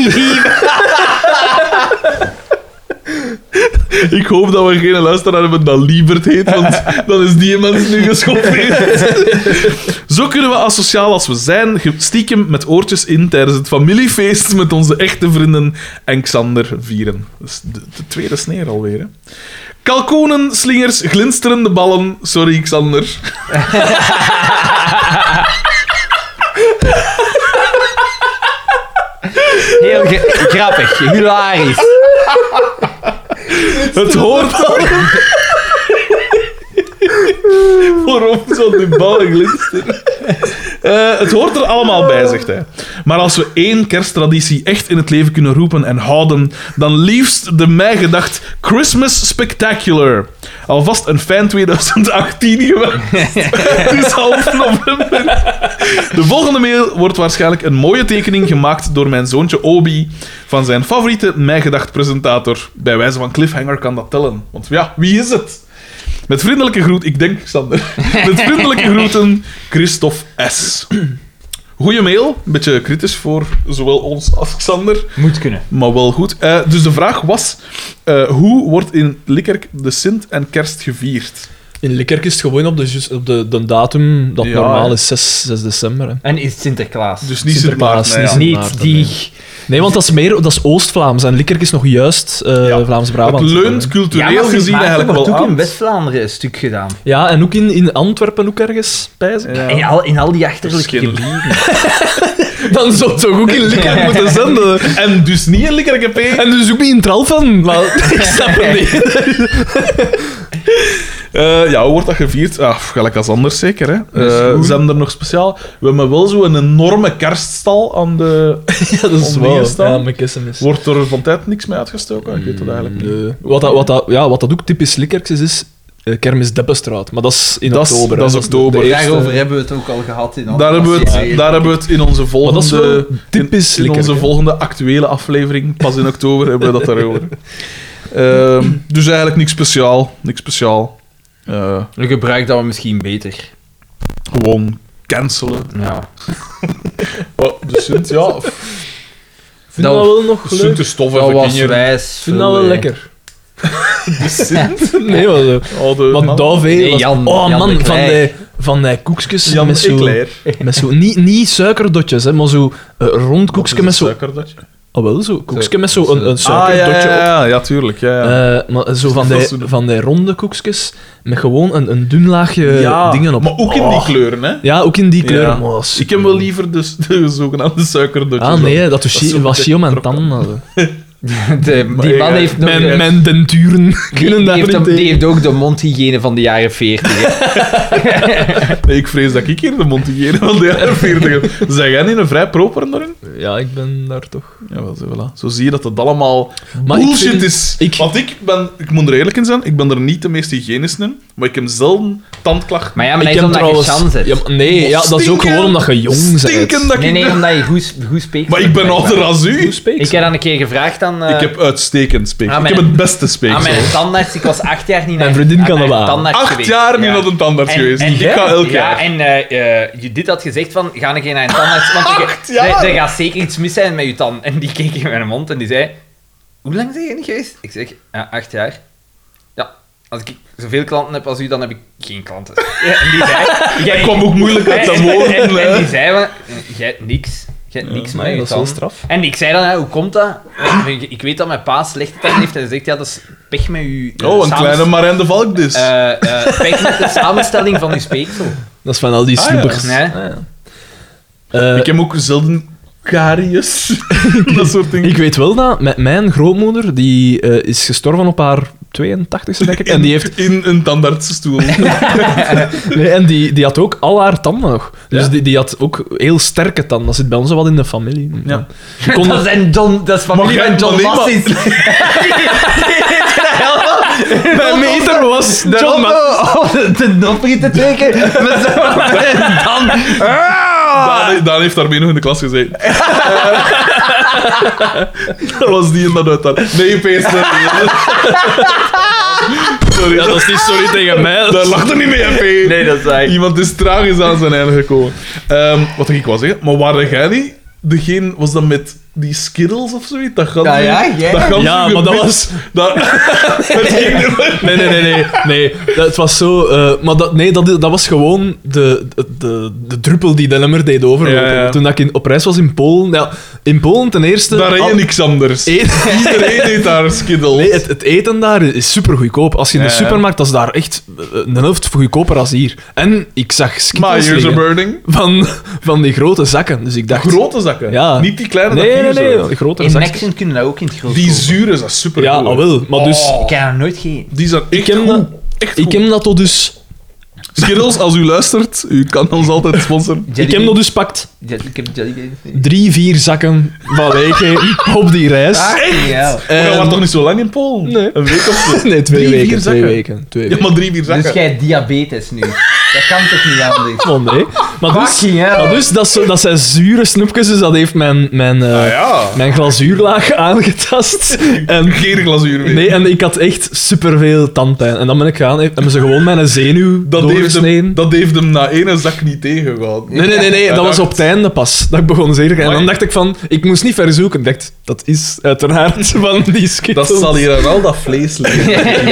Ik hoop dat we geen luisteraar hebben dat Liebert heet, want dan is die mens nu geschoffeerd. Zo kunnen we asociaal als we zijn, ge- stiekem met oortjes in tijdens het familiefeest met onze echte vrienden en Xander vieren. Dat is de, de tweede sneer alweer. Hè? Kalkoenen, slingers, glinsterende ballen. Sorry, Xander. Heel ge- grappig, hilarisch. Het hoort al. Waarom zal die ballen glinsteren? Eh, het hoort er allemaal bij, zegt hij. Maar als we één kersttraditie echt in het leven kunnen roepen en houden, dan liefst de mij gedacht Christmas Spectacular. Alvast een fijn 2018 gewenst. Het is half november. De volgende mail wordt waarschijnlijk een mooie tekening gemaakt door mijn zoontje Obi van zijn favoriete mijgedacht presentator. Bij wijze van cliffhanger kan dat tellen. Want ja, wie is het? Met vriendelijke groet, ik denk Sander. Met vriendelijke groeten, Christophe S. Goeie mail, een beetje kritisch voor zowel ons als Xander, Moet kunnen. maar wel goed. Eh, dus de vraag was: eh, hoe wordt in Likkerk de Sint en Kerst gevierd? In Likkerk is het gewoon op de, juist- op de, de datum dat Ja, normaal hè. is, 6, 6 december. Hè. En is Sinterklaas. Dus niet Sinterklaas, Sint Maarten, niet niet Maarten, die... Nee, want dat is meer dat is Oost-Vlaams en Likkerk is nog juist eh, Ja. Vlaams-Brabant. Het leunt cultureel maar Sint gezien Maarten eigenlijk wordt wel ook aan. in West-Vlaanderen een stuk gedaan. Ja, en ook in, in Antwerpen ook ergens, pijs ik. Ja. In, al, in al die achterlijke Verschillende. gebieden. Dan zou het toch ook in Likkerk moeten zenden. En dus niet een lekkere P. En dus ook niet in Tralfen, maar ik snap het niet. Eh, ja, hoe wordt dat gevierd? Ah, pff, gelijk als anders zeker. Hè? Eh, zijn er nog speciaal? We hebben wel zo'n enorme kerststal aan de. Ja, dat Om die staan? Ja, mijn kissen is. Wordt er van tijd niks mee uitgestoken? Ik weet het eigenlijk niet. Mm, Nee. Wat, dat, wat, dat, ja, wat dat ook typisch Likkerks is, is eh, kermis Deppenstraat. Maar dat is in Dat is- oktober. dat hè. is de- oktober. de eerste- Daarover hebben we het ook al gehad. In Daar hebben, we het, Alsacië. daar hebben we het in onze Maar dat is wel volgende, typisch in, in onze Likkerk, hè. volgende actuele aflevering, pas in oktober, hebben we dat daarover. Ehm, dus eigenlijk niks speciaal. Niks speciaal. Eh, Een gebruik dat we misschien beter. gewoon cancelen. Ja. Oh, de Sint, ja. Ik vind dat, Nou, Dat- wel nog leuk. Sinte stof Dat even was kinderen. wijs. Ik vind dat wel veel, eh, lekker. De Sint? Nee, maar zo. Oh, de Want man. Dave, Nee, was- Jan- oh Jan man, de van Kleijer. die, van die koekjes Jan met zo... Eclair. Met zo niet, niet suikerdotjes, hè, maar zo eh, rond Dat koekje is met een zo... suikerdotje. Oh, wel zo. Koekje met zo een, een Ah, ja, suikerdotje ja, op. ja, ja, tuurlijk. Ja, ja. Eh, maar zo van Dat die, is zo- van die ronde koekjes met gewoon een, een dun laagje Ja, Eh, dingen op. Maar ook in die Oh. kleuren, hè? Ja, ook in die kleuren. Ja. maar dat is- Ik heb wel liever de, de zogenaamde suikerdotjes. Ah nee, dat, is zo was was Shio mijn tanden. hadden. De, Maar die ja, man heeft nog... Mijn, eh, mijn denturen die, kunnen die daar heeft, niet ook- die tegen. heeft ook de mondhygiëne van de jaren 40. hè. dan. Nee, ik vrees dat ik hier de montigeren van de jaren 40 heb. Zijn jij niet een vrij proper daarin? Ja, ik ben daar toch. Ja, wel, zo, voilà. zo zie je dat dat allemaal Maar ik bullshit vind- is. ik- Want ik ben, ik moet er eerlijk in zijn, ik ben er niet de meest hygiënisch in, maar ik heb zelden tandklachten. Maar ja, maar ik dat is omdat trouwens- je chance hebt. Ja, maar nee, ja, dat is ook Stinken- gewoon omdat je jong bent. Stinken dat ik... nee, nee, omdat je goed, goed spreekt. Maar ik ben ouder als u. Hoe spreek Ik je? heb dan een keer gevraagd aan... eh, Ik heb uitstekend speeksel. Ah, ik mijn- heb het beste speeksel. Aan mijn tandarts, ik was acht jaar niet naar Mijn vriendin aan kan dat mijn beamen. tandarts Acht geweest. jaar niet Ja. naar een tandarts En- geweest. en ik jij? ga elk Ja, jaar. en eh, eh, Judith had gezegd van, ga een keer naar een tandarts, want er- Acht jaar? er, er gaat zeker iets mis zijn met je tand. En die keek in mijn mond en die zei, hoe lang ben je niet geweest? Ik zeg, ja, acht jaar. Ja, als ik zoveel klanten heb als u, dan heb ik geen klanten. Ja, en die zei... Jij Ik kwam ook moeilijk uit dat en- en- woord. en- en, hè. die zei van, jij hebt niks. Jij hebt niks maar met je dat is wel tanden. straf. En ik zei dan, hè, hoe komt dat? Ik- Ik weet dat mijn pa slechte tanden heeft. En hij zegt, ja, dat is pech met je... eh, Oh, een samens- kleine Marijn de Valk dus. eh, eh, pech met de samenstelling van je speeksel. Dat is van al die Ah, ja. snoepers. Nee. Eh, ik heb ook zelden karies. dat soort dingen. Ik weet wel dat met mijn grootmoeder, die eh, is gestorven op haar 82e, denk ik. En die, heeft, In een tandartsstoel. nee, en die, die had ook al haar tanden nog. Dus Ja. die, die had ook heel sterke tanden. Dat zit bij ons wel in de familie. Ja. Je kon- Dat is, en John, dat is familie Mag jij- van John maar nee, maar- Massis. Mijn meter was John Ma- Oh, de nopje te trekken. Met dan... Daan, Daan heeft daarmee nog in de klas gezeten. dat was die en dat uit daar. Nee, pees. Sorry, Ja, dat is niet sorry tegen mij. daar lacht er niet mee, hè, P. Nee, dat is eigenlijk... Iemand is tragisch aan zijn einde gekomen. Ehm, wat ik wou zeggen, maar waren jij niet? Degene was dat met die Skittles of zoiets? Dat ganse- Ja, ja, jij. dat ganse Ja, maar dat gebit- was... Dat, dat ging er- Nee, nee, nee, nee. nee. Dat, het was zo... eh, maar dat, nee, dat, dat was gewoon de, de, de druppel die de lemmer deed overlopen. Ja, ja. Toen dat ik in, op reis was in Polen... Ja, in Polen ten eerste... daar reed al- je niks anders. eten- Iedereen deed daar Skittles. Nee, het, het eten daar is super goedkoop. Als je in de Ja, ja. supermarkt, dat is daar echt eh, een helft goedkoper als hier. En ik zag My skittles ears are liggen burning. van, van die grote zakken. Dus ik dacht... Grote zakken. Ja. Niet die kleine Nee, nee, dat hier nee. zo. Grotere In zakjes. Nexen kunnen dat ook in het groot Die kopen. zuur is dat super Ja, al wel. Maar dus... Ik heb er nooit geen... Die zijn echt Ik heb, goed. dat, Oh, Echt ik goed. heb dat tot dus... Skittles, als u luistert, u kan ons altijd sponsoren. Ik heb dat dus pakt Jelly- Ik heb jelly... drie, vier zakken van leeggegeten op die reis. Ah. Echt? Ja. maar dat Ehm, was toch niet zo lang in Polen? Nee. Een week of zo. Nee, twee Drie, vier weken. Twee zakken. weken. Twee Ja, weken. maar drie, vier zakken. Dus jij hebt diabetes nu. Dat kan toch niet anders? Oh, nee. Maar dus, Fucking hell. maar dus dat, zo- dat zijn zure snoepjes, dus dat heeft mijn, mijn, eh, Ah ja. mijn glazuurlaag aangetast. En, Geen glazuur meer. nee, en ik had echt superveel tandpijn. En dan ben ik gaan, hebben ze gewoon mijn zenuw dat, heeft hem, doorgesneden. dat heeft hem na één zak niet tegengehouden. Nee, nee, nee, nee, Ja, dat was dat- op het einde pas. Dat ik begon zeker. En Amai. dan dacht ik van, ik moest niet verzoeken. Ik dacht, dat is uiteraard van die Dat skittles. zal hier aan al dat vlees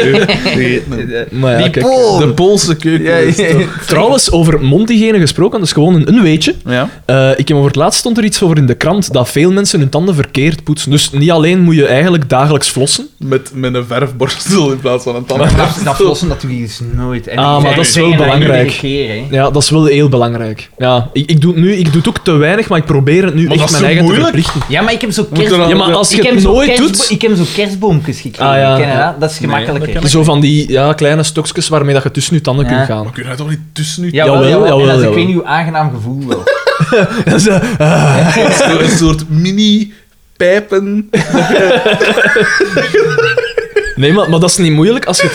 liggen. Maar ja, Die kijk. Pool. De Poolse keuken. Ja, is ja. toch- Eh, Trouwens, over mondhygiëne gesproken, dat is gewoon een, een weetje. Ja. Eh, ik heb over het laatst stond er iets over in de krant dat veel mensen hun tanden verkeerd poetsen. Dus niet alleen moet je eigenlijk dagelijks flossen. Met, met een verfborstel in plaats van een Dat, dat tandenborstel. flossen natuurlijk is nooit. En Ah, die maar zijn dat is zeggen wel belangrijk. iedere Keer, hè. Ja, dat is wel heel belangrijk. Ja, ik, ik doe het nu, ik doe het ook te weinig, maar ik probeer het nu Maar echt dat is mijn zo eigen moeilijk. te verplichten. Ja, maar ik heb zo er kerstboom. dan- Ja, maar als je het nooit doet, Ik heb zo kerstboomjes gekregen. Ah, ja. Ken je dat? Dat is gemakkelijker. zo van die ja, kleine stokjes waarmee dat je tussen je tanden Ja. kunt gaan. Maar kun je daar toch niet tussen nu? Jawel, Jawel, jawel, jawel, En dat is, ik jawel. weet niet hoe aangenaam gevoel wel. Dat is, eh, Zo een soort mini pijpen. Nee, maar, maar dat is niet moeilijk als je het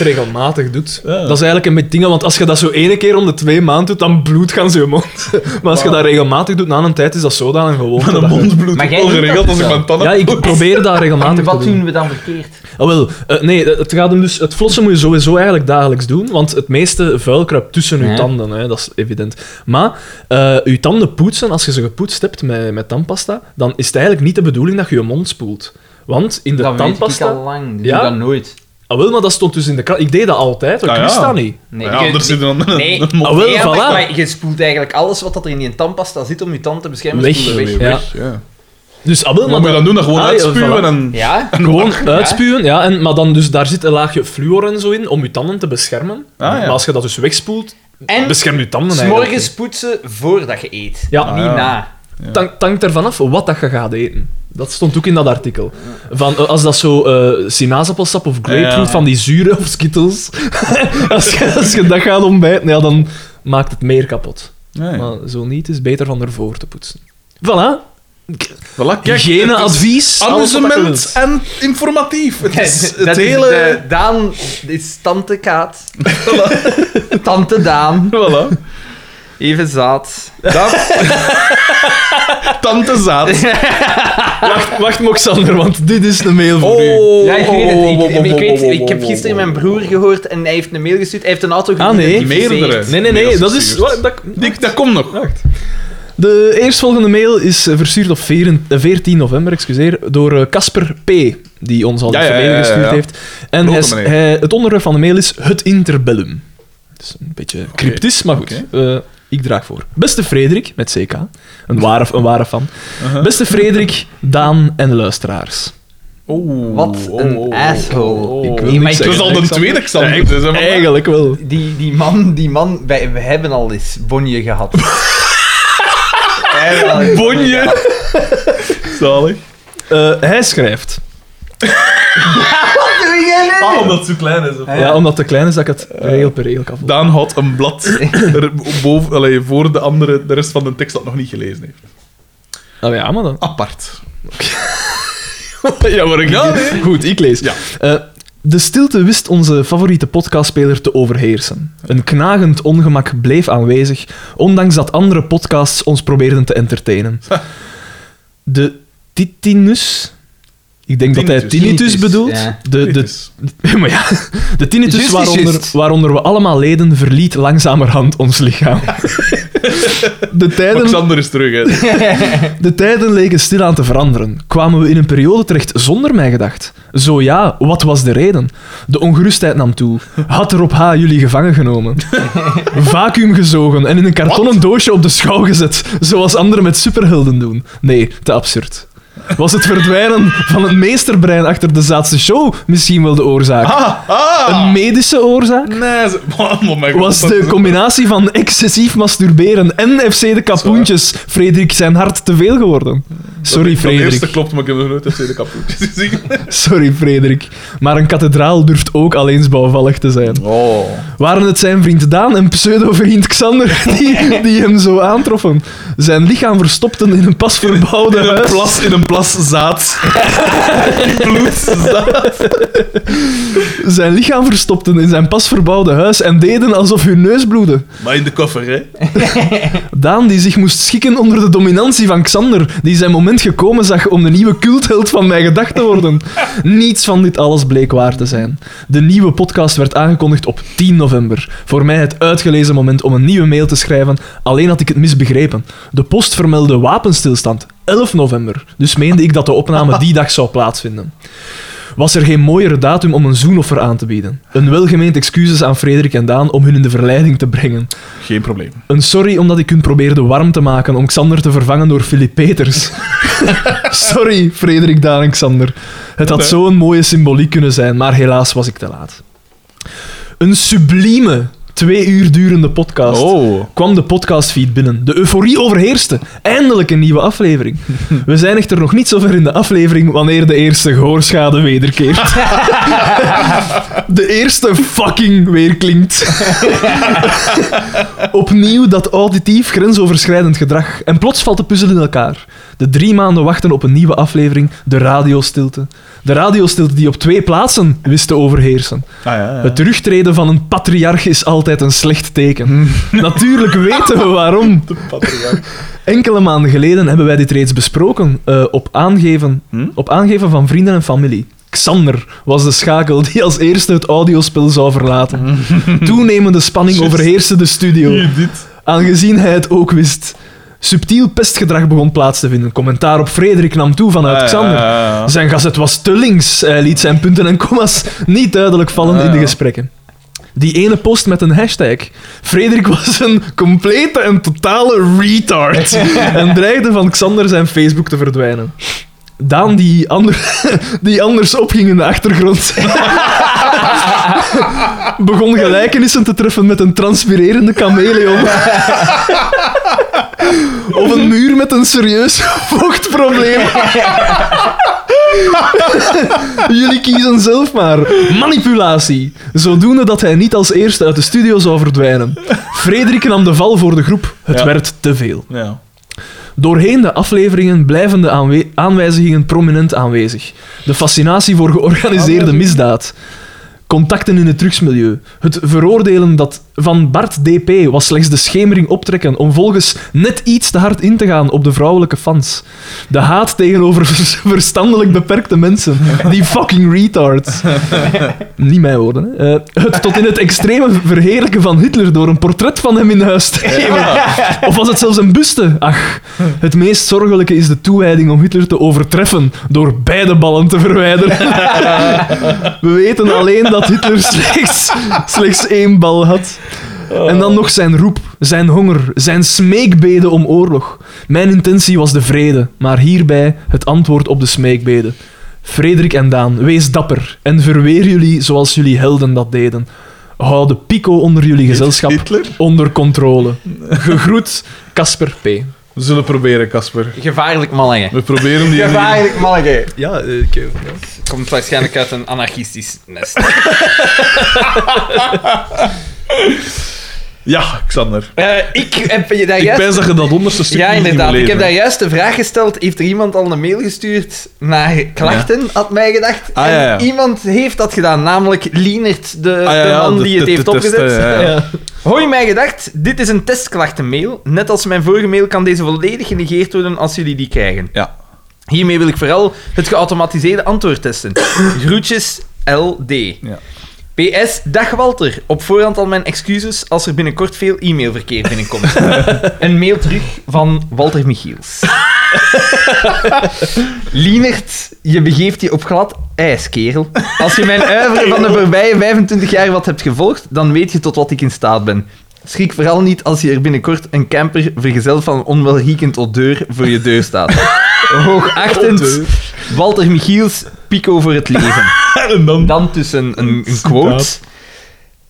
regelmatig doet. Dat is eigenlijk een beetje dingen, want als je dat zo ene keer om de twee maanden doet, dan bloedt gaan ze je mond. Maar als je dat regelmatig doet, na een tijd is dat zodanig gewoon. Van een mondbloed. Maar jij al doet geregeld dat als ik dus mijn tanden Ja, ik probeer dat En regelmatig wat te doen. doen we dan verkeerd? Ah, wel, eh, nee, het gaat hem dus... Het flossen moet je sowieso eigenlijk dagelijks doen, want het meeste vuil kruipt tussen je Ja. tanden, hè, dat is evident. Maar eh je tanden poetsen, als je ze gepoetst hebt met, met tandpasta, dan is het eigenlijk niet de bedoeling dat je je mond spoelt. Want in de dat weet ik tandpasta... al lang. dus Ik Ja? doe dat nooit. Ah, wel, maar dat stond dus in de krant. Ik deed dat altijd, ik Ah, ja. wist dat niet. Nee, ja, je- anders zit er dan een, Nee. een mond. Ah, wel, Nee, maar- voilà. maar je spoelt eigenlijk alles wat dat er in die tandpasta zit om je tand te beschermen. Weg. spoel je weg. Ja. Ja. Dus, ah, wel, Wat moet maar je dan doen? Dan gewoon Ah, ja, uitspuwen voilà. en... Ja? Gewoon Ja. uitspuwen, ja. En, maar dan dus, daar zit een laagje fluor en zo in om je tanden te beschermen. Ah, ja. Maar als je dat dus wegspoelt, En bescherm je tanden eigenlijk. s'morgens poetsen voordat je eet. Ja. Niet Ah, ja. na. Het hangt- het hangt ervan af wat dat je gaat eten. Dat stond ook in dat artikel. Van, eh, als dat zo eh sinaasappelsap of grapefruit, Ja. van die zure of skittles. als, je, als je dat gaat ontbijten, ja, dan maakt het meer kapot. Ja, ja. Maar zo niet, is beter van ervoor te poetsen. Voilà. Voilà, kijk. Hygiëne, het is advies. alles wat dat je Amusement wilt. en informatief. Het is Dat het is hele... de- Daan is tante Kaat. tante Daan. Voilà. Even zaad. Dat... Tante Zaad. Wacht, wacht Moxander, want dit is de mail voor u. Oh. Ja, ik weet het. Ik, oh, oh, ik oh, weet, oh, ik heb oh, gisteren oh, mijn broer gehoord en hij heeft een mail gestuurd. Hij heeft een auto Ah, nee. geïdentificeerd. Meerdere. Nee, nee, nee, Mails dat is... gestuurd. wat, dat, Dik, dat komt nog. Wacht. De eerstvolgende mail is eh, verstuurd op 4 eh, 14 november, excuseer, door eh, Casper P., die ons al Ja, in het ja, verleden ja, ja, gestuurd ja. heeft. En hij, Grote s- meneer. hij- het onderwerp van de mail is het interbellum. Dus een beetje cryptisch, maar goed. eh, ik draag voor. Beste Frederik, met CK, een ware, een ware fan. Uh-huh. Beste Frederik, Daan en luisteraars. Oh, Wat een asshole. Ik wil Nee, maar niks ik- Dat is al de Alexander. tweede Xander. Eigen- Dus, hè, maar- Eigenlijk wel. Die, die man, die man, wij, we hebben al eens Bonje gehad. We hebben al eens Bonje. Zalig. Eh, hij schrijft. Wat doe jij nu? Ah, omdat het zo klein is. of Ja. wat? Ja, omdat het te klein is dat ik het Eh. regel per regel kan volgen. Daan had een blad er boven, allee, voor de andere, de rest van de tekst dat nog niet gelezen heeft. Ah, ja, maar dan. Apart. ja, maar ik... Ja, Goed, ik lees. Ja. Eh, de stilte wist onze favoriete podcastspeler te overheersen. Een knagend ongemak bleef aanwezig, ondanks dat andere podcasts ons probeerden te entertainen. De titinus... Ik denk dat hij Tinnitus. tinnitus bedoelt. Ja. De, de, Tinnitus. maar ja, de tinnitus Just is waaronder, just. waaronder we allemaal leden verliet langzamerhand ons lichaam. De Maar tijden Xander is terug, hè. de tijden leken stilaan te veranderen. Kwamen we in een periode terecht zonder mij gedacht? Zo ja, wat was de reden? De ongerustheid nam toe. Had er op H jullie gevangen genomen? Vacuüm gezogen en in een kartonnen doosje op de schouw gezet, zoals anderen met superhelden doen? Nee, te absurd. Was het verdwijnen van het meesterbrein achter de zaadse show misschien wel de oorzaak? Ah, ah. Een medische oorzaak? Nee, ze- man, oh my god. was de combinatie van excessief masturberen en FC de kapoentjes Frederik zijn hart te veel geworden. Sorry, De eerste Frederik. klopt, maar ik heb nog nooit FC de kapoentjes gezien. Sorry, Frederik. Maar een kathedraal durft ook alleens bouwvallig te zijn. Oh. Waren het zijn vriend Daan en pseudo-vriend Xander die, die hem zo aantroffen? Zijn lichaam verstopten in een pas verbouwde In een huis. plas, in een plas zaad. Zijn lichaam verstopten in zijn pas verbouwde huis en deden alsof hun neus bloedde. Maar in de koffer, hè. Daan die zich moest schikken onder de dominantie van Xander, die zijn moment gekomen zag om de nieuwe cultheld van mijn gedacht te worden. Niets van dit alles bleek waar te zijn. De nieuwe podcast werd aangekondigd op 10 november. Voor mij het uitgelezen moment om een nieuwe mail te schrijven, alleen had ik het misbegrepen. De post vermeldde wapenstilstand 11 november, dus meende ik dat de opname die dag zou plaatsvinden. Was er geen mooiere datum om een zoenoffer aan te bieden? Een welgemeend excuses aan Frederik en Daan om hun in de verleiding te brengen. Geen probleem. Een sorry omdat ik hun probeerde warm te maken om Xander te vervangen door Philip Peters. sorry, Frederik Daan en Xander. Het had Nee. zo'n mooie symboliek kunnen zijn, maar helaas was ik te laat. Een sublieme twee uur durende podcast. Oh. Kwam de podcastfeed binnen. De euforie overheerste. Eindelijk een nieuwe aflevering. We zijn echter nog niet zo ver in de aflevering wanneer de eerste gehoorschade wederkeert. De eerste fucking weer klinkt. Opnieuw dat auditief grensoverschrijdend gedrag. En plots valt de puzzel in elkaar. De drie maanden wachten op een nieuwe aflevering, de radiostilte. De radiostilte die op twee plaatsen wist te overheersen. Ah, ja, ja. Het terugtreden van een patriarch is altijd een slecht Hmm. teken. Natuurlijk weten we waarom. Patriarch. Enkele maanden geleden hebben wij dit reeds besproken eh, op, aangeven, Hm? op aangeven van vrienden en familie. Xander was de schakel die als eerste het audiospel zou verlaten. Toenemende spanning Hmm. Just. overheerste de studio, Hier, dit. aangezien hij het ook wist. Subtiel pestgedrag begon plaats te vinden. Commentaar op Frederik nam toe vanuit Ah, ja, Xander. ja, ja. Zijn gazet was te links. Hij liet zijn punten en commas niet duidelijk vallen Ah, in de ja. gesprekken. Die ene post met een hashtag. Frederik was een complete en totale retard. en dreigde van Xander zijn Facebook te verdwijnen. Daan, die, ander, die anders opging in de achtergrond, begon gelijkenissen te treffen met een transpirerende chameleon. of een muur met een serieus vochtprobleem. Jullie kiezen zelf maar. Manipulatie. Zodoende dat hij niet als eerste uit de studio zou verdwijnen. Frederik nam de val voor de groep. Het Ja. werd te veel. Ja. Doorheen de afleveringen blijven de aanwe- aanwijzingen prominent aanwezig. De fascinatie voor georganiseerde misdaad. Contacten in het drugsmilieu. Het veroordelen dat van Bart DP was slechts de schemering optrekken om volgens net iets te hard in te gaan op de vrouwelijke fans. De haat tegenover vers- verstandelijk beperkte mensen. Die fucking retards. Niet mijn woorden. Hè. Eh, het tot in het extreme verheerlijken van Hitler door een portret van hem in huis te geven. Of was het zelfs een buste? Ach, het meest zorgelijke is de toewijding om Hitler te overtreffen door beide ballen te verwijderen. We weten alleen dat Hitler slechts, slechts één bal had. En dan nog zijn roep, zijn honger, zijn smeekbeden om oorlog. Mijn intentie was de vrede, maar hierbij het antwoord op de smeekbeden. Frederik en Daan, wees dapper en verweer jullie zoals jullie helden dat deden. Hou de pico onder jullie gezelschap Hitler? onder controle. Gegroet, Casper P. Eh, We zullen proberen, Casper. Gevaarlijk mannetje. We proberen die... eh, Gevaarlijk mannetje. Ja, Komt waarschijnlijk uit een anarchistisch nest. Ja, Xander. Eh, ik heb je daar Ik juist... pijs dat je dat onderste stukje Ja, nog niet inderdaad. moet Ik heb daar leveren. juist de vraag gesteld. Heeft er iemand al een mail gestuurd naar klachten, had mij gedacht. Ah, ja, ja. En iemand heeft dat gedaan, namelijk Lienert, de, Ah, ja, de ja, man de- die het de- heeft de opgezet. testen, ja, ja. Hoi, mij gedacht. Dit is een testklachtenmail. Net als mijn vorige mail kan deze volledig genegeerd worden als jullie die krijgen. Ja. Hiermee wil ik vooral het geautomatiseerde antwoord testen. Groetjes LD. Ja. PS, dag Walter. Op voorhand al mijn excuses als er binnenkort veel e-mailverkeer binnenkomt. Een mail terug van Walter Michiels. Lienert, je begeeft je op glad ijs, kerel. Als je mijn uiveren van de voorbije 25 jaar wat hebt gevolgd, dan weet je tot wat ik in staat ben. Schrik vooral niet als je er binnenkort een camper vergezeld van een onwelriekend odeur voor je deur staat. Hoogachtend, Walter Michiels, pico voor het leven. En dan... Dan tussen een, een quote. Inderdaad.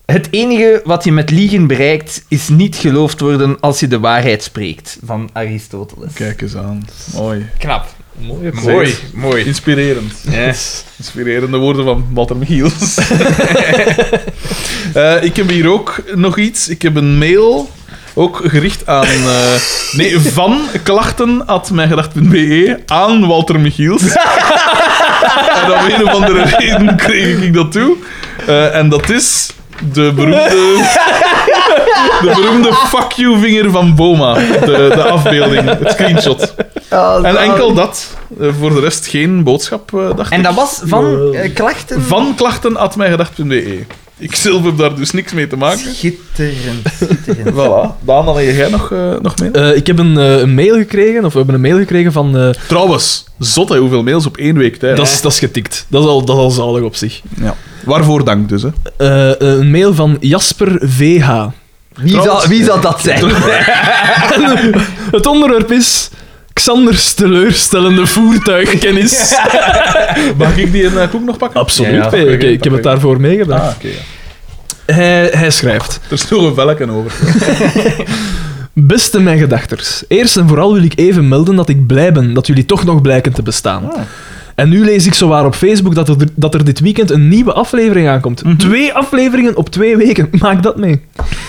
Het enige wat je met liegen bereikt, is niet geloofd worden als je de waarheid spreekt. Van Aristoteles. Kijk eens aan. Mooi. Knap. Mooie Mooi, mooi. Inspirerend. Yes. Inspirerende woorden van Walter Michiels. Eh, ik heb hier ook nog iets. Ik heb een mail, ook gericht aan... eh, nee, van klachten.mijngedacht.be aan Walter Michiels. en om een of andere reden kreeg ik dat toe. Eh, en dat is de beroemde... De beroemde fuck you vinger van Boma. De, de afbeelding, het screenshot. En enkel dat. Eh, voor de rest geen boodschap, eh, dacht En ik. dat was van eh, klachten. Van klachten.mijgedacht.be. E. Ik zelf heb daar dus niks mee te maken. Schitterend, schitterend. Voilà. Daan, dan heb jij nog, eh, nog mee. Eh, ik heb een, eh, een mail gekregen, of we hebben een mail gekregen van... eh, Trouwens, zot hè, hoeveel mails op één week tijd. dat, is, dat is getikt. Dat is al, dat is al zalig op zich. Ja. Waarvoor dank dus, hè. Eh, een mail van Jasper VH. Wie zou, wie zou dat zijn? Het onderwerp is... Xanders teleurstellende voertuigkennis. Mag ik die eh, ook nog pakken? Absoluut. Ja, ja, P. oké, ik, ik heb oké. het daarvoor meegedaan. Ah, oké. ja. Hij, hij schrijft... Er is nog een velken over. Beste mijn gedachters, eerst en vooral wil ik even melden dat ik blij ben dat jullie toch nog blijken te bestaan. Ah. En nu lees ik zowaar op Facebook dat er, dat er dit weekend een nieuwe aflevering aankomt. Twee afleveringen op twee weken, maak dat mee.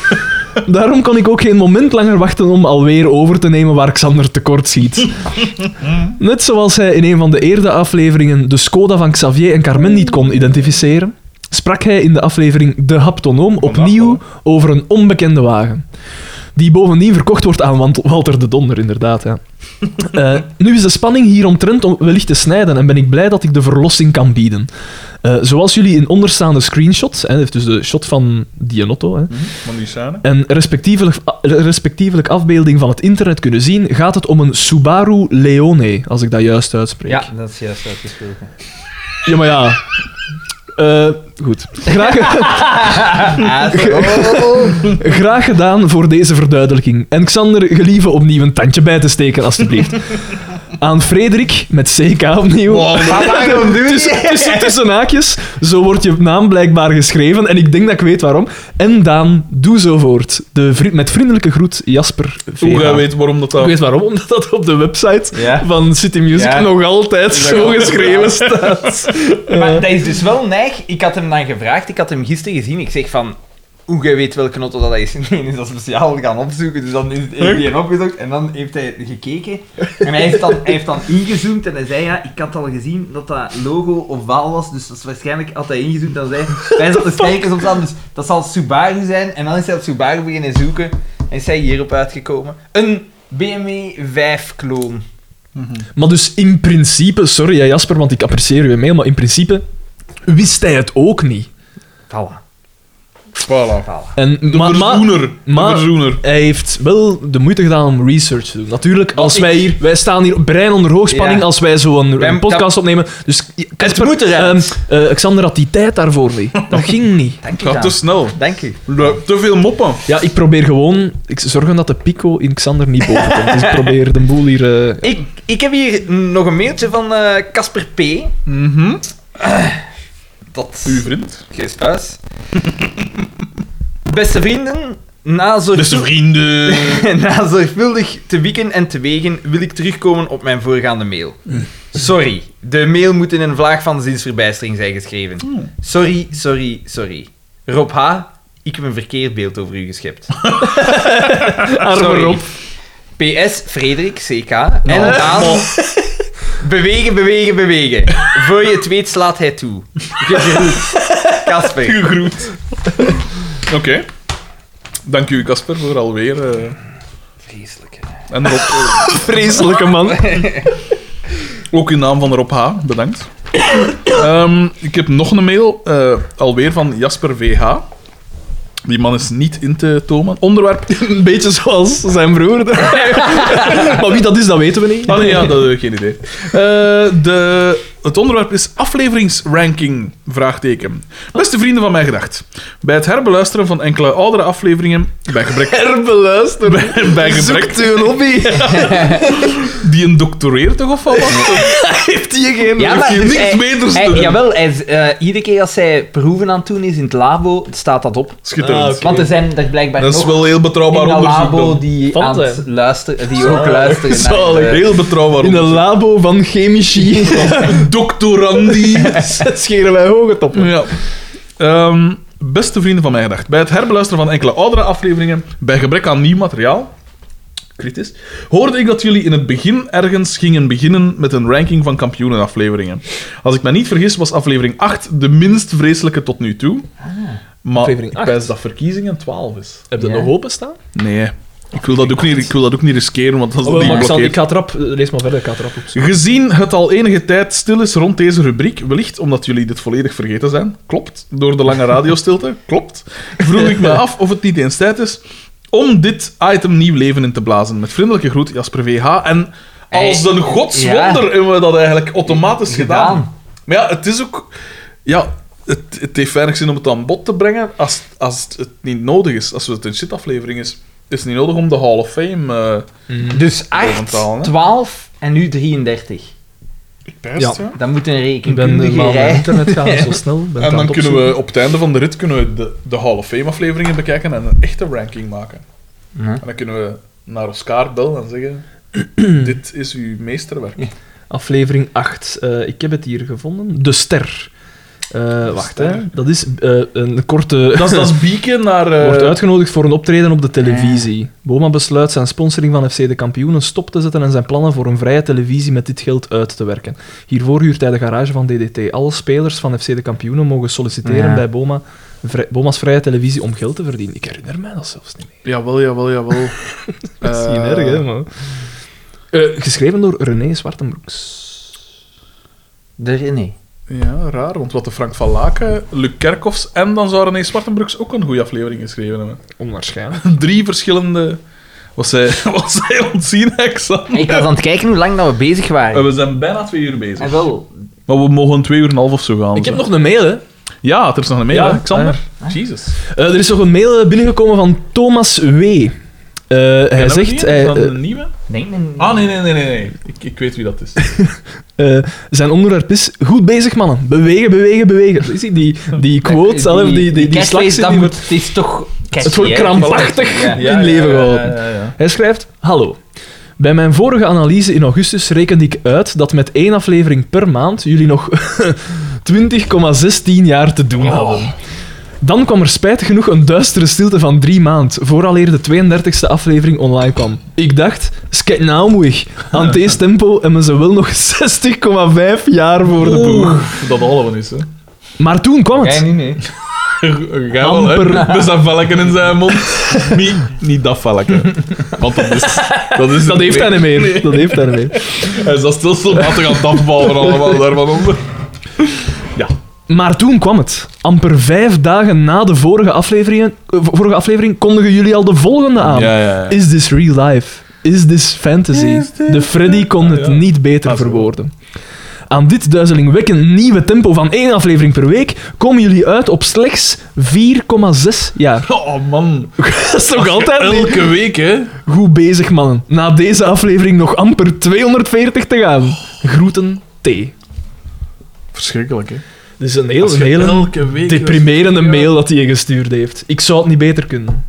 Daarom kon ik ook geen moment langer wachten om alweer over te nemen waar Xander tekort schiet. Net zoals hij in een van de eerdere afleveringen de Skoda van Xavier en Carmen niet kon identificeren, sprak hij in de aflevering De Haptonoom opnieuw over een onbekende wagen. Die bovendien verkocht wordt aan Want- Walter de Donder, inderdaad. Ja. Eh, nu is de spanning hieromtrent om- wellicht te snijden en ben ik blij dat ik de verlossing kan bieden. Eh, zoals jullie in onderstaande screenshots, hè, dus de shot van Dianotto, hè, Mhm. Van die scène. en respectievelijk, respectievelijk afbeelding van het internet kunnen zien, gaat het om een Subaru Leone, als ik dat juist uitspreek. Ja, dat is juist uitgesproken. Ja, maar ja. Eh, goed. Graag, Ah, zo. graag gedaan voor deze verduidelijking. En Xander, gelieve opnieuw een tandje bij te steken, alstublieft. Aan Frederik, met CK opnieuw. Maar waarom doe je Tussen, tussen, tussen haakjes, zo wordt je naam blijkbaar geschreven en ik denk dat ik weet waarom. En Daan, doe zo voort. De vri- met vriendelijke groet, Jasper Hoe jij Vera. weet waarom dat... Ik dat... weet waarom, omdat dat op de website Ja. van City Music Ja. nog altijd Dat zo kan. geschreven staat. Maar dat is dus wel neig. Ik had hem dan gevraagd, ik had hem gisteren gezien. Ik zeg van, hoe jij weet welke auto dat is. Nee, is dat speciaal gaan opzoeken. Dus dan is, heeft hij een opgezocht en dan heeft hij gekeken. En hij heeft, dan, hij heeft dan ingezoomd en hij zei, ja, ik had al gezien dat dat logo ovaal was. Dus dat is waarschijnlijk had hij ingezoomd en zei, wij zaten kijkers op staan, dus dat zal Subaru zijn. En dan is hij op Subaru beginnen zoeken en is hij hierop uitgekomen. Een BMW 5-kloon. Maar dus in principe, sorry hè, Jasper, want ik apprecieer uw mail, maar in principe wist hij het ook niet. Voilà, Voilà. voilà. En, De maar, maar- verzoener. De maar- verzoener. Hij heeft wel de moeite gedaan om research te doen. Natuurlijk, als ik- wij hier... Wij staan hier brein onder hoogspanning Ja. als wij zo'n Wij- een podcast opnemen. Dus Kasper, moet eruit. ehm, eh, Xander had die tijd daarvoor niet. Dat ging niet. Dank u Gaat te dan. snel. Dank u. Le- Te veel moppen. Ja, ik probeer gewoon... Ik zorgen dat de pico in Xander niet boven komt. Dus ik probeer de boel hier... eh, Ik, ik heb hier nog een mailtje van eh, Casper P. Dat Mhm. Uw vriend. Geen spuis. Beste vrienden, na, zorg... Beste vrienden. na zorgvuldig te wikken en te wegen wil ik terugkomen op mijn voorgaande mail. Sorry, de mail moet in een vlaag van zinsverbijstering zijn geschreven. Hmm. Oh. Sorry, sorry, sorry. Rob H., ik heb een verkeerd beeld over u geschept. arme Sorry. Rob. PS, Frederik, CK. En Nou. Oh. Daan. Bewegen, bewegen, bewegen. Voor je het weet slaat hij toe. Gegroet. Kasper. Gegroet. Oké. Dank u, Casper, voor alweer. eh, Vreselijk. en Rob, eh, Vreselijke man. ook in naam van Rob H. Bedankt. Ehm, ik heb nog een mail, eh, alweer van Jasper VH. Die man is niet in te tomen. Onderwerp. Een beetje zoals zijn broer. maar wie dat is, dat weten we niet. Ah, nee, ja, dat heb ik geen idee. Eh, de, het onderwerp is afleveringsranking, vraagteken. Beste vrienden van mijn gedacht. Bij het herbeluisteren van enkele oudere afleveringen, bij gebrek... Herbeluisteren. bij, bij gebrek... Zoekt u een hobby? Die een doctoreer toch of wat? Heeft hij geen... Ja, maar- dus niks beters te hij, doen. Jawel, hij, is, eh, iedere keer als hij proeven aan het doen is in het labo, staat dat op. Schitterend. Ah, oké. Want er zijn er blijkbaar Dat is nog wel heel betrouwbaar in dat onderzoek. labo dan. die, Van aan het zijn. luisteren, die ook Zalig. luisteren naar... Zalig. eh, Heel betrouwbaar In een onderzoek. labo van chemici Doctorandi. scheren wij hoge toppen. Ja. Ehm, beste vrienden van mij gedacht. Bij het herbeluisteren van enkele oudere afleveringen, bij gebrek aan nieuw materiaal, kritisch, hoorde ik dat jullie in het begin ergens gingen beginnen met een ranking van kampioenenafleveringen. Als ik me niet vergis, was aflevering 8 de minst vreselijke tot nu toe. Maar Ah. Aflevering ik acht? wijs dat verkiezingen 12 is. Heb je Ja. nog open staan? Nee. Ik wil dat ook niet, ik wil dat ook niet riskeren, want dat is Oh, die maar ik, zal, blokkeert. ik ga het rap... eh, Lees maar verder, ik ga het rap opzoeken. Gezien het al enige tijd stil is rond deze rubriek, wellicht omdat jullie dit volledig vergeten zijn, klopt, door de lange radiostilte, klopt, vroeg ik me af of het niet eens tijd is om dit item nieuw leven in te blazen. Met vriendelijke groet, Jasper VH. En als Hey, een godswonder hebben we dat eigenlijk automatisch gedaan. Gedaan. Maar ja, het is ook... Ja, het, het heeft weinig zin om het aan bod te brengen als, als het niet nodig is. Als het een shitaflevering is. Het is niet nodig om de Hall of Fame... eh, Dus Bovental, 8, hè? 12 en nu 33. pijst, Ja. Dat moet een Ik ben eh, rekenkundige maar mijn rij. internet gaat zo snel. Ben het En dan aan het kunnen opzoeken. we op het einde van de rit kunnen we de, de Hall of Fame afleveringen bekijken en een echte ranking maken. Ja. En dan kunnen we naar Oscar bellen en zeggen: Dit is uw meesterwerk. Aflevering 8. Eh, ik heb het hier gevonden. De ster. Eh, wacht, ster. hè. Dat is eh, een korte... Dat is, dat is Bieke naar. eh, Wordt uitgenodigd voor een optreden op de televisie. Boma besluit zijn sponsoring van FC de kampioenen stop te zetten en zijn plannen voor een vrije televisie met dit geld uit te werken. Hiervoor huurt hij de garage van DDT. Alle spelers van FC de kampioenen mogen solliciteren Ja. bij Boma, vrij- Boma's vrije televisie om geld te verdienen. Ik herinner mij dat zelfs niet meer. Jawel, jawel, jawel. Dat is niet Eh, erg, hè, man. Eh, geschreven door René Zwartenbroeks. De René. Ja, raar, want wat de Frank van Laken, Luc Kerkhoffs en dan zou René Swartenbroeks ook een goede aflevering geschreven hebben. Onwaarschijnlijk. Drie verschillende. Was hij, was hij ontzien, Alexander? Ik was aan het kijken hoe lang dat we bezig En waren. We zijn bijna twee uur bezig. En wel, Maar we mogen twee uur en een half of zo gaan. Ik heb zo. nog een mail, hè. Ja, er is nog een mail, Ja, hè, Ah, Xander. Jezus. Eh, er is nog een mail eh, binnengekomen van Thomas W. Eh, hij zegt... hij, Van eh, een nieuwe? nee, nee, nee. Ah, nee, nee, nee, nee. nee. Ik, ik weet wie dat is. Eh, zijn onderwerp is goed bezig, mannen. Bewegen, bewegen, bewegen. Zie je die, die quote zelf, die, die, die, catchphrase, slagzin, dat die moet- wordt- Het is toch... Het catchy, wordt hè? krampachtig Ja. in leven gehouden. Ja, ja, ja. Hij schrijft: Hallo. Bij mijn vorige analyse in augustus rekende ik uit dat met één Oh. aflevering per maand jullie nog 20,16 jaar te doen hadden. Dan kwam er spijtig genoeg een duistere stilte van drie maanden, vooraleer de 32e aflevering online kwam. Ik dacht, skijk nauwmoeig, aan deze tempo en ze wil nog 60,5 jaar voor de boeg. Dat alle van is, hè. Maar toen kwam Jij het. niet, nee. Ga wel, hè. Amper. Dus dat velletje in zijn mond. Niet, niet dat velletje. Want dat is... Dat, is Dat heeft hij niet meer. Dat heeft hij niet meer. Hij is dat stilstelmatig aan het afvallen allemaal daarvan onder. Maar toen kwam het. Amper vijf dagen na de vorige aflevering, eh, vorige aflevering kondigen jullie al de volgende aan. Ja, ja, ja. Ah. Is this real life? Is this fantasy? Is this- De Freddy kon het Ah, ja. niet beter Ah, zo. verwoorden. Aan dit duizelingwekkend nieuwe tempo van één aflevering per week komen jullie uit op slechts 4,6 jaar. Oh, man. Dat is toch altijd niet Elke week, hè. goed bezig, mannen. Na deze aflevering nog amper 240 te gaan. Groeten T. Verschrikkelijk, hè. Dit is een Als heel, je een hele elke week... deprimerende Ja. mail dat hij je gestuurd heeft. Ik zou het niet beter kunnen.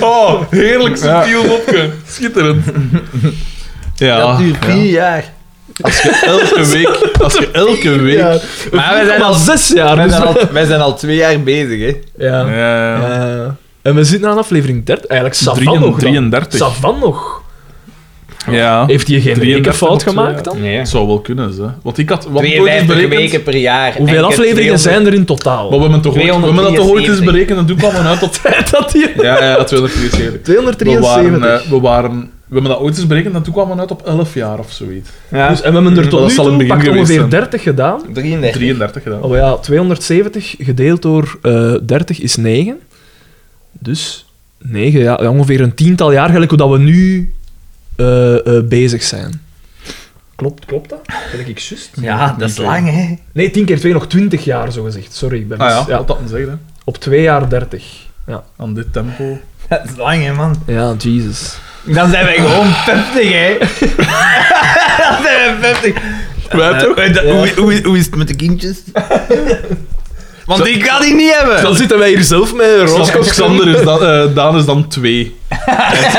Oh, heerlijk subtiel mopje. Schitterend. Ja. Dat duurt vier jaar. Als je elke week... Als je elke week... Ja. Maar wij zijn al- 6 jaar. Wij dus zijn, al, wij zijn al twee jaar bezig, hè. Ja. ja, ja. Eh, en we zitten aan aflevering 30. Eigenlijk Savan Drieën- nog. dan. 33. Savan nog. Ja. Heeft hij geen 33 enkele fout nog, gemaakt ja. dan? Nee. Het zou wel kunnen, hè. Want ik had... Want ooit eens 52 berekend- weken per jaar. Hoeveel Enkele afleveringen 200 zijn er in totaal? Maar we hebben, toch ooit, we hebben dat toch ooit eens 273. berekend en toen kwam we uit tot... dat die... Ja, ja, 274. We waren, eh, we waren... We hebben dat ooit eens berekend en toen kwam we uit op 11 jaar of zoiets. Ja, Dus, en we hebben er tot Dat nu zal een toe begin pakt geweest ongeveer zijn. 30 gedaan. 33. 33 gedaan. Oh ja, 270 gedeeld door eh 30 is 9. Dus 9, ja, ja, ongeveer een tiental jaar gelijk hoe dat we nu eh, eh, bezig zijn. Klopt, klopt dat? Ben ik juist? Ja, dat is lang, hè. Nee, 10 keer 2 nog 20 jaar, zo gezegd. Sorry, ik ben Ah ja, mis. Ja, wat dat dan zeggen, hè. op 2 jaar 30. Aan dit tempo. Dat is lang, hè, man. Ja, Jesus. Dan zijn wij gewoon 50, hè. Dan zijn wij 50. Eh, eh, dat- hoe, hoe, hoe is het met de kindjes? Want die kan die niet hebben. Dan zitten wij hier zelf met Xander- Roscoe Xander is dan, eh, Daan is dan 2.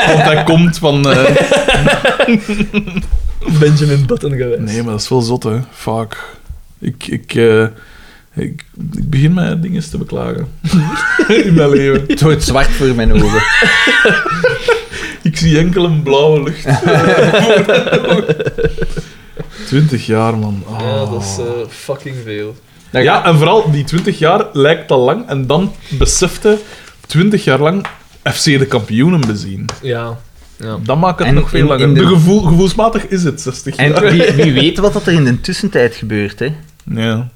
Want hij komt van... eh, Benjamin Button geweest. Nee, maar dat is wel zot, hè. Fuck. Ik, ik, eh, ik, ik begin mij dingen te beklagen. In mijn leven. Het wordt zwart voor mijn ogen. Ik zie enkel een blauwe lucht. eh, voor mijn ogen. Twintig jaar, man. Ah. Ja, dat is eh, fucking veel. Dan Ja, ja, en vooral die 20 jaar lijkt al lang. En dan besefte 20 jaar lang FC de kampioenen bezien. Ja. ja. Dan maakt het En nog veel in- langer. in de... de- gevoel, gevoelsmatig is het 60 jaar. en wie, wie weet wat dat er in de tussentijd gebeurt, hè. Ja.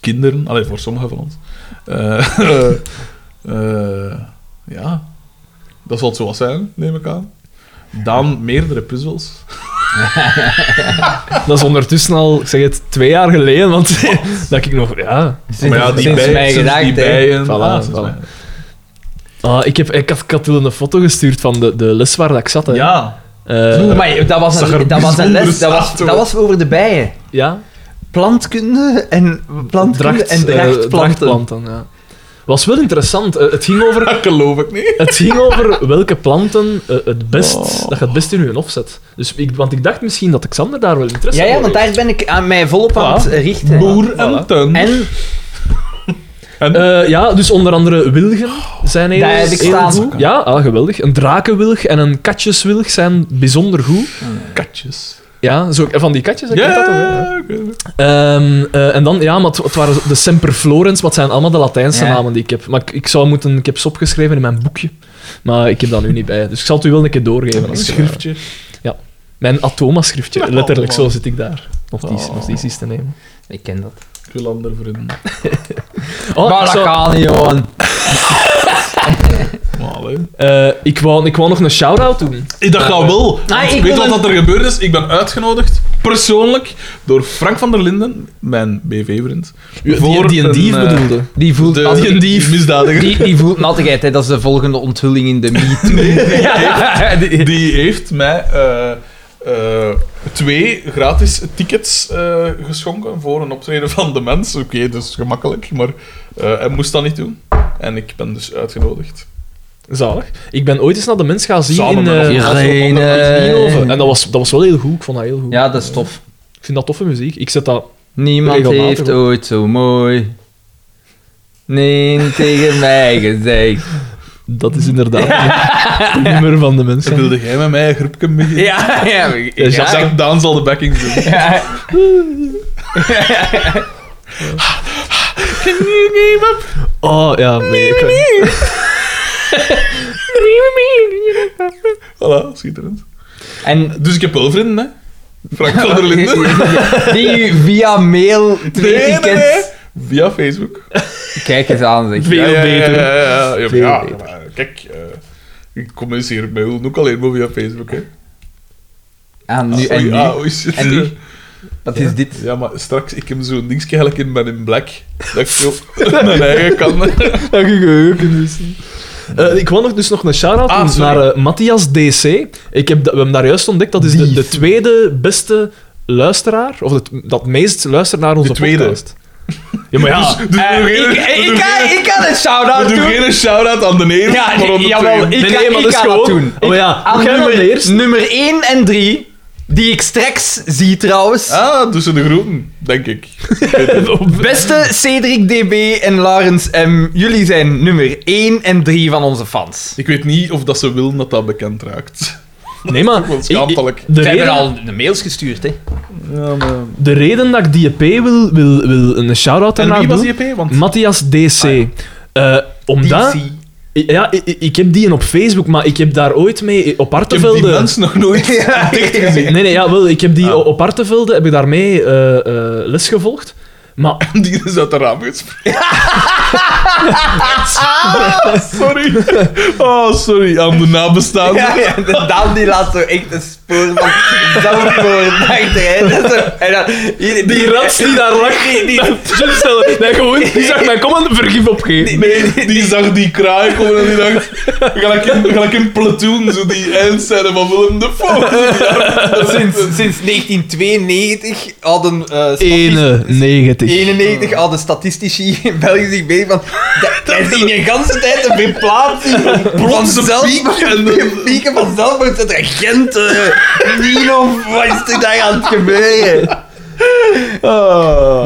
Kinderen, alleen voor sommigen van ons. Eh, eh, eh, ja, dat zal het zoals zijn, neem ik aan. Dan meerdere puzzels. Dat is ondertussen al, ik zeg het, twee jaar geleden, want dat ik nog... Ja. Sinds, maar ja, die sinds bijen, mij sinds gedacht, die hè. bijen. Voilà, ah, sinds voilà. mij. Ah, ik, heb, ik, had, ik had toen een foto gestuurd van de, de les waar dat ik zat. Hè. Ja, Eh, Maar dat was Zag er een, dat was een bijzonder les, dat was, zaad uit. dat was over de bijen. ja? Plantkunde en, plantkunde Dracht- en eh, drachtplanten. drachtplanten, ja. Was wel interessant. Eh, het, ging over, dat geloof ik niet. het ging over welke planten eh, het best, Oh. dat je het best in je opzet. Dus ik, want ik dacht misschien dat Xander daar wel interesse Ja, ja, voor want heeft. daar ben ik aan mij volop aan Voilà. het richten. Boer en tuin. En Eh, ja, dus onder andere wilgen zijn heel, Daar heb ik heel staan. goed. Ja, ah, geweldig. Een drakenwilg en een katjeswilg zijn bijzonder goed. katjes. Ja, zo, van die katjes, ik Ja, weet dat toch, hè? ik weet het. Ehm, eh, en dan, ja, maar het, het waren de Semperflorens, wat zijn allemaal de Latijnse Ja. namen die ik heb. Maar ik, ik zou moeten, ik heb ze opgeschreven in mijn boekje. Maar ik heb dat nu niet bij. Dus ik zal het u wel een keer doorgeven. een Als je- schriftje. mijn atoma-schriftje, Oh, letterlijk, man. zo zit ik daar. Notities, Oh. notities te nemen. ik ken dat. Ik wil andere vrienden. Oh, maar ik, dat zou- kan niet, Johan. Maar, hè. eh, ik, wou, ik wou nog een shout-out doen. Ik dacht dat wel. Want Ah, ik weet wil wat een- dat er gebeurd is? Ik ben uitgenodigd, persoonlijk, door Frank van der Linden, mijn BV-vriend. die, die een dief eh, bedoelde. Die voelt, De, nat- die dief. Misdadiger. Die, die, die voelt nattigheid, hè. dat is de volgende onthulling in de MeToo. Die- heeft mij eh, eh, twee gratis tickets eh, geschonken voor een optreden van de mens. Oké, dus gemakkelijk, maar eh, hij moest dat niet doen. En ik ben dus uitgenodigd. Zalig. Ik ben ooit eens naar de mens gaan zien Samen in, met nog eh, een aantal Irene. andere mensen. in Eindhoven. En dat was, dat was wel heel goed. Ik vond dat heel goed. Ja, dat is tof. Ik vind dat toffe muziek. Ik zet dat Niemand Regelmatig heeft wel. ooit zo mooi. Nee, tegen mij gezegd. Dat is inderdaad het nummer van de mensen. Wilde jij met mij een groepje beginnen? Ja, ja. ja, Ja, Dus Jacques Daan zal de backing doen. Oh, ja, nee. ik weet- Voilà, schitterend. En Dus ik heb wel vrienden, hè. Frank van der Linden. die u via mail twee Nee, nee, tickets... nee. Via Facebook. Kijk eens aan, zeg. ja, Veel ja, beter. Ja, ja, ja. Ja, maar Veel ja, beter. maar kijk, eh, ik communiceer met Hulden ook alleen maar via Facebook. Hè. Aan nu en Oei, ah, nu. oei, shit. En nu? Wat is dit? Ja, maar straks, ik heb zo'n dingetje eigenlijk in Ben in Black. Dat ik zo mijn eigen kan. Dat je geheugen dus. is. Dus Eh, ik wou nog, dus nog een shout-out Ah, doen sorry. naar eh, Matthias DC. Ik heb, dat- we hebben daar juist ontdekt, dat is de, de tweede beste luisteraar, of het, dat meest luistert naar onze tweede. podcast. Ja, maar ja. Dus, dus Eh, we doen ik, geen- ik, we doen kan, geen- ik kan een we shout-out doen doen. geen shout-out aan de neer, Ja, maar aan de jawel, tweede. ik Nee, kan, nee, maar ik dat is kan gewoon- dat doen. Oh, Ik- ja. aan Jij nummer, maar eerst. nummer 1 en 3, die ik straks zie trouwens. Ah, tussen de groepen, denk ik. Beste Cedric DB en Laurens M, jullie zijn nummer 1 en 3 van onze fans. Ik weet niet of dat ze willen dat dat bekend raakt. Nee, maar... Wel schaamtelijk. Ze de hebben reden- al de mails gestuurd, hè? Ja, maar... De reden dat ik die EP wil, wil, wil een shout-out En ernaar wie was doen... die E EP? Want... Matthias DC. Ah, Eh, omdat... DC. Ja, ik, ik- ik heb die op Facebook, maar ik heb daar ooit mee... Ik Op heb die Artevelde... mensen nog nooit dicht gezien. Nee, nee, ja, wel, ik heb die Ah. op Artevelde, heb ik daarmee eh eh les gevolgd. Maar Die is uit de raam gesprongen. sorry. Oh, sorry. Aan de nabestaanden. Ja, ja, de Daan die laat zo echt een spoor van zout voor het achteruit. Zo, En dan, die, die rats die daar lag, die, die, nee, gewoon, die zag mij komen vergif opgeven. Nee, die zag die kraai komen en die dacht... Gelijk in, gelijk in Platoon, zo die eindscène van Willem Dafoe. Sinds, sinds 1992 hadden eh, statistici- 91. 91 hadden statistici in België zich bezig van... da- Wij zien de ganse tijd een verplaatsing van Plotse zelf- piek en dan- pieken van zelfmoord uit agenten. Nino, wat is er daar aan het gebeuren?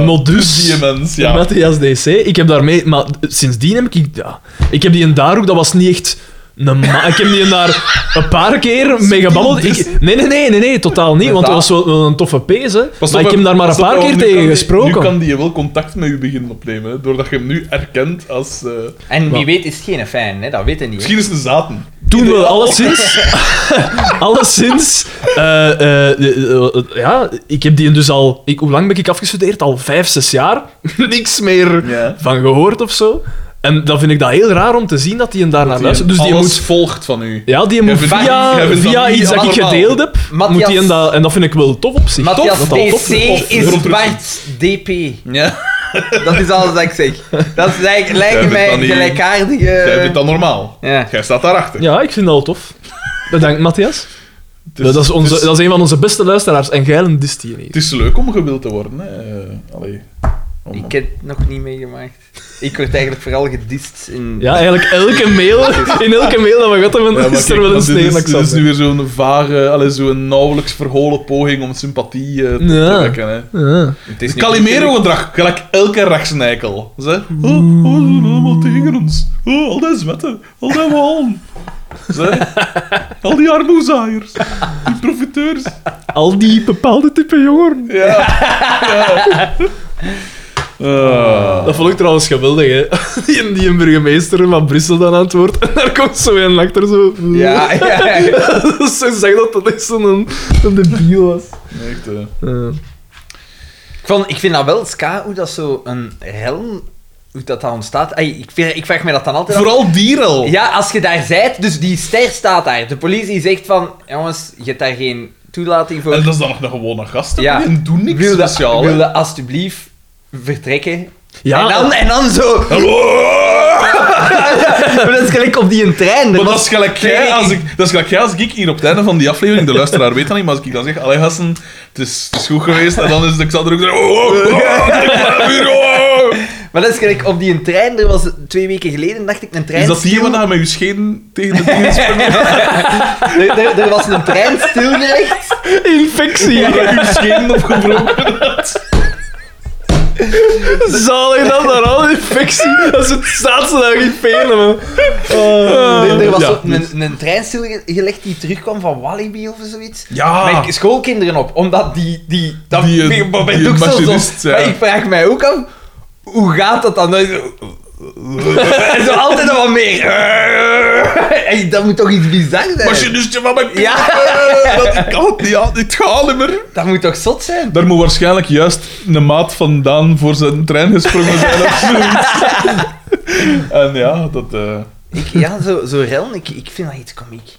Modus. Die mens, ja. dus, Matthias DC. Ik heb daarmee... Maar sindsdien heb ik... Ja, ik heb die in daar ook... Dat was niet echt... Een ma- ik heb die in daar een paar keer mee gebabbeld. dus- Ik, nee, nee, nee, nee, nee, totaal niet. Want dat was wel, wel een toffe pees, hè. Pas maar op, ik heb daar maar een pas op, paar want keer nu kan tegen die- gesproken. Nu kan die wel contact met u beginnen opnemen, hè, doordat je hem nu erkent als... eh, En wie weet is het geen fijn, hè? dat weten niet. hè. misschien is het een zaten. Toen wel, alleszins. alleszins. eh, eh, eh, eh, ja, ik heb die dus al. Ik, hoe lang ben ik afgestudeerd? Al vijf, zes jaar. Niks meer Ja. van gehoord of zo. En dan vind ik dat heel raar om te zien dat die hem daar naar luistert. Dus die Alles moet. volgt van u. Ja, die moet vindt- jij via, vindt dat via niet iets dat ik allemaal. gedeeld heb, Matthias- moet die hem dat, en dat vind ik wel tof op zich. Matthias tof, dat al tof DC is. is Waarom terug? Bart DP. Ja. Dat is alles dat ik zeg. Dat lijkt, lijken vindt mij dat niet- gelijkaardige... Jij vindt dat normaal. Ja. Jij staat daarachter. Ja, ik vind dat wel tof. Bedankt, Matthias. Het dat, is onze, het dat is een van onze beste luisteraars en geilen dist hier. Het is leuk om gewild te worden. Hè. Eh, Allee. Om- Ik heb het nog niet meegemaakt. Ik word eigenlijk vooral gedist in... Ja, eigenlijk elke mail, in elke mail dat we gehad hebben, Ja, maar is er kijk, wel een want dit is- steenak Dit is nu weer zo'n vage, allee, zo'n nauwelijks verholen poging om sympathie eh, te Ja. te wekken. Hè. Ja. Het is niet- Calimero-gedrag, gelijk elke rechtsneikel. Ze, oh, oh, ze doen allemaal tegen ons. Oh, al die zwetten, al die wallen. Ze, al die armoezaaiers, die profiteurs. Al die bepaalde type jongeren. Ja. ja. Ah. Dat vond ik trouwens geweldig, hè. Die, die een burgemeester van Brussel dan aan het woord. En daar komt zo een achter zo... Ja, ja, ja. Ze zegt dat dat echt zo'n een debiel was. Nee, echt, eh. Ja. Ik, vond, ik vind dat wel ska, hoe dat zo een helm... Hoe dat dan ontstaat. Ai, ik, vind- ik vraag me dat dan altijd af. Vooral dierel. Ja, als je daar zijt, dus die ster staat daar. De politie zegt van... Jongens, je hebt daar geen toelating voor. En dat is dan nog een gewone gast. hè. Ja. Die doen niks Wil je- speciaal. hè. wil je alstublieft vertrekken? Ja. en, dan, en dan zo... Maar dat is gelijk op die een trein. Maar Er dat is was- gelijk jij Nee. als ik, dat is gelijk jij als ik hier op het einde van die aflevering, de luisteraar weet dat niet, maar als ik dan zeg, allee gasten, het is, het is goed geweest, en dan is de Xander ook zo... Oh, oh, oh, ik blijf hier, oh. Maar dat is gelijk op die een trein. Er was twee weken geleden, dacht ik, een trein Is dat stil. hier waar je met je schenen tegen de dingen springt? Er, er- er was een trein stilgelegd. Infectie. Dat je schenen opgebroken hebt? Zalig dat daar al een infectie. Dat is het staatste dat ik velen, Ah. man. Er, er was ja. zo een, een trein stilgelegd die terugkwam van Walibi of zoiets. Ja. Met schoolkinderen op, omdat die... die, dat, Die, eh, die- maar die met doeksels op. machinist, ja. Maar ik vraag mij ook af, hoe gaat dat dan? Dat is zo- En zo altijd nog wat meer. En dat moet toch iets bizar zijn? Machinistje dus van mijn Ja. Eh, Dat ik kan het niet aan, dit gaat niet meer. Dat moet toch zot zijn? Daar moet waarschijnlijk juist een maat vandaan voor zijn trein gesprongen zijn of zoiets. En ja, dat... eh, Ik, ja, zo, zo rellen, ik, ik vind dat iets komiek.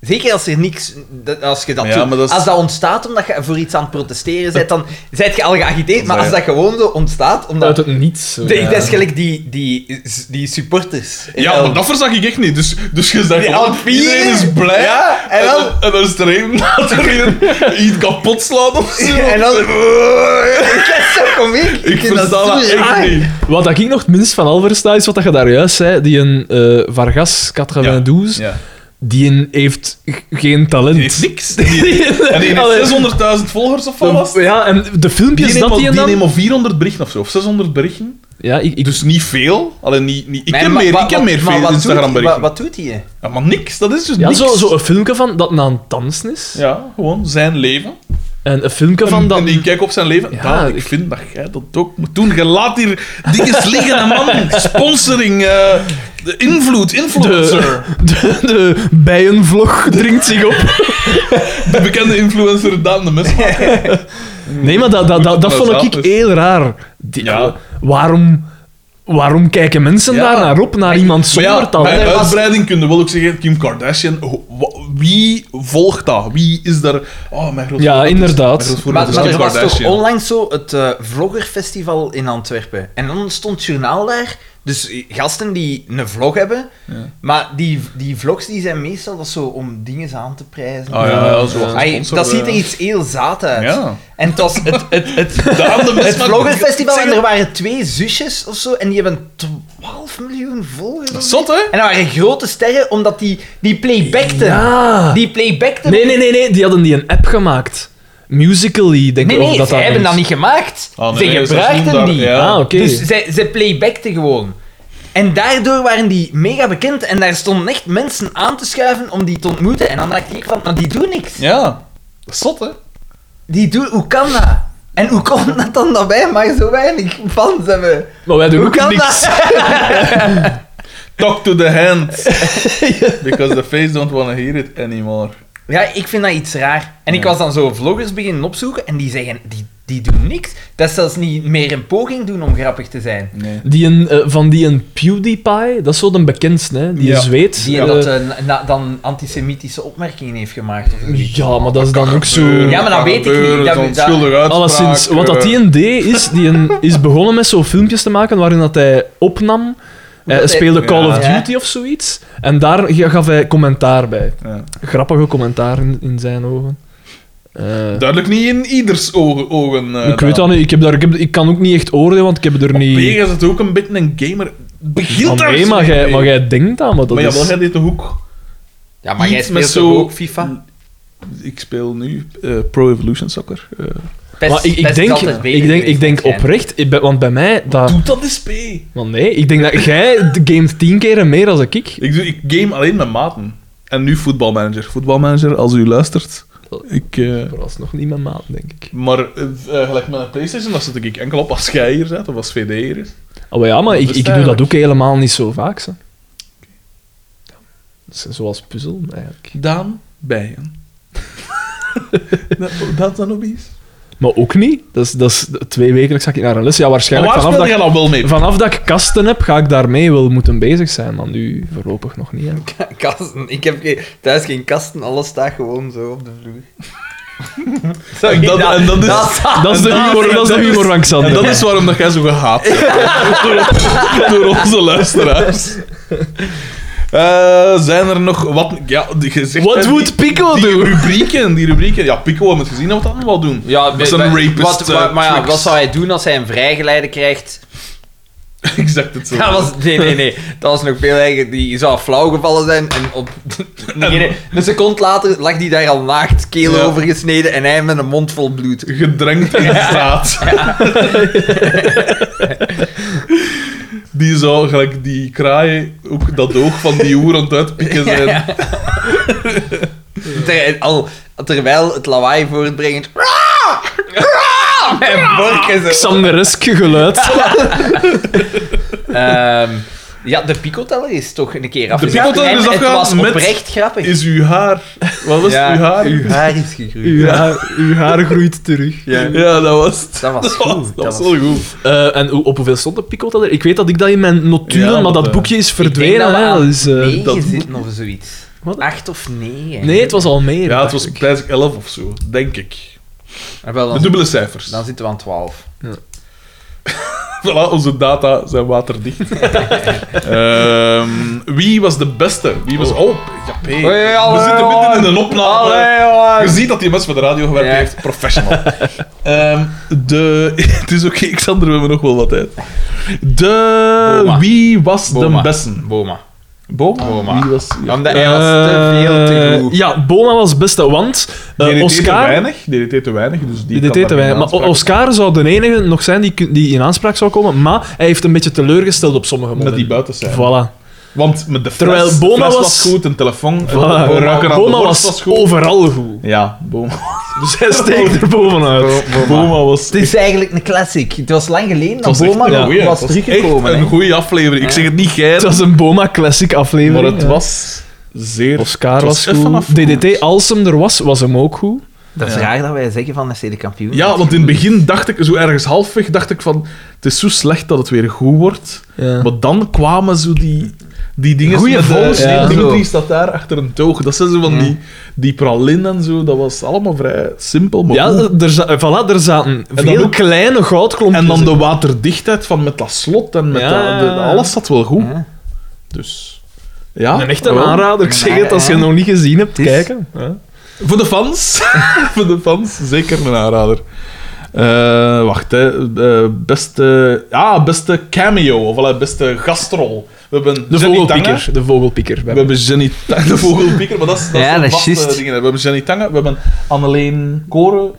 Zeker als er niks... dat- Als, je dat Ja, doet. maar dat is- als dat ontstaat omdat je voor iets aan het protesteren bent, dan zijt je al geagiteerd. Maar als dat gewoon zo ontstaat, omdat... Uit het niets. zo, Dat ja. is gelijk die, die, die supporters. Ja, maar dat verzag ik echt niet. Dus, dus je zegt Die gewoon, aan het vieren. iedereen is blij. Ja, en dan- En, en dan is er één dat er een- iets kapot slaat of zo. En dan... Dat dus- Ah. is zo komiek. Ik vind versta zo dat raar. echt niet. Wat dat ik nog het minst van al versta, is wat dat je daar juist zei. Die een eh, Vargas 92, Ja. die een heeft g- geen talent. Die heeft niks. Die, en die Allee. heeft 600.000 volgers of wat was het? De- ja, en de Die filmpjes neemt dat maar- die die neemt dan... maar 400 berichten of zo, of 600 berichten. Ja, ik, ik, Dus niet veel. Alleen niet, niet, ik Maar ken wa- meer, wa- ik ken wat- meer maar veel wat doet- Instagram wa- berichten. Wat doet hij? Ja, maar niks, dat is dus ja niks. zo, zo een filmpje van dat na een dansen is. Ja, gewoon zijn leven. En een filmpje En- van dat... En die kijk op zijn leven. Ja, Daan, ik, ik- vind dat jij dat ook moet doen. Je laat hier dingen liggen, hè, man. Sponsoring, eh, de invloed, influencer. de, de, de bijenvlog dringt zich op. De, bekende influencer Daan de Mesma. Nee, maar dat, dat, dat, dat Hoe dat vond ik zelf is. heel raar. Die- Ja. Waarom, waarom kijken mensen Ja. daar naar op, naar iemand Maar zonder ja, talent? bij was- uitbreiding kunnen we wel ook zeggen, Kim Kardashian, ho- wa- wie volgt dat? Wie is daar... Oh, mijn grote Ja, voorbeeld is- inderdaad. mijn grote voorbeeld Maar, is maar Kim er was toch Kardashian. onlangs zo het eh, vloggerfestival in Antwerpen. En dan stond het journaal daar. Dus eh, gasten die een vlog hebben. Ja. Maar die, die vlogs die zijn meestal dat zo om dingen aan te prijzen. Ah ja, ja, zo wat Ai, gesponsord, dat ziet er eh. iets heel zaad uit. Ja. En het was het, het, het, Daan de het Mesma- vloggerfestival Zeg en het. er waren twee zusjes of zo. En die hebben 12 miljoen volgers. of Zot, hè? En dat waren grote sterren, omdat die, die playbackten. Ja. Die playbackten. Nee, nee, nee, nee, die hadden die een app gemaakt. Musically, denk ik. Nee, of nee, dat zij dat hebben is. dat niet gemaakt. Ah, ze nee, nee, ze gebruikten doen dat, die. ja. Ah, oké. Dus zij, ze playbackten gewoon. En daardoor waren die mega bekend en daar stonden echt mensen aan te schuiven om die te ontmoeten. En dan dacht ik van, nou die doen niks. Ja. Zot, hè? Die doen, hoe kan dat? En hoe komt dat dan dat wij maar zo weinig fans hebben? Maar wij doen Hoe ook kan niks. dat? Talk to the hands. Because the face don't want to hear it anymore. Ja, ik vind dat iets raar. En ik was dan zo vloggers beginnen opzoeken en die zeggen, die, die doen niks. Dat is zelfs niet meer een poging doen om grappig te zijn. Nee. Die een, eh, van die een PewDiePie, dat is zo de bekendste, hè? die Ja. een Zweed. Die eh, dat eh, na- dan antisemitische opmerkingen heeft gemaakt. Of zoiets. ja, maar dat is dan ook zo... eh, Ja, maar dat weet ik niet. Dat- dat- Alleszins, wat dat eh, die een deed, is die een, is begonnen met zo filmpjes te maken waarin dat hij opnam. Eh, Hij Dat hij- speelde Call of Ja. Duty of zoiets. En daar ga- gaf hij commentaar bij. Ja. Grappige commentaar in, in zijn ogen. Eh, Duidelijk niet in ieders ogen. ogen eh, ik weet dat niet. Ik, heb daar, ik, heb, ik kan ook niet echt oordelen, want ik heb er niet... Pega is het ook een beetje een gamer. Van Begint daar nee, eens maar mee. jij, maar jij denkt dat, maar dat Maar is... jawel, jij deed de hoek. Ja, maar jij Iets met speelt zo- zo ook FIFA. Ik speel nu eh, Pro Evolution Soccer. Eh, Pest, maar ik, ik pest is denk, altijd beter ik denk, geweest ik denk dan jij. oprecht, ik ben- want bij mij... Dat, Doe dat eens mee. want nee, ik denk dat jij gamet tien keren meer dan ik. Ik, doe, ik game alleen met maten. En nu voetbalmanager. Voetbalmanager, als u luistert. Ik, eh, Vooralsnog niet mijn maat, denk ik. maar eh, eh, gelijk met een Playstation, daar zit ik enkel op als jij hier zit, of als VD hier is. Oh, maar ja, maar Dat ik, is ik doe dat eigenlijk- ook helemaal niet zo vaak. Zo. Dat is Zoals puzzel, eigenlijk. Daan Bijen. dat, dat dan nog eens. Maar ook niet. Dat is, dat is twee wekelijks ga ik naar een les. Ja, Maar waarschijnlijk waar vanaf speel dat, jij ik, dan wel mee? vanaf dat ik kasten heb, ga ik daarmee wel moeten bezig zijn. Maar nu voorlopig nog niet. hè. Ah, Kasten. Ik heb geen- thuis geen kasten, alles staat gewoon zo op de vloer. En dat- en dat is- staat- Dat is de En humor, en dat is de humor van Xander. En dat is waarom dat jij zo gehaat wordt door, door onze luisteraars. Eh, zijn er nog wat... Ja, die gezegd, What die- would Pico die doen? rubrieken, die rubrieken. Ja, Pico hebben het gezien wat dat allemaal doen. Ja, dat is een wa- rapist. wat, wa- eh, maar ja, tricks. wat zou hij doen als hij een vrijgeleide krijgt? exact het zo. Dat was, nee, nee, nee. Dat was nog veel erger. Die zou flauw gevallen zijn en op een seconde later lag die daar al naakt, keel Ja. over gesneden en hij met een mond vol bloed. Gedrenkt in straat. Die zou gelijk die kraaien ook dat oog van die oer aan het uitpikken zijn. Ter- al, terwijl het lawaai voortbrengend... En vorken zo. Xanderesk geluid. Ehm, ja, de picoteller is toch een keer afgegaan. picoteller en is Het afgegaan was met- oprecht grappig. Is uw haar... Wat was Ja, het? Uw haar? Uw haar is gegroeid. Uw haar, uw haar groeit terug. Ja. Ja, dat was het. Dat was goed, Dat, dat was was wel goed. Eh, en hoe- op hoeveel stond de picoteller? Ik weet dat ik dat in mijn notulen, Ja, maar dat, dat eh, boekje is Ik denk verdwenen. dat we hè. aan Dus, eh, negen dat- zitten of zoiets. Wat? Acht of negen. Nee, het was al meer. Ja, het dacht was ik. prijs 11 of zo, denk ik. Ah, wel, De dan, dubbele cijfers. dan zitten we aan twaalf. Voilà, onze data zijn waterdicht. Ehm, wie was de beste? Wie was... Oh, ja, P. Hey, We allee, zitten midden in man. een opname. Ah, Je ziet dat die mens voor de radio gewerkt Ja. heeft. Professional. Ehm, de... Het is oké, Xander, we hebben nog wel wat tijd. De... Boma. Wie was Boma. de beste? Boma. Boma? Boma. Wie was... Ja. Omdat hij was te veel te Eh, goed. Ja, Boma was beste, want eh, DDT te Oscar... weinig. DDT te weinig, dus die Die deed kan het daar wij. geen Maar aanspraak op Oscar zou de enige nog zijn die, kun- die in aanspraak zou komen, maar hij heeft een beetje teleurgesteld op sommige Met die momenten. buitencijfers. Voilà. Want met de fles, Terwijl de Boma fles was- goed, een telefoon... voilà. Boma, Boma, was, overal goed. Ja, Boma. Dus hij steekt er bovenuit. Boma was... Het is eigenlijk een classic. Het was lang geleden dat was echt Boma een nog goeie. was Het was echt teruggekomen. Een hè. goede aflevering. Ik zeg het niet geil, Het was een Boma classic maar aflevering. het ja. was zeer... Oscar het was, was goed. even afgevoerd. DDT, als hem er was, was hem ook goed. Dat is Ja. raar dat wij zeggen van FC de kampioen. Ja, want in het begin dacht ik, zo ergens halfweg, dacht ik van... Het is zo slecht dat het weer goed wordt. Ja. Maar dan kwamen zo die... Die dingen... Goeie met de- volks, ja. Dimitri staat daar achter een toog. Dat zijn zo van Ja. die, die pralin en zo. Dat was allemaal vrij simpel, maar goed. Ja, er, za- eh, voilà, er zaten dan veel ook- kleine goudklompjes. En dan de waterdichtheid van met dat slot en met Ja. dat, de- alles zat wel goed. Ja. Dus ja. Een echte Oh. Wel, aanrader, ik zeg het, als je ja. het nog niet gezien hebt, Het is- kijken. Ja. Voor de fans. voor de fans, zeker een aanrader. Eh, wacht, hè. Eh, beste, ah, beste cameo, of wel, eh, beste gastrol. We hebben De Jenny vogelpieker. Tange. De vogelpieker. We hebben Jenny Tange, de vogelpieker, maar dat is, dat Ja, een dat is vaste juist. dingen. We hebben Jenny Tange, we hebben Anneleen Koren,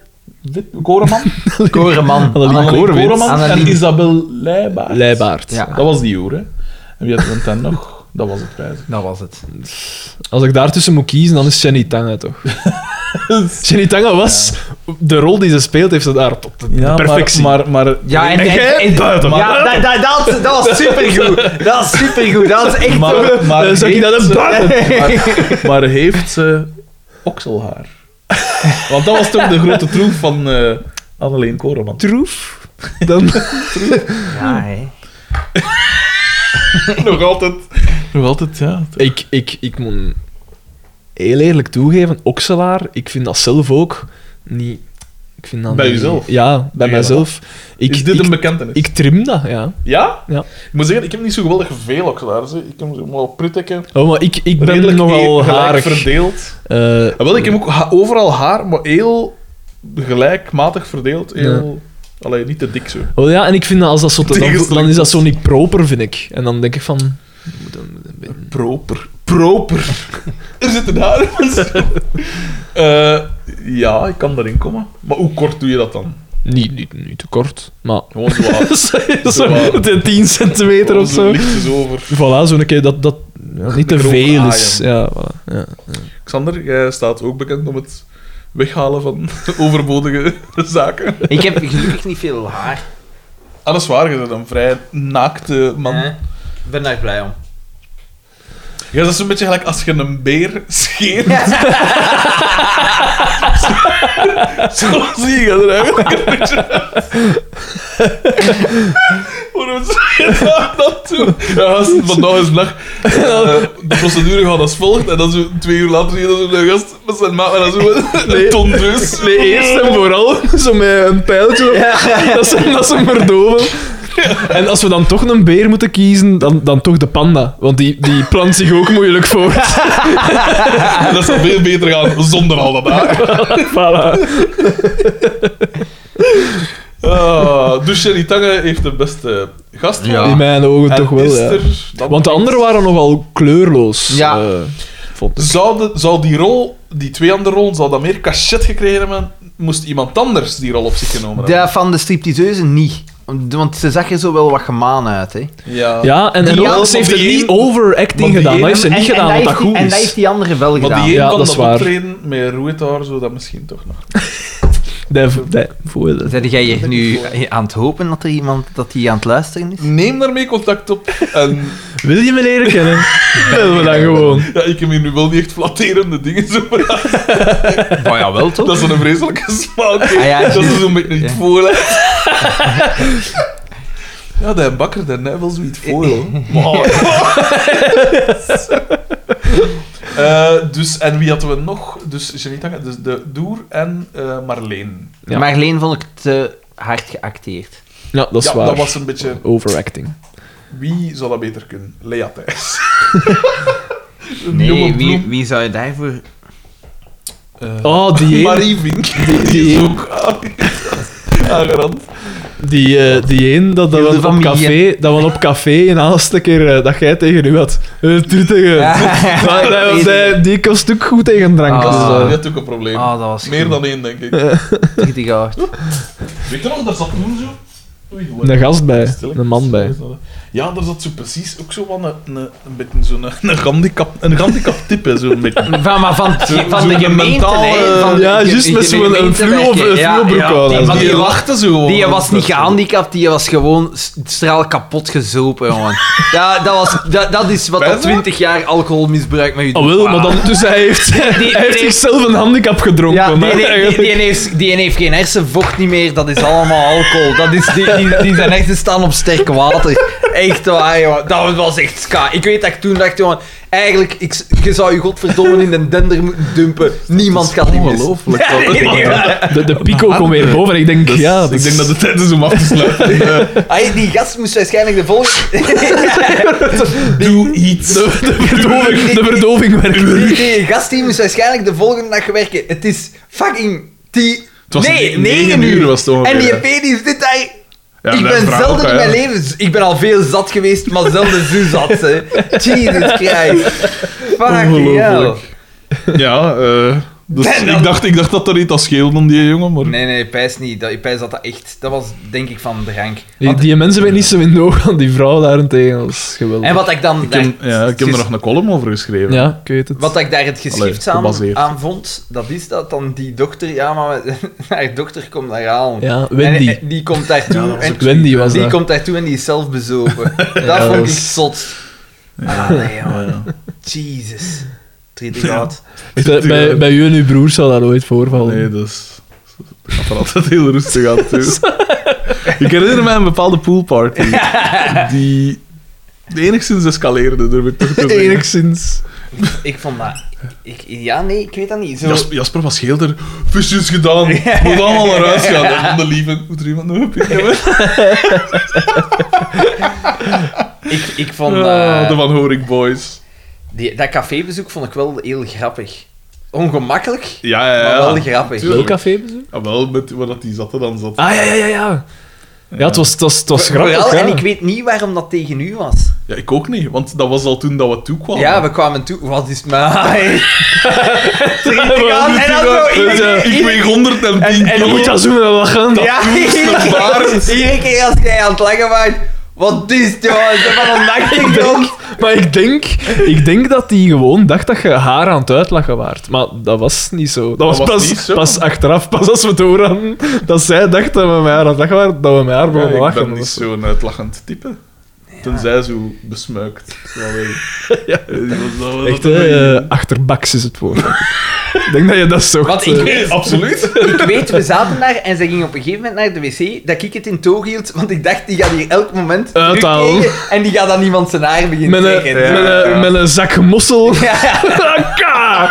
Wit- Koreman, Koreman. Annelie Annelie Koreman. Koreman. en Annelie. Isabel Leijbaard. Leibaard. Ja. Dat was die hoor, hè. En wie had er dan nog? Dat was het prijs. Dat was het. Als ik daartussen moet kiezen, dan is Jenny Tanga toch? Jenny Tanga was de rol die ze speelt, heeft ze daar op de, de perfectie. Maar, maar, maar, Ja, en, En jij? en- en- Buiten, man. ja, dat, dat, dat, dat was supergoed. Dat was supergoed. Dat was echt... maar, maar, Eh, zou ik dat heeft een buiten? ze- maar heeft ze okselhaar? Want dat was toch de grote troef van eh Anneleen Koreman. troef. Dan, Ja, hè. Nog altijd. Nog altijd, ja. ik, ik, ik moet heel eerlijk toegeven, Okselaar, ik vind dat zelf ook niet... Ik vind dat Bij niet- jezelf? Ja, bij Ja. mijzelf. Ik, Is dit ik, een bekentenis? ik trim dat, ja. ja? Ja. Ik moet zeggen, ik heb niet zo geweldig veel okselhaars. hè. Ik heb ze wel prittekken. Oh, maar ik, ik ben Redelijk nogal e- gelijk harig. verdeeld. Eh, Ah, wel, ik heb ook ha- overal haar, maar heel gelijkmatig verdeeld. Heel... Allee, niet te dik zo. Oh ja, en ik vind dat als dat zo te, dan, Tegenstelling dan is dat zo niet proper, vind ik. En dan denk ik van. moet een- moet een beetje- Proper. Proper. er zitten daar mensen. Eh, ja, ik kan erin komen. Maar hoe kort doe je dat dan? Niet, niet, niet te kort, maar. Gewoon zo aan. zo, waar. de 10 centimeter Gewoon of zo. lichtjes over. Voilà, zo'n keer dat dat ja, niet te erover veel is. aaien. Ja, voilà, ja. Xander, jij staat ook bekend om het weghalen van overbodige zaken. Ik heb gelukkig niet veel haar. Ah, dat is waar, je bent een vrij naakte man. hè. Ik ben daar blij om. Ja, dat is een beetje gelijk als je een beer scheert. zo, zo zie je er eigenlijk een beetje uit. Waarom zeg je dat dan toe? Ja, gast, vandaag is nou nacht. Eh, de procedure gaat als volgt. En dan zo twee uur later zie je dat zo'n gast met zijn maat en dan zo een Nee. ton dus. Nee, eerst en vooral zo met een pijltje. Dat ze dat ze hem verdoven. En als we dan toch een beer moeten kiezen, dan, dan toch de panda. Want die, die plant zich ook moeilijk voort. Dat zou veel beter gaan zonder al dat haar. Voilà. Ah, Maar Dusje Nitange heeft de beste gast. Ja. In mijn ogen En toch wel, is ja. er dan Want de iets- anderen waren nogal kleurloos. Ja. eh, vond ik. Zou, de- zou die rol, die twee andere rollen, zou dat meer cachet gekregen hebben? Moest iemand anders die rol op zich genomen Ja, van de stripteaseuze niet. Want ze zag er zo wel wat gemaan uit, hè. hebben? Ja. Ja, en, en Die ook, ene- ze heeft die het niet ene- overacting die gedaan. ene- Dat heeft ze En- niet en gedaan, dat wat dat heeft die- goed En dat heeft is. die andere wel Maar die gedaan. één Ja, kan dat dat, is waar. optreden met Roetaar, zo dat misschien toch nog. Dat- dat- voor de- Zijn jij hier nu aan het hopen dat er iemand dat die aan het luisteren is? Neem daarmee contact op. En Wil je me leren kennen? Bel we dan gewoon. ja, ik heb hier nu wel niet echt flatterende dingen zo praten. Maar ja, wel toch? Dat is een vreselijke smaak. Ah, ja. Dat is een beetje niet Ja. voorleid. Ja, de bakker daar net wel zoiets voor, hoor. Maar- Eh, dus, en wie hadden we nog? Dus Janita, dus de Doer en eh, Marleen. Ja. Marleen vond ik te hard geacteerd. Ja, dat is ja, waar. dat was een beetje... Overacting. Wie zou dat beter kunnen? Lea Thijs. Een jonge Nee, bloem. wie, wie zou je daarvoor... Eh, Oh, die ene- Marie Vink. Die, die- is ook aan- aangerand. Die, eh, die een dat, dat, Heel de we op familie. café, dat we op café een laatste keer eh, dat jij tegen u had. Eh, Tuttige. Maar dat- dat- Die kost ook goed tegen Ah. drank. dus, eh, Die had ook een probleem. Ah, dat was Meer goed. dan één, denk ik. Richtig hard. Weet je nog, daar zat toen zo... Oei, hoe- eh, een gast bij, Stil, een man bij. Ja, daar zat zo precies ook zo van een, een, een beetje zo'n een handicap, een handicap type, zo'n beetje. Van, maar van, Zo- van zo'n de gemeente, mentale- hè? Van de Ja, ge- juist met ge- zo'n een gemeentewerker. fluo- een Ja, fluobroek ja, aan. die- Want Die, was, lachten zo gewoon. die was niet gehandicapt, die was gewoon s- straal kapot gezopen, jongen. Ja, dat, was, dat, dat is wat Bijna? dat 20 jaar alcoholmisbruik met je doet. Oh, wel, maar Ah. dan, dus hij heeft, die- hij heeft die- zichzelf een handicap gedronken. Ja, die, hè, die, die, eigenlijk. die heeft, die heeft geen hersenvocht niet meer, dat is allemaal alcohol. Dat is, die, die, die zijn echt staan op sterk water. Echt waar, jongen. Dat was echt ska. Ik weet dat ik toen dacht, jongen, eigenlijk, ik, s- je zou je godverdomme in de dender moeten dumpen. Niemand gaat die missen. Ongelooflijk. wat dat- de, de pico Ah. komt weer boven. Ik denk, ja, Ik denk dat het tijd is om af te sluiten. Eh, Hey, die gast moest waarschijnlijk de volgende... Doe iets. de, de verdoving, de verdoving werkt. Die, die gast die moest waarschijnlijk de volgende dag werken. Het is fucking... Die... was nee, ne- negen 9 uur. uur was het ongeveer, en die ja. P die zit daar... Ja, ik dat ben vraag zelden ook, in mijn ja. leven... z- Ik ben al veel zat geweest, maar zelden zo zat. Hè. Jesus Christ. Fucking hell. Ongelooflijk. Ja, eh, dus Ben dan- ik, dacht, ik dacht dat er iets aan scheelde om die jongen, maar... Nee, nee, Pijs niet. Dat, Pijs had dat echt... Dat was denk ik van drank. Die, die mensen zijn niet zo in de oog, want die vrouw daarentegen dat is geweldig. En wat ik dan... Ik heb, ja, ik heb er nog een column over geschreven. Ja, ik weet het. Wat ik daar het geschrift Allee, aan, gebaseerd. aan vond, dat is dat dan die dokter... Ja, maar haar dokter komt daar halen. Ja, Wendy. En, eh, die komt daartoe Ja, dat was en ook Wendy was die dat. komt daartoe en die is zelf bezopen. dat dat vond ik was- zot. Ah, nee, Ja, jongen. ja. Jesus. Treed Ja. uit. Echt, hè, bij, bij u en uw broer zal dat nooit voorvallen. Nee, dat is... dat gaat er altijd heel rustig aan toe. ik herinner mij een bepaalde poolparty die enigszins escaleerde, durf ik toch te zeggen. Enigszins. Ik vond dat... Ik, ja, nee, ik weet dat niet. Zo... Jas- Jasper was heel er visjes gedaan, moet allemaal naar huis gaan. En de lieve, moet er iemand nog op inkomen? Ik, ik vond... Ah, eh, de Van Horik Boys. die, dat cafébezoek vond ik wel heel grappig. Ongemakkelijk, Ja, ja, ja. maar wel grappig. Tuurlijk. Welk café bezoek? Ja, wel, met waar dat die zat dan zat. Ah, ja, ja, ja. Ja, ja het was, het was, het was Vooral, grappig. ja. En ik weet niet waarom dat tegen u was. Ja, ik ook niet, want dat was al toen dat we toekwamen. Ja, we kwamen toe. Wat is mij? en dan zo... Ik, iedere keer- ik weeg 110 En dan kilo. moet je dat doen met wat gaan. Ja, iedere nog keer- waar. iedere keer als jij aan het lachen was... Wat is het, jongen? Ze van een nachtje dronk. Maar ik denk, ik denk dat die gewoon dacht dat je haar aan het uitlachen waart. Maar dat was niet zo. Dat, was, was pas, niet zo. pas achteraf, pas als we door hadden, dat zij dacht dat we met haar aan het lachen waren, dat we met haar Ja, begonnen ik lachen. ben niet zo'n uitlachend type. Tenzij zo besmuikt. eh. Ja, Echt, hè, eh, achterbaks is het woord. ik denk dat je dat zo. eh, Want ik weet, eh, absoluut. ik weet, we zaten daar en ze ging op een gegeven moment naar de wc, dat ik het in toog hield, want ik dacht, die gaat hier elk moment Uithalen. terugkeren en die gaat dan iemand zijn haar beginnen Met een, trekken. met, ja, een, ja. met een zak mossel. Ja. Akka!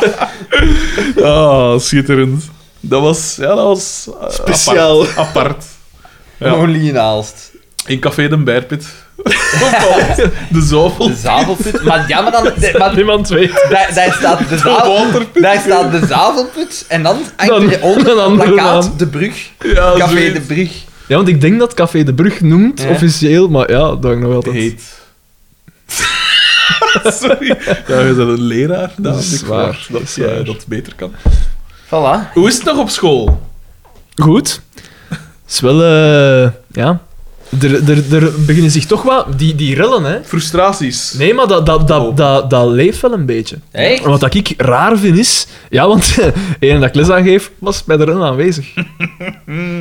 Ah, schitterend. Dat was, ja, dat was eh, Speciaal. Apart. apart. Ja. Only in Aalst. In Café de Bijrpit. De zoveel. De zavelput. Maar ja, maar dan... de- maar Niemand weet. daar, daar staat de zavel, waterput. daar staat de zavelput en dan hangt Dan- er onder dan een andere plakkaat naam. De Brug. Ja, Café zoiets. De Brug. Ja, want ik denk dat Café de Brug noemt, Ja. officieel, maar ja, dat nog altijd. Heet. Sorry. Ja, je bent een leraar. Dat is is waar, waar. Dat, is jij waar. dat beter kan. Voilà. Hoe is het nog op school? Goed. is wel, eh, ja. Er, er, er beginnen zich toch wel die, die rillen, hè? Frustraties. Nee, maar dat, dat, dat, Oh. dat, dat leeft wel een beetje. Echt? Wat dat ik raar vind is, ja, want de ene dat ik les aangeef, was bij de run aanwezig.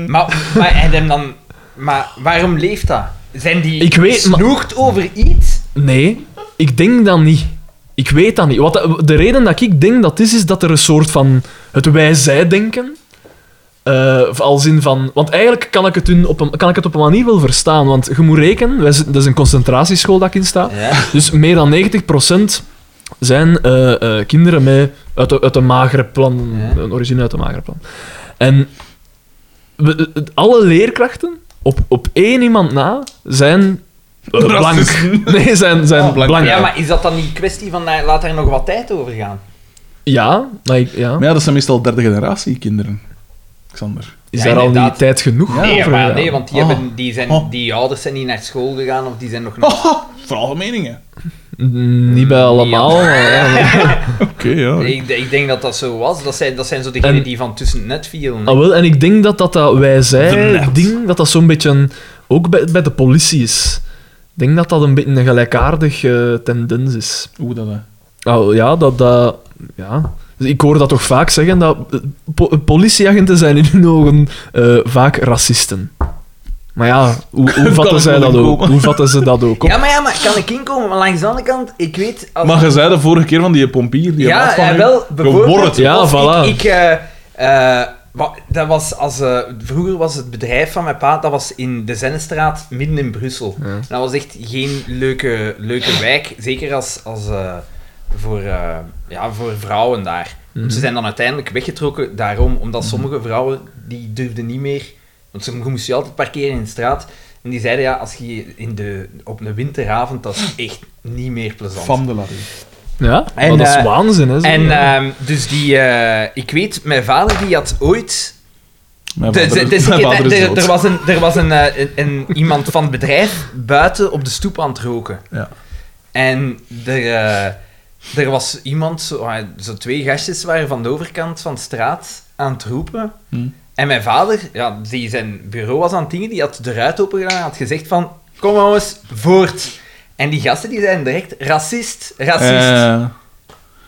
Maar, maar, en hem dan, maar waarom leeft dat? Zijn die Ik weet, maar- snoert over iets? Nee, ik denk dat niet. Ik weet dat niet. Wat de, de reden dat ik denk dat is, is dat er een soort van het wij-zij-denken. eh, of als in van... Want eigenlijk kan ik, het hun op een, kan ik het op een manier wel verstaan. Want je moet rekenen, wij, zitten- dat is een concentratieschool dat ik in sta. Ja. Dus meer dan 90% zijn eh, eh, kinderen met, uit, de, uit de magere plan, Ja. een origine uit de magere plan. En we- het- alle leerkrachten, op, op één iemand na, zijn eh, blank. Racistisch. Nee, zijn, zijn Oh, blank. blank, Ja, Ja, maar is dat dan niet kwestie van daar- laat er nog wat tijd over gaan? maar ik, ja. Maar ja, dat zijn meestal derde generatie kinderen. Xander. is Ja, daar al niet inderdaad. tijd genoeg Ja, over? Nee, maar, gegaan? nee want die, Oh. hebben, die, zijn, Oh. die ouders zijn niet naar school gegaan of die zijn nog nog... Oh, vooral meningen. Mm, Niet bij allemaal. allemaal. maar ja, maar- Oké, ja. Nee, Ik, ik denk dat dat zo was. Dat zijn, dat zijn zo degenen En- die van tussen net vielen. Oh, Ah, wel, en ik denk dat dat, dat wij De zij net. ding, dat dat zo'n beetje een- ook bij, bij de politie is. Ik denk dat dat een beetje een gelijkaardig eh, tendens is. Hoe dat, eh. hè? Nou ja, dat, dat ja. Dus Ik hoor dat toch vaak zeggen dat eh, po- politieagenten zijn in hun ogen eh, vaak racisten. Maar ja, hoe, hoe Kan vatten ik zij wel dat ook? inkomen. Hoe vatten ze dat ook op? Ja, maar ja, maar kan ik inkomen? Maar langs de andere kant, ik weet... Als... Maar je zei de vorige keer van die pompier, die ja, maat van ja, u. wel. Je Bijvoorbeeld, wordt- Ja, of voilà. Ik, ik, eh, eh, wa- dat was als, eh, vroeger was het bedrijf van mijn pa, dat was in de Zennenstraat, midden in Brussel. Ja. En dat was echt geen leuke, leuke wijk, zeker als, als, eh, voor, eh, ja, voor vrouwen daar. Mhm. Ze zijn dan uiteindelijk weggetrokken daarom, omdat sommige vrouwen, die durfden niet meer... Want ze je moest je altijd parkeren in de straat. En die zeiden, ja, als je in de, op een winteravond, dat is echt niet meer plezant. Van de ladder. Ja, En, maar dat is eh, waanzin, hè? zo. En Ja. ehm, dus die, eh, ik weet, mijn vader die had ooit. Mijn De- de- vader, dus mijn ik- vader is de- dood. Er was, een, er was een, eh, een, een- iemand van het bedrijf buiten op de stoep aan het roken. Ja. En er, eh, er was iemand, zo, ah, zo twee gastjes waren van de overkant van de straat aan het roepen. Hm. En mijn vader, ja, die zijn bureau was aan het dingen, die had de ruit open gedaan en had gezegd van, kom jongens, voort. En die gasten die zijn direct racist, racist. Eh,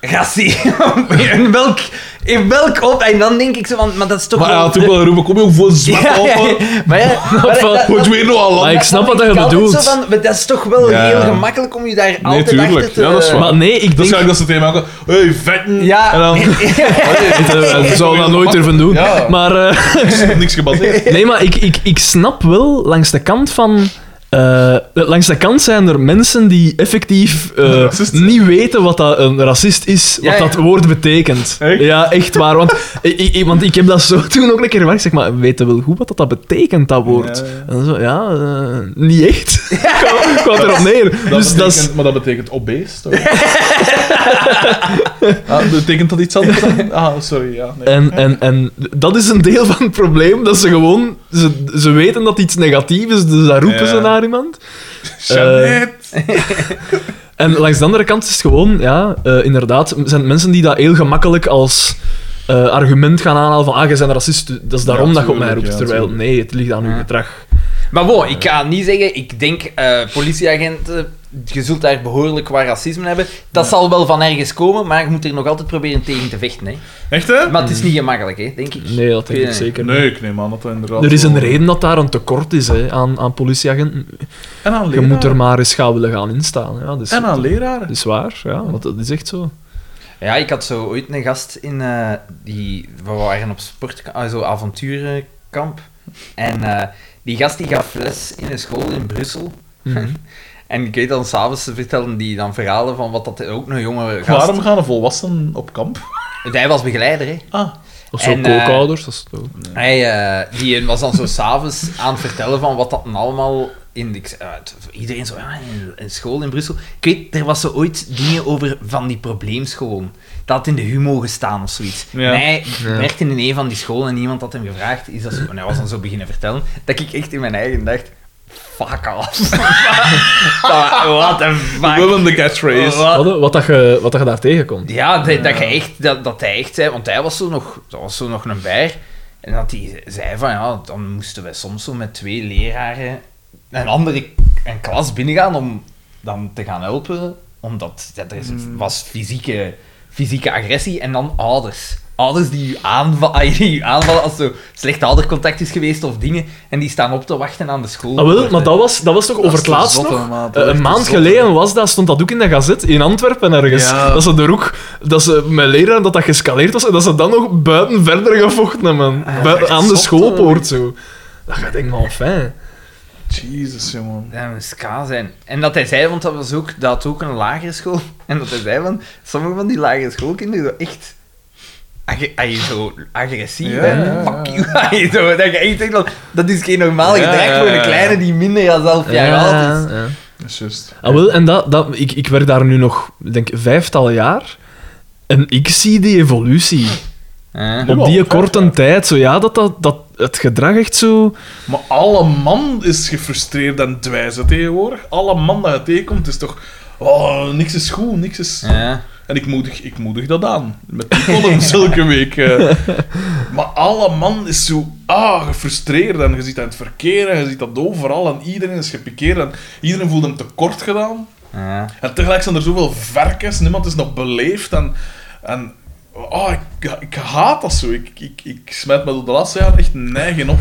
racisme. in welk, in welk op? En dan denk ik zo van, maar dat is toch maar hij wel- had ook wel geroepen, kom je voor zwart Ja, ja, open. ja. maar ja, maar dat- Van, dat- Moet dat- weer nog al Maar lang. ik snap dat wat je denk ik bedoelt. altijd zo van, maar dat is toch wel Ja. heel gemakkelijk om je daar altijd tuurlijk. achter te... Ja, dat is waar. Maar nee, ik Dat denk... is gelijk dat ze tegen mij ook... Hey, vetten. Ja. En dan Ik zou dat nooit durven doen. Ja. Maar... eh, is niks gebaseerd. Nee, maar ik, ik, ik snap wel langs de kant van. eh, langs de kant zijn er mensen die effectief eh, Racist. niet weten wat dat een racist is, wat Ja, ja. dat woord betekent. Echt? Ja, echt waar. Want ik, ik, want ik heb dat zo toen ook een keer gemerkt. Zeg maar, we weten wel goed wat dat, dat betekent, dat woord. Ja, ja. En dan zo, ja, eh, niet echt. Kwam- Kwam erop neer. Dat dus dat is... betekent, maar dat betekent obese, toch? ah, betekent dat iets anders dan? Ah, sorry, ja. Nee. En, en, en dat is een deel van het probleem, dat ze gewoon... Ze, ze weten dat iets negatief is, dus daar roepen Ja. ze naar iemand. Jeannette. En langs de andere kant is het gewoon, ja, eh, inderdaad, m- zijn mensen die dat heel gemakkelijk als eh, argument gaan aanhalen van ah, je bent racist, dat is daarom Ja, dat je op mij roept. tuurlijk, ja, terwijl, tuurlijk. nee, het ligt aan uw Ja. gedrag. Maar wow, ik ga niet zeggen, ik denk, eh, politieagenten, je zult daar behoorlijk wat racisme hebben. Dat zal wel van ergens komen, maar je moet er nog altijd proberen tegen te vechten. Hè. Echt, hè? Maar het is niet gemakkelijk, hè, denk ik. Nee, dat denk Ja. ik zeker niet. Nee, ik neem aan dat dat inderdaad... Er is een wel- reden dat daar een tekort is hè, aan, aan politieagenten. En aan Je moet er leraren. maar eens gaan willen gaan instaan. Ja, dat, is, eh, En aan leraren. dat is waar, ja, want dat is echt zo. Ja, ik had zo ooit een gast in eh, die. We waren op sport, ah, zo avonturenkamp. En eh, die gast die gaf les in een school in Brussel. Mhm. En ik weet dan s'avonds vertellen die dan verhalen van wat dat er ook een jonge gast. Waarom gaan de volwassenen op kamp? Hij was begeleider, hè? Ah, Of zo En, eh, kookouders, dat is het ook. Hij eh, die was dan zo s'avonds aan het vertellen van wat dat nou allemaal index uit. Iedereen zo, ah, in- in school in Brussel. Ik weet, er was zo ooit dingen over van die probleemscholen. Dat had in de humo gestaan of zoiets. Ja. En hij werkte in een van die scholen en iemand had hem gevraagd, is dat zo? En hij was dan zo beginnen vertellen, dat ik echt in mijn eigen dacht, fuck off. What the We fuck. hebben de catchphrase. Wat- Wat, wat, dat je, wat dat je daar tegenkomt. ja, dat, Dat, je echt, dat, dat hij echt zei, want hij was zo nog, dat was zo nog een bijer. En dat hij zei van ja, dan moesten wij soms zo met twee leraren een andere een klas binnengaan om dan te gaan helpen. Omdat ja, er is- Hmm. was fysieke, fysieke agressie en dan ouders. Ouders die u, aanva die u aanvallen als er slecht oudercontact is geweest of dingen. En die staan op te wachten aan de school. Ah, wel, maar dat was, dat was toch over het te laatst zot, nog? hè, maat. Eh, Dat is een te maand zot, geleden was dat, stond dat ook in de gazet in Antwerpen ergens. Ja. Dat ze de roek, dat ze met leraar dat dat gescaleerd was en dat ze dan nog buiten verder gevochten hebben. Buiten, aan Ah, de zot, schoolpoort zo. Dat gaat denk ik wel fijn. Jezus, jongen. Dat moest K zijn. En dat hij zei, want dat was ook, dat had ook een lagere school. En dat hij zei van, sommige van die lagere schoolkinderen zo echt... ag- ag- zo agressief, Ja, hè. ja, ja. Fuck you. Ag- zo, dat je echt denkt van, dat is geen normaal Ja, gedrag voor ja, een ja. kleine die minder dan elf jaar oud is. ja. Dat is juist. Ah, wel, en dat, dat, ik, ik werk daar nu nog, ik denk vijftal jaar. En ik zie die evolutie. Hè? Op Oh, al, die vijf korte jaar. tijd, zo ja, dat, dat, dat het gedrag echt zo... Maar alle man is gefrustreerd en dwijs hè, tegenwoordig. Alle man dat je tegenkomt is toch... Oh, niks is goed, niks is... Ja. En ik moedig, ik moedig dat aan. Met die column zulke week. eh. Maar alle man is zo ah, gefrustreerd. En je ziet dat in het verkeer en je ziet dat overal. En iedereen is gepikeerd. En iedereen voelt hem tekort gedaan. Ja. En tegelijk zijn er zoveel verkers. Niemand is nog beleefd. En, en ah, ik, ik haat dat zo. Ik, ik, ik smijt me door de laatste jaren echt neigen op.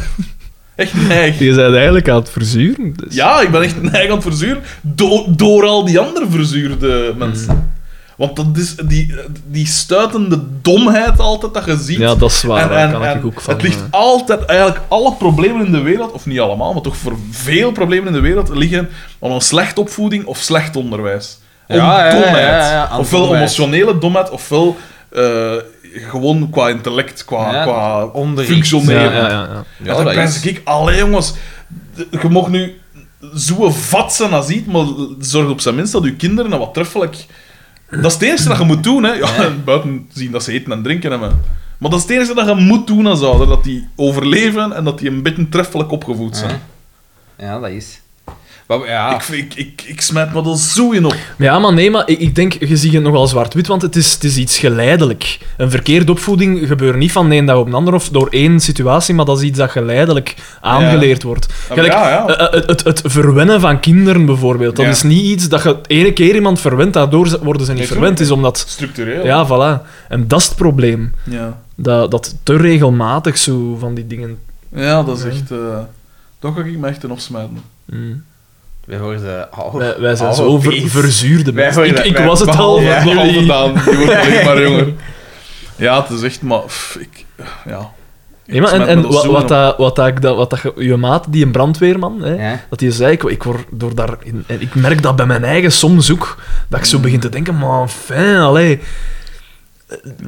Echt neigen. Je bent eigenlijk aan het verzuren. Dus. Ja, ik ben echt neig aan het verzuren. do- door al die andere verzuurde mensen. Mm. Want dat is die, die stuitende domheid altijd dat je ziet. Ja, dat is waar. En- daar en- kan en ik ook van... Het ligt eh, altijd, eigenlijk alle problemen in de wereld, of niet allemaal, maar toch voor veel problemen in de wereld, liggen om een slecht opvoeding of slecht onderwijs. Om Ja, ja, ja, domheid. ja, ja, aan ofwel domheid. emotionele domheid, ofwel eh, gewoon qua intellect, qua, Ja, qua onderricht. functioneren. ja, ja, ja, ja. Ja, dan dat pens is- ik, allee jongens, de- je mag nu zo'n vat zijn als iets, maar zorg op zijn minst dat je kinderen nou wat treffelijk... Dat is het eerste dat je moet doen, hè. Ja, en buiten zien dat ze eten en drinken hebben. Maar dat is het eerste dat je moet doen als ouder, dat die overleven en dat die een beetje treffelijk opgevoed zijn. ja, dat is... Maar, ja. Ah. Ik, ik, ik, ik smijt me er zo in op. Maar Ja, maar nee, maar ik, ik denk, je ziet het nogal zwart-wit, want het is, het is iets geleidelijk. Een verkeerde opvoeding gebeurt niet van de een dag op de ander of door één situatie, maar dat is iets dat geleidelijk aangeleerd wordt. maar Gelijk, ja, ja. eh, eh, Het, het, het verwennen van kinderen bijvoorbeeld, dat Ja. is niet iets dat je de ene keer iemand verwendt, daardoor ze- worden ze niet Nee, verwend, is omdat... Structureel. Ja, voilà. En dat is het probleem. Ja, Dat, dat te regelmatig zo van die dingen... Ja, dat is echt... eh toch ga ik me echt in opsmijten. Mm. Wij worden Oh, ouder. Wij, wij zijn oude zo ver, beest. verzuurde Wij mensen. Ik, worden- ik wij- was het al, behalve- maar Ja, jullie- jullie... die wordt alleen maar jonger. Ja, het is echt, maar... pff, ik, ja. Ja, maar en, Smet en met ons wat, zoen wat, op. dat, wat, dat, ik dat- wat dat, je- je maat, die een brandweerman, hè, Ja. dat die zei, ik, ik word door daar... in- en ik merk dat bij mijn eigen soms ook, dat ik zo begin te denken, maar fijn, allee,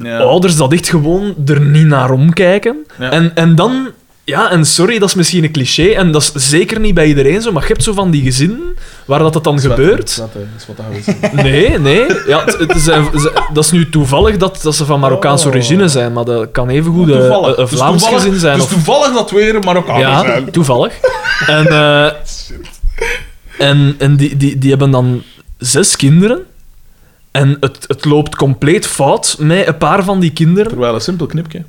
Ja. ouders dat echt gewoon er niet naar omkijken. Ja. Oh, En, en dan... Ja, en sorry, dat is misschien een cliché, en dat is zeker niet bij iedereen zo, maar je hebt zo van die gezinnen waar dat, dat dan gebeurt. Dat is wat dat is. Nee, nee. Ja, het, het zijn, ze- dat is nu toevallig dat, dat ze van Marokkaanse Oh. origine zijn, maar dat kan evengoed eh, een, een Vlaams gezin zijn. Dus of- toevallig dat weer een Marokkaan Ja, zijn. toevallig. En, eh, en, en die, die, die hebben dan zes kinderen. En het, het loopt compleet fout met een paar van die kinderen. Terwijl een simpel knipje.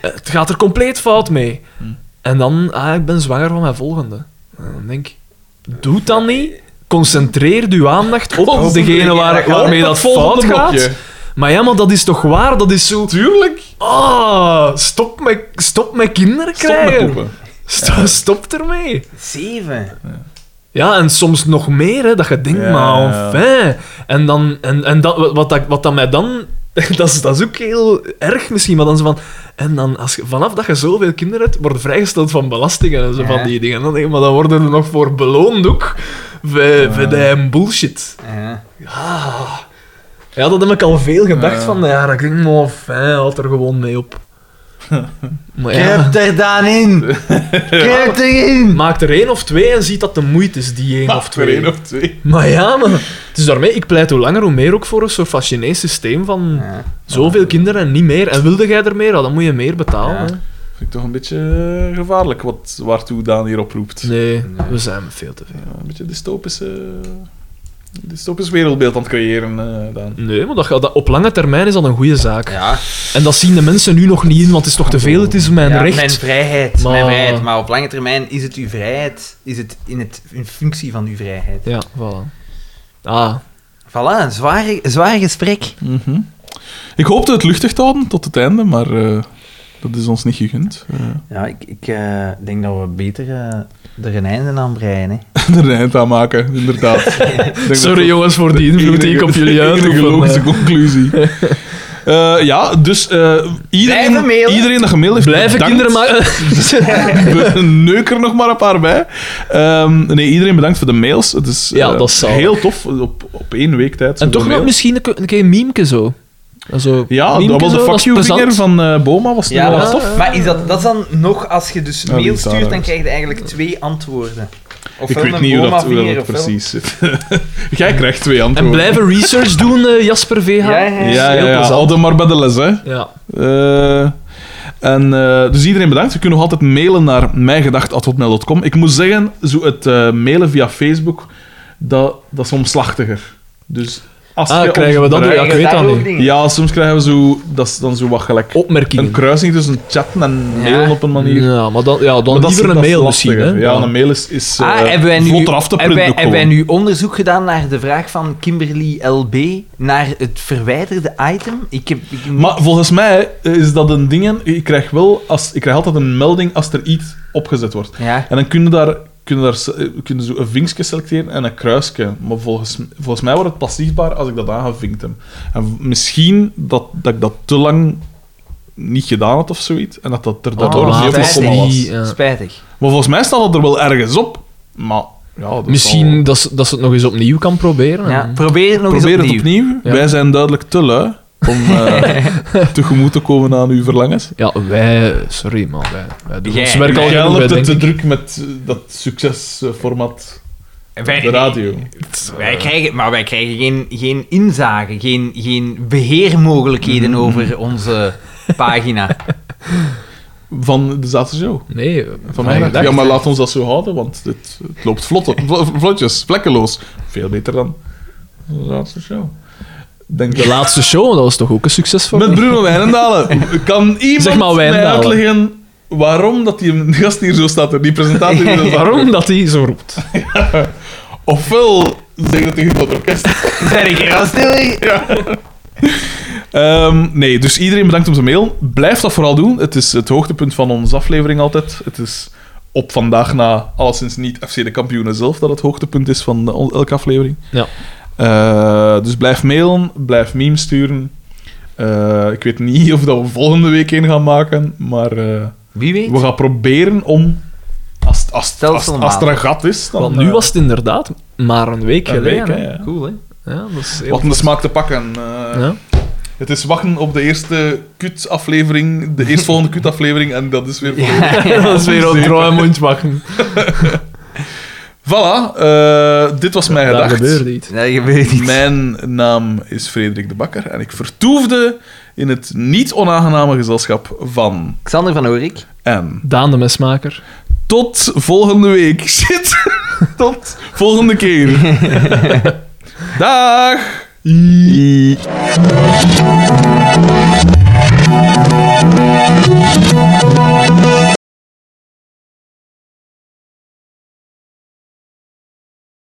Het gaat er compleet fout mee. Hm. En dan, ah, ik ben zwanger van mijn volgende. En dan denk ik, doe dat niet. Concentreer uw aandacht op Concentreer degene waar, je waarmee op dat het volgende fout gaat. blokje. Maar ja, maar dat is toch waar? Dat is zo... Tuurlijk. Ah, stop met, stop met kinderen Stop met krijgen. poepen. Sto- stop ermee. Zeven. Ja, en soms nog meer, hè, dat je denkt, Ja, maar ja, ja. enfin. En, dan, en, en dat, wat, wat, dat- wat dat mij dan... Dat is, dat is ook heel erg misschien, maar dan zo van... En dan, als je, vanaf dat je zoveel kinderen hebt, wordt vrijgesteld van belastingen en zo Ja. van die dingen. En dan denk je, maar dan worden er nog voor beloond ook. Voor voor die bullshit. Ja. Ah. Ja, dat heb ik al veel gedacht Ja. van de jaren. Ik denk, maar enfin, had er gewoon mee op. Maar ja, Kruip er dan in! Kruip erin! maak er één of twee en ziet dat de moeite is, die één of Maakt er twee. één of twee. Maar ja, man. Het is daarmee, ik pleit hoe langer hoe meer ook voor een soort van Chinees systeem van Ja. zoveel kinderen en niet meer. En wilde jij er meer, ja, dan moet je meer betalen. Ja. hè. Vind ik toch een beetje eh, gevaarlijk wat, waartoe Daan hier oproept. Nee, Nee. we zijn met veel te veel. Ja, een beetje dystopische, dystopisch wereldbeeld aan het creëren, eh, Daan. Nee, maar dat, gaat- dat, op lange termijn is dat een goede zaak. Ja, En dat zien de mensen nu nog niet in, want het is toch te veel, het is mijn ja, recht. mijn vrijheid. Maar- Mijn vrijheid. Maar op lange termijn is het uw vrijheid. Is het in, het, in functie van uw vrijheid. Ja, voilà. Ah, Voilà, een zwaar, zwaar gesprek. Mhm. Ik hoopte het luchtig te houden tot het einde, maar eh, dat is ons niet gegund. Eh Ja, ik, ik eh, denk dat we beter eh, er een einde aan breien. Hè. Eh, er een eind aan maken, inderdaad. Ik denk dat sorry dat jongens voor die invloed die ik op jullie eh? De enige uitoefen. logische conclusie. Eh, ja, dus eh Blijven iedereen, mailen. iedereen dat gemaild heeft, Blijven bedankt. kinderen maken. We neuken er nog maar een paar bij. Ehm, nee, iedereen bedankt voor de mails. Het is, Ja, eh, dat is zalig. heel tof op, op één week tijd. en toch zoveel mails. nog misschien een, een keer een meme zo. zo Ja, meme dat was de zo, fuck is you vinger plezant. van eh, Boma. Was Ja, ja, maar, was tof. maar is dat, dat is dan nog, als je dus Ja, die mail is stuurt, dan daar. krijg je eigenlijk twee antwoorden. Ik Ofwel weet een niet hoe dat, hoe Boma-vinger, dat ofwel- precies zit. Jij krijgt twee En antwoorden. blijven research doen, eh, Jasper VH. Ja, ja, ja. Ja, ja, Heel ja. plezant. Houden maar bij de les, hè. Ja. Eh, en, eh, dus iedereen bedankt. Je kunt nog altijd mailen naar mijngedacht.hotmail.com. Ik moet zeggen, zo het eh, mailen via Facebook, dat, dat is omslachtiger. Dus als je Ah, ons krijgen we dat door? bereikt- Ja, ik weet Daar dat ook niet. dingen. Ja, soms krijgen we zo, dat is dan zo wat gelijk. Een Opmerkingen. kruising tussen chatten en Ja. mailen op een manier. Oh, Ja, maar dan, ja, dan Maar dat is- liever een dat is mail lastiger. misschien. Hè? Ja, een mail is, is eh, Ah, hebben wij, nu, vlotter af te hebben, wij, printen ook hebben wij gewoon. nu onderzoek gedaan naar de vraag van Kimberly LB naar het verwijderde item? Ik heb, ik heb Maar volgens mij is dat een ding. Ik krijg, wel als, ik krijg altijd een melding als er iets opgezet wordt. ja. En dan kunnen daar, kunnen daar se- eh, kunnen zo een vinkje selecteren en een kruisje. Maar volgens, volgens mij wordt het pas zichtbaar als ik dat aangevinkt heb. En v- misschien dat, dat ik dat te lang niet gedaan had of zoiets. En dat dat er daardoor Ah, nog niet dat is opgekomen was. die- Ja. Spijtig. Maar volgens mij staat dat er wel ergens op. Maar ja, dat is Misschien al- dat ze, dat ze het nog eens opnieuw kan proberen. Ja, probeer het nog Probeer eens het opnieuw. opnieuw. Ja. Wij zijn duidelijk te lui om eh, tegemoet te komen aan uw verlangens. Ja, wij... Sorry, man. Wij, wij doen Jij- ons werk al Jij genoeg, loopt bij, het denk te ik. druk met eh, dat succesformat En op de wij, radio. wij krijgen, maar wij krijgen geen, geen inzage, geen, geen beheermogelijkheden over onze pagina. Van de zatershow. Nee, Van van mij. mij. dacht, Ja, maar laat ons dat zo houden, want het, het loopt vlotte, vl- vlotjes, vlekkeloos. Veel beter dan de laatste show. Denk De dat. laatste show, dat was toch ook een succes voor Met Bruno Wijnendalen. Kan iemand Zeg maar mij Wijnendalen. uitleggen waarom dat die gast hier zo staat, die presentator hier zo staat? Waarom dat hij zo roept? Ofwel zeg dat hij in het orkest Zijn ik er al stil in? Ehm, nee, dus iedereen bedankt om zijn mail. Blijf dat vooral doen. Het is het hoogtepunt van onze aflevering altijd. Het is op vandaag na alleszins niet FC de kampioenen zelf dat het hoogtepunt is van de- elke aflevering. Ja. Eh, dus blijf mailen, blijf memes sturen. Eh, ik weet niet of dat we volgende week een gaan maken, maar eh, Wie weet? we gaan proberen om. Als, als, als, Stelselmatig. als er een gat is, dan. Want nu eh, was het inderdaad maar een week een geleden. week. hè, ja. Cool, hè? hè. Ja, dat is heel Wat een smaak te pakken. eh. Ja. Het is wachten op de eerste kut-aflevering, de eerstvolgende kut-aflevering, en dat is weer voor dat is weer een droom mond wachten. Voilà, eh, dit was mijn Daar gedacht. gebeurde iets. Dat gebeurt niet. Mijn naam is Frederik de Bakker en ik vertoefde in het niet onaangename gezelschap van Xander van Oorik. en Daan de mesmaker. Tot volgende week. Shit. Tot volgende keer. Dag.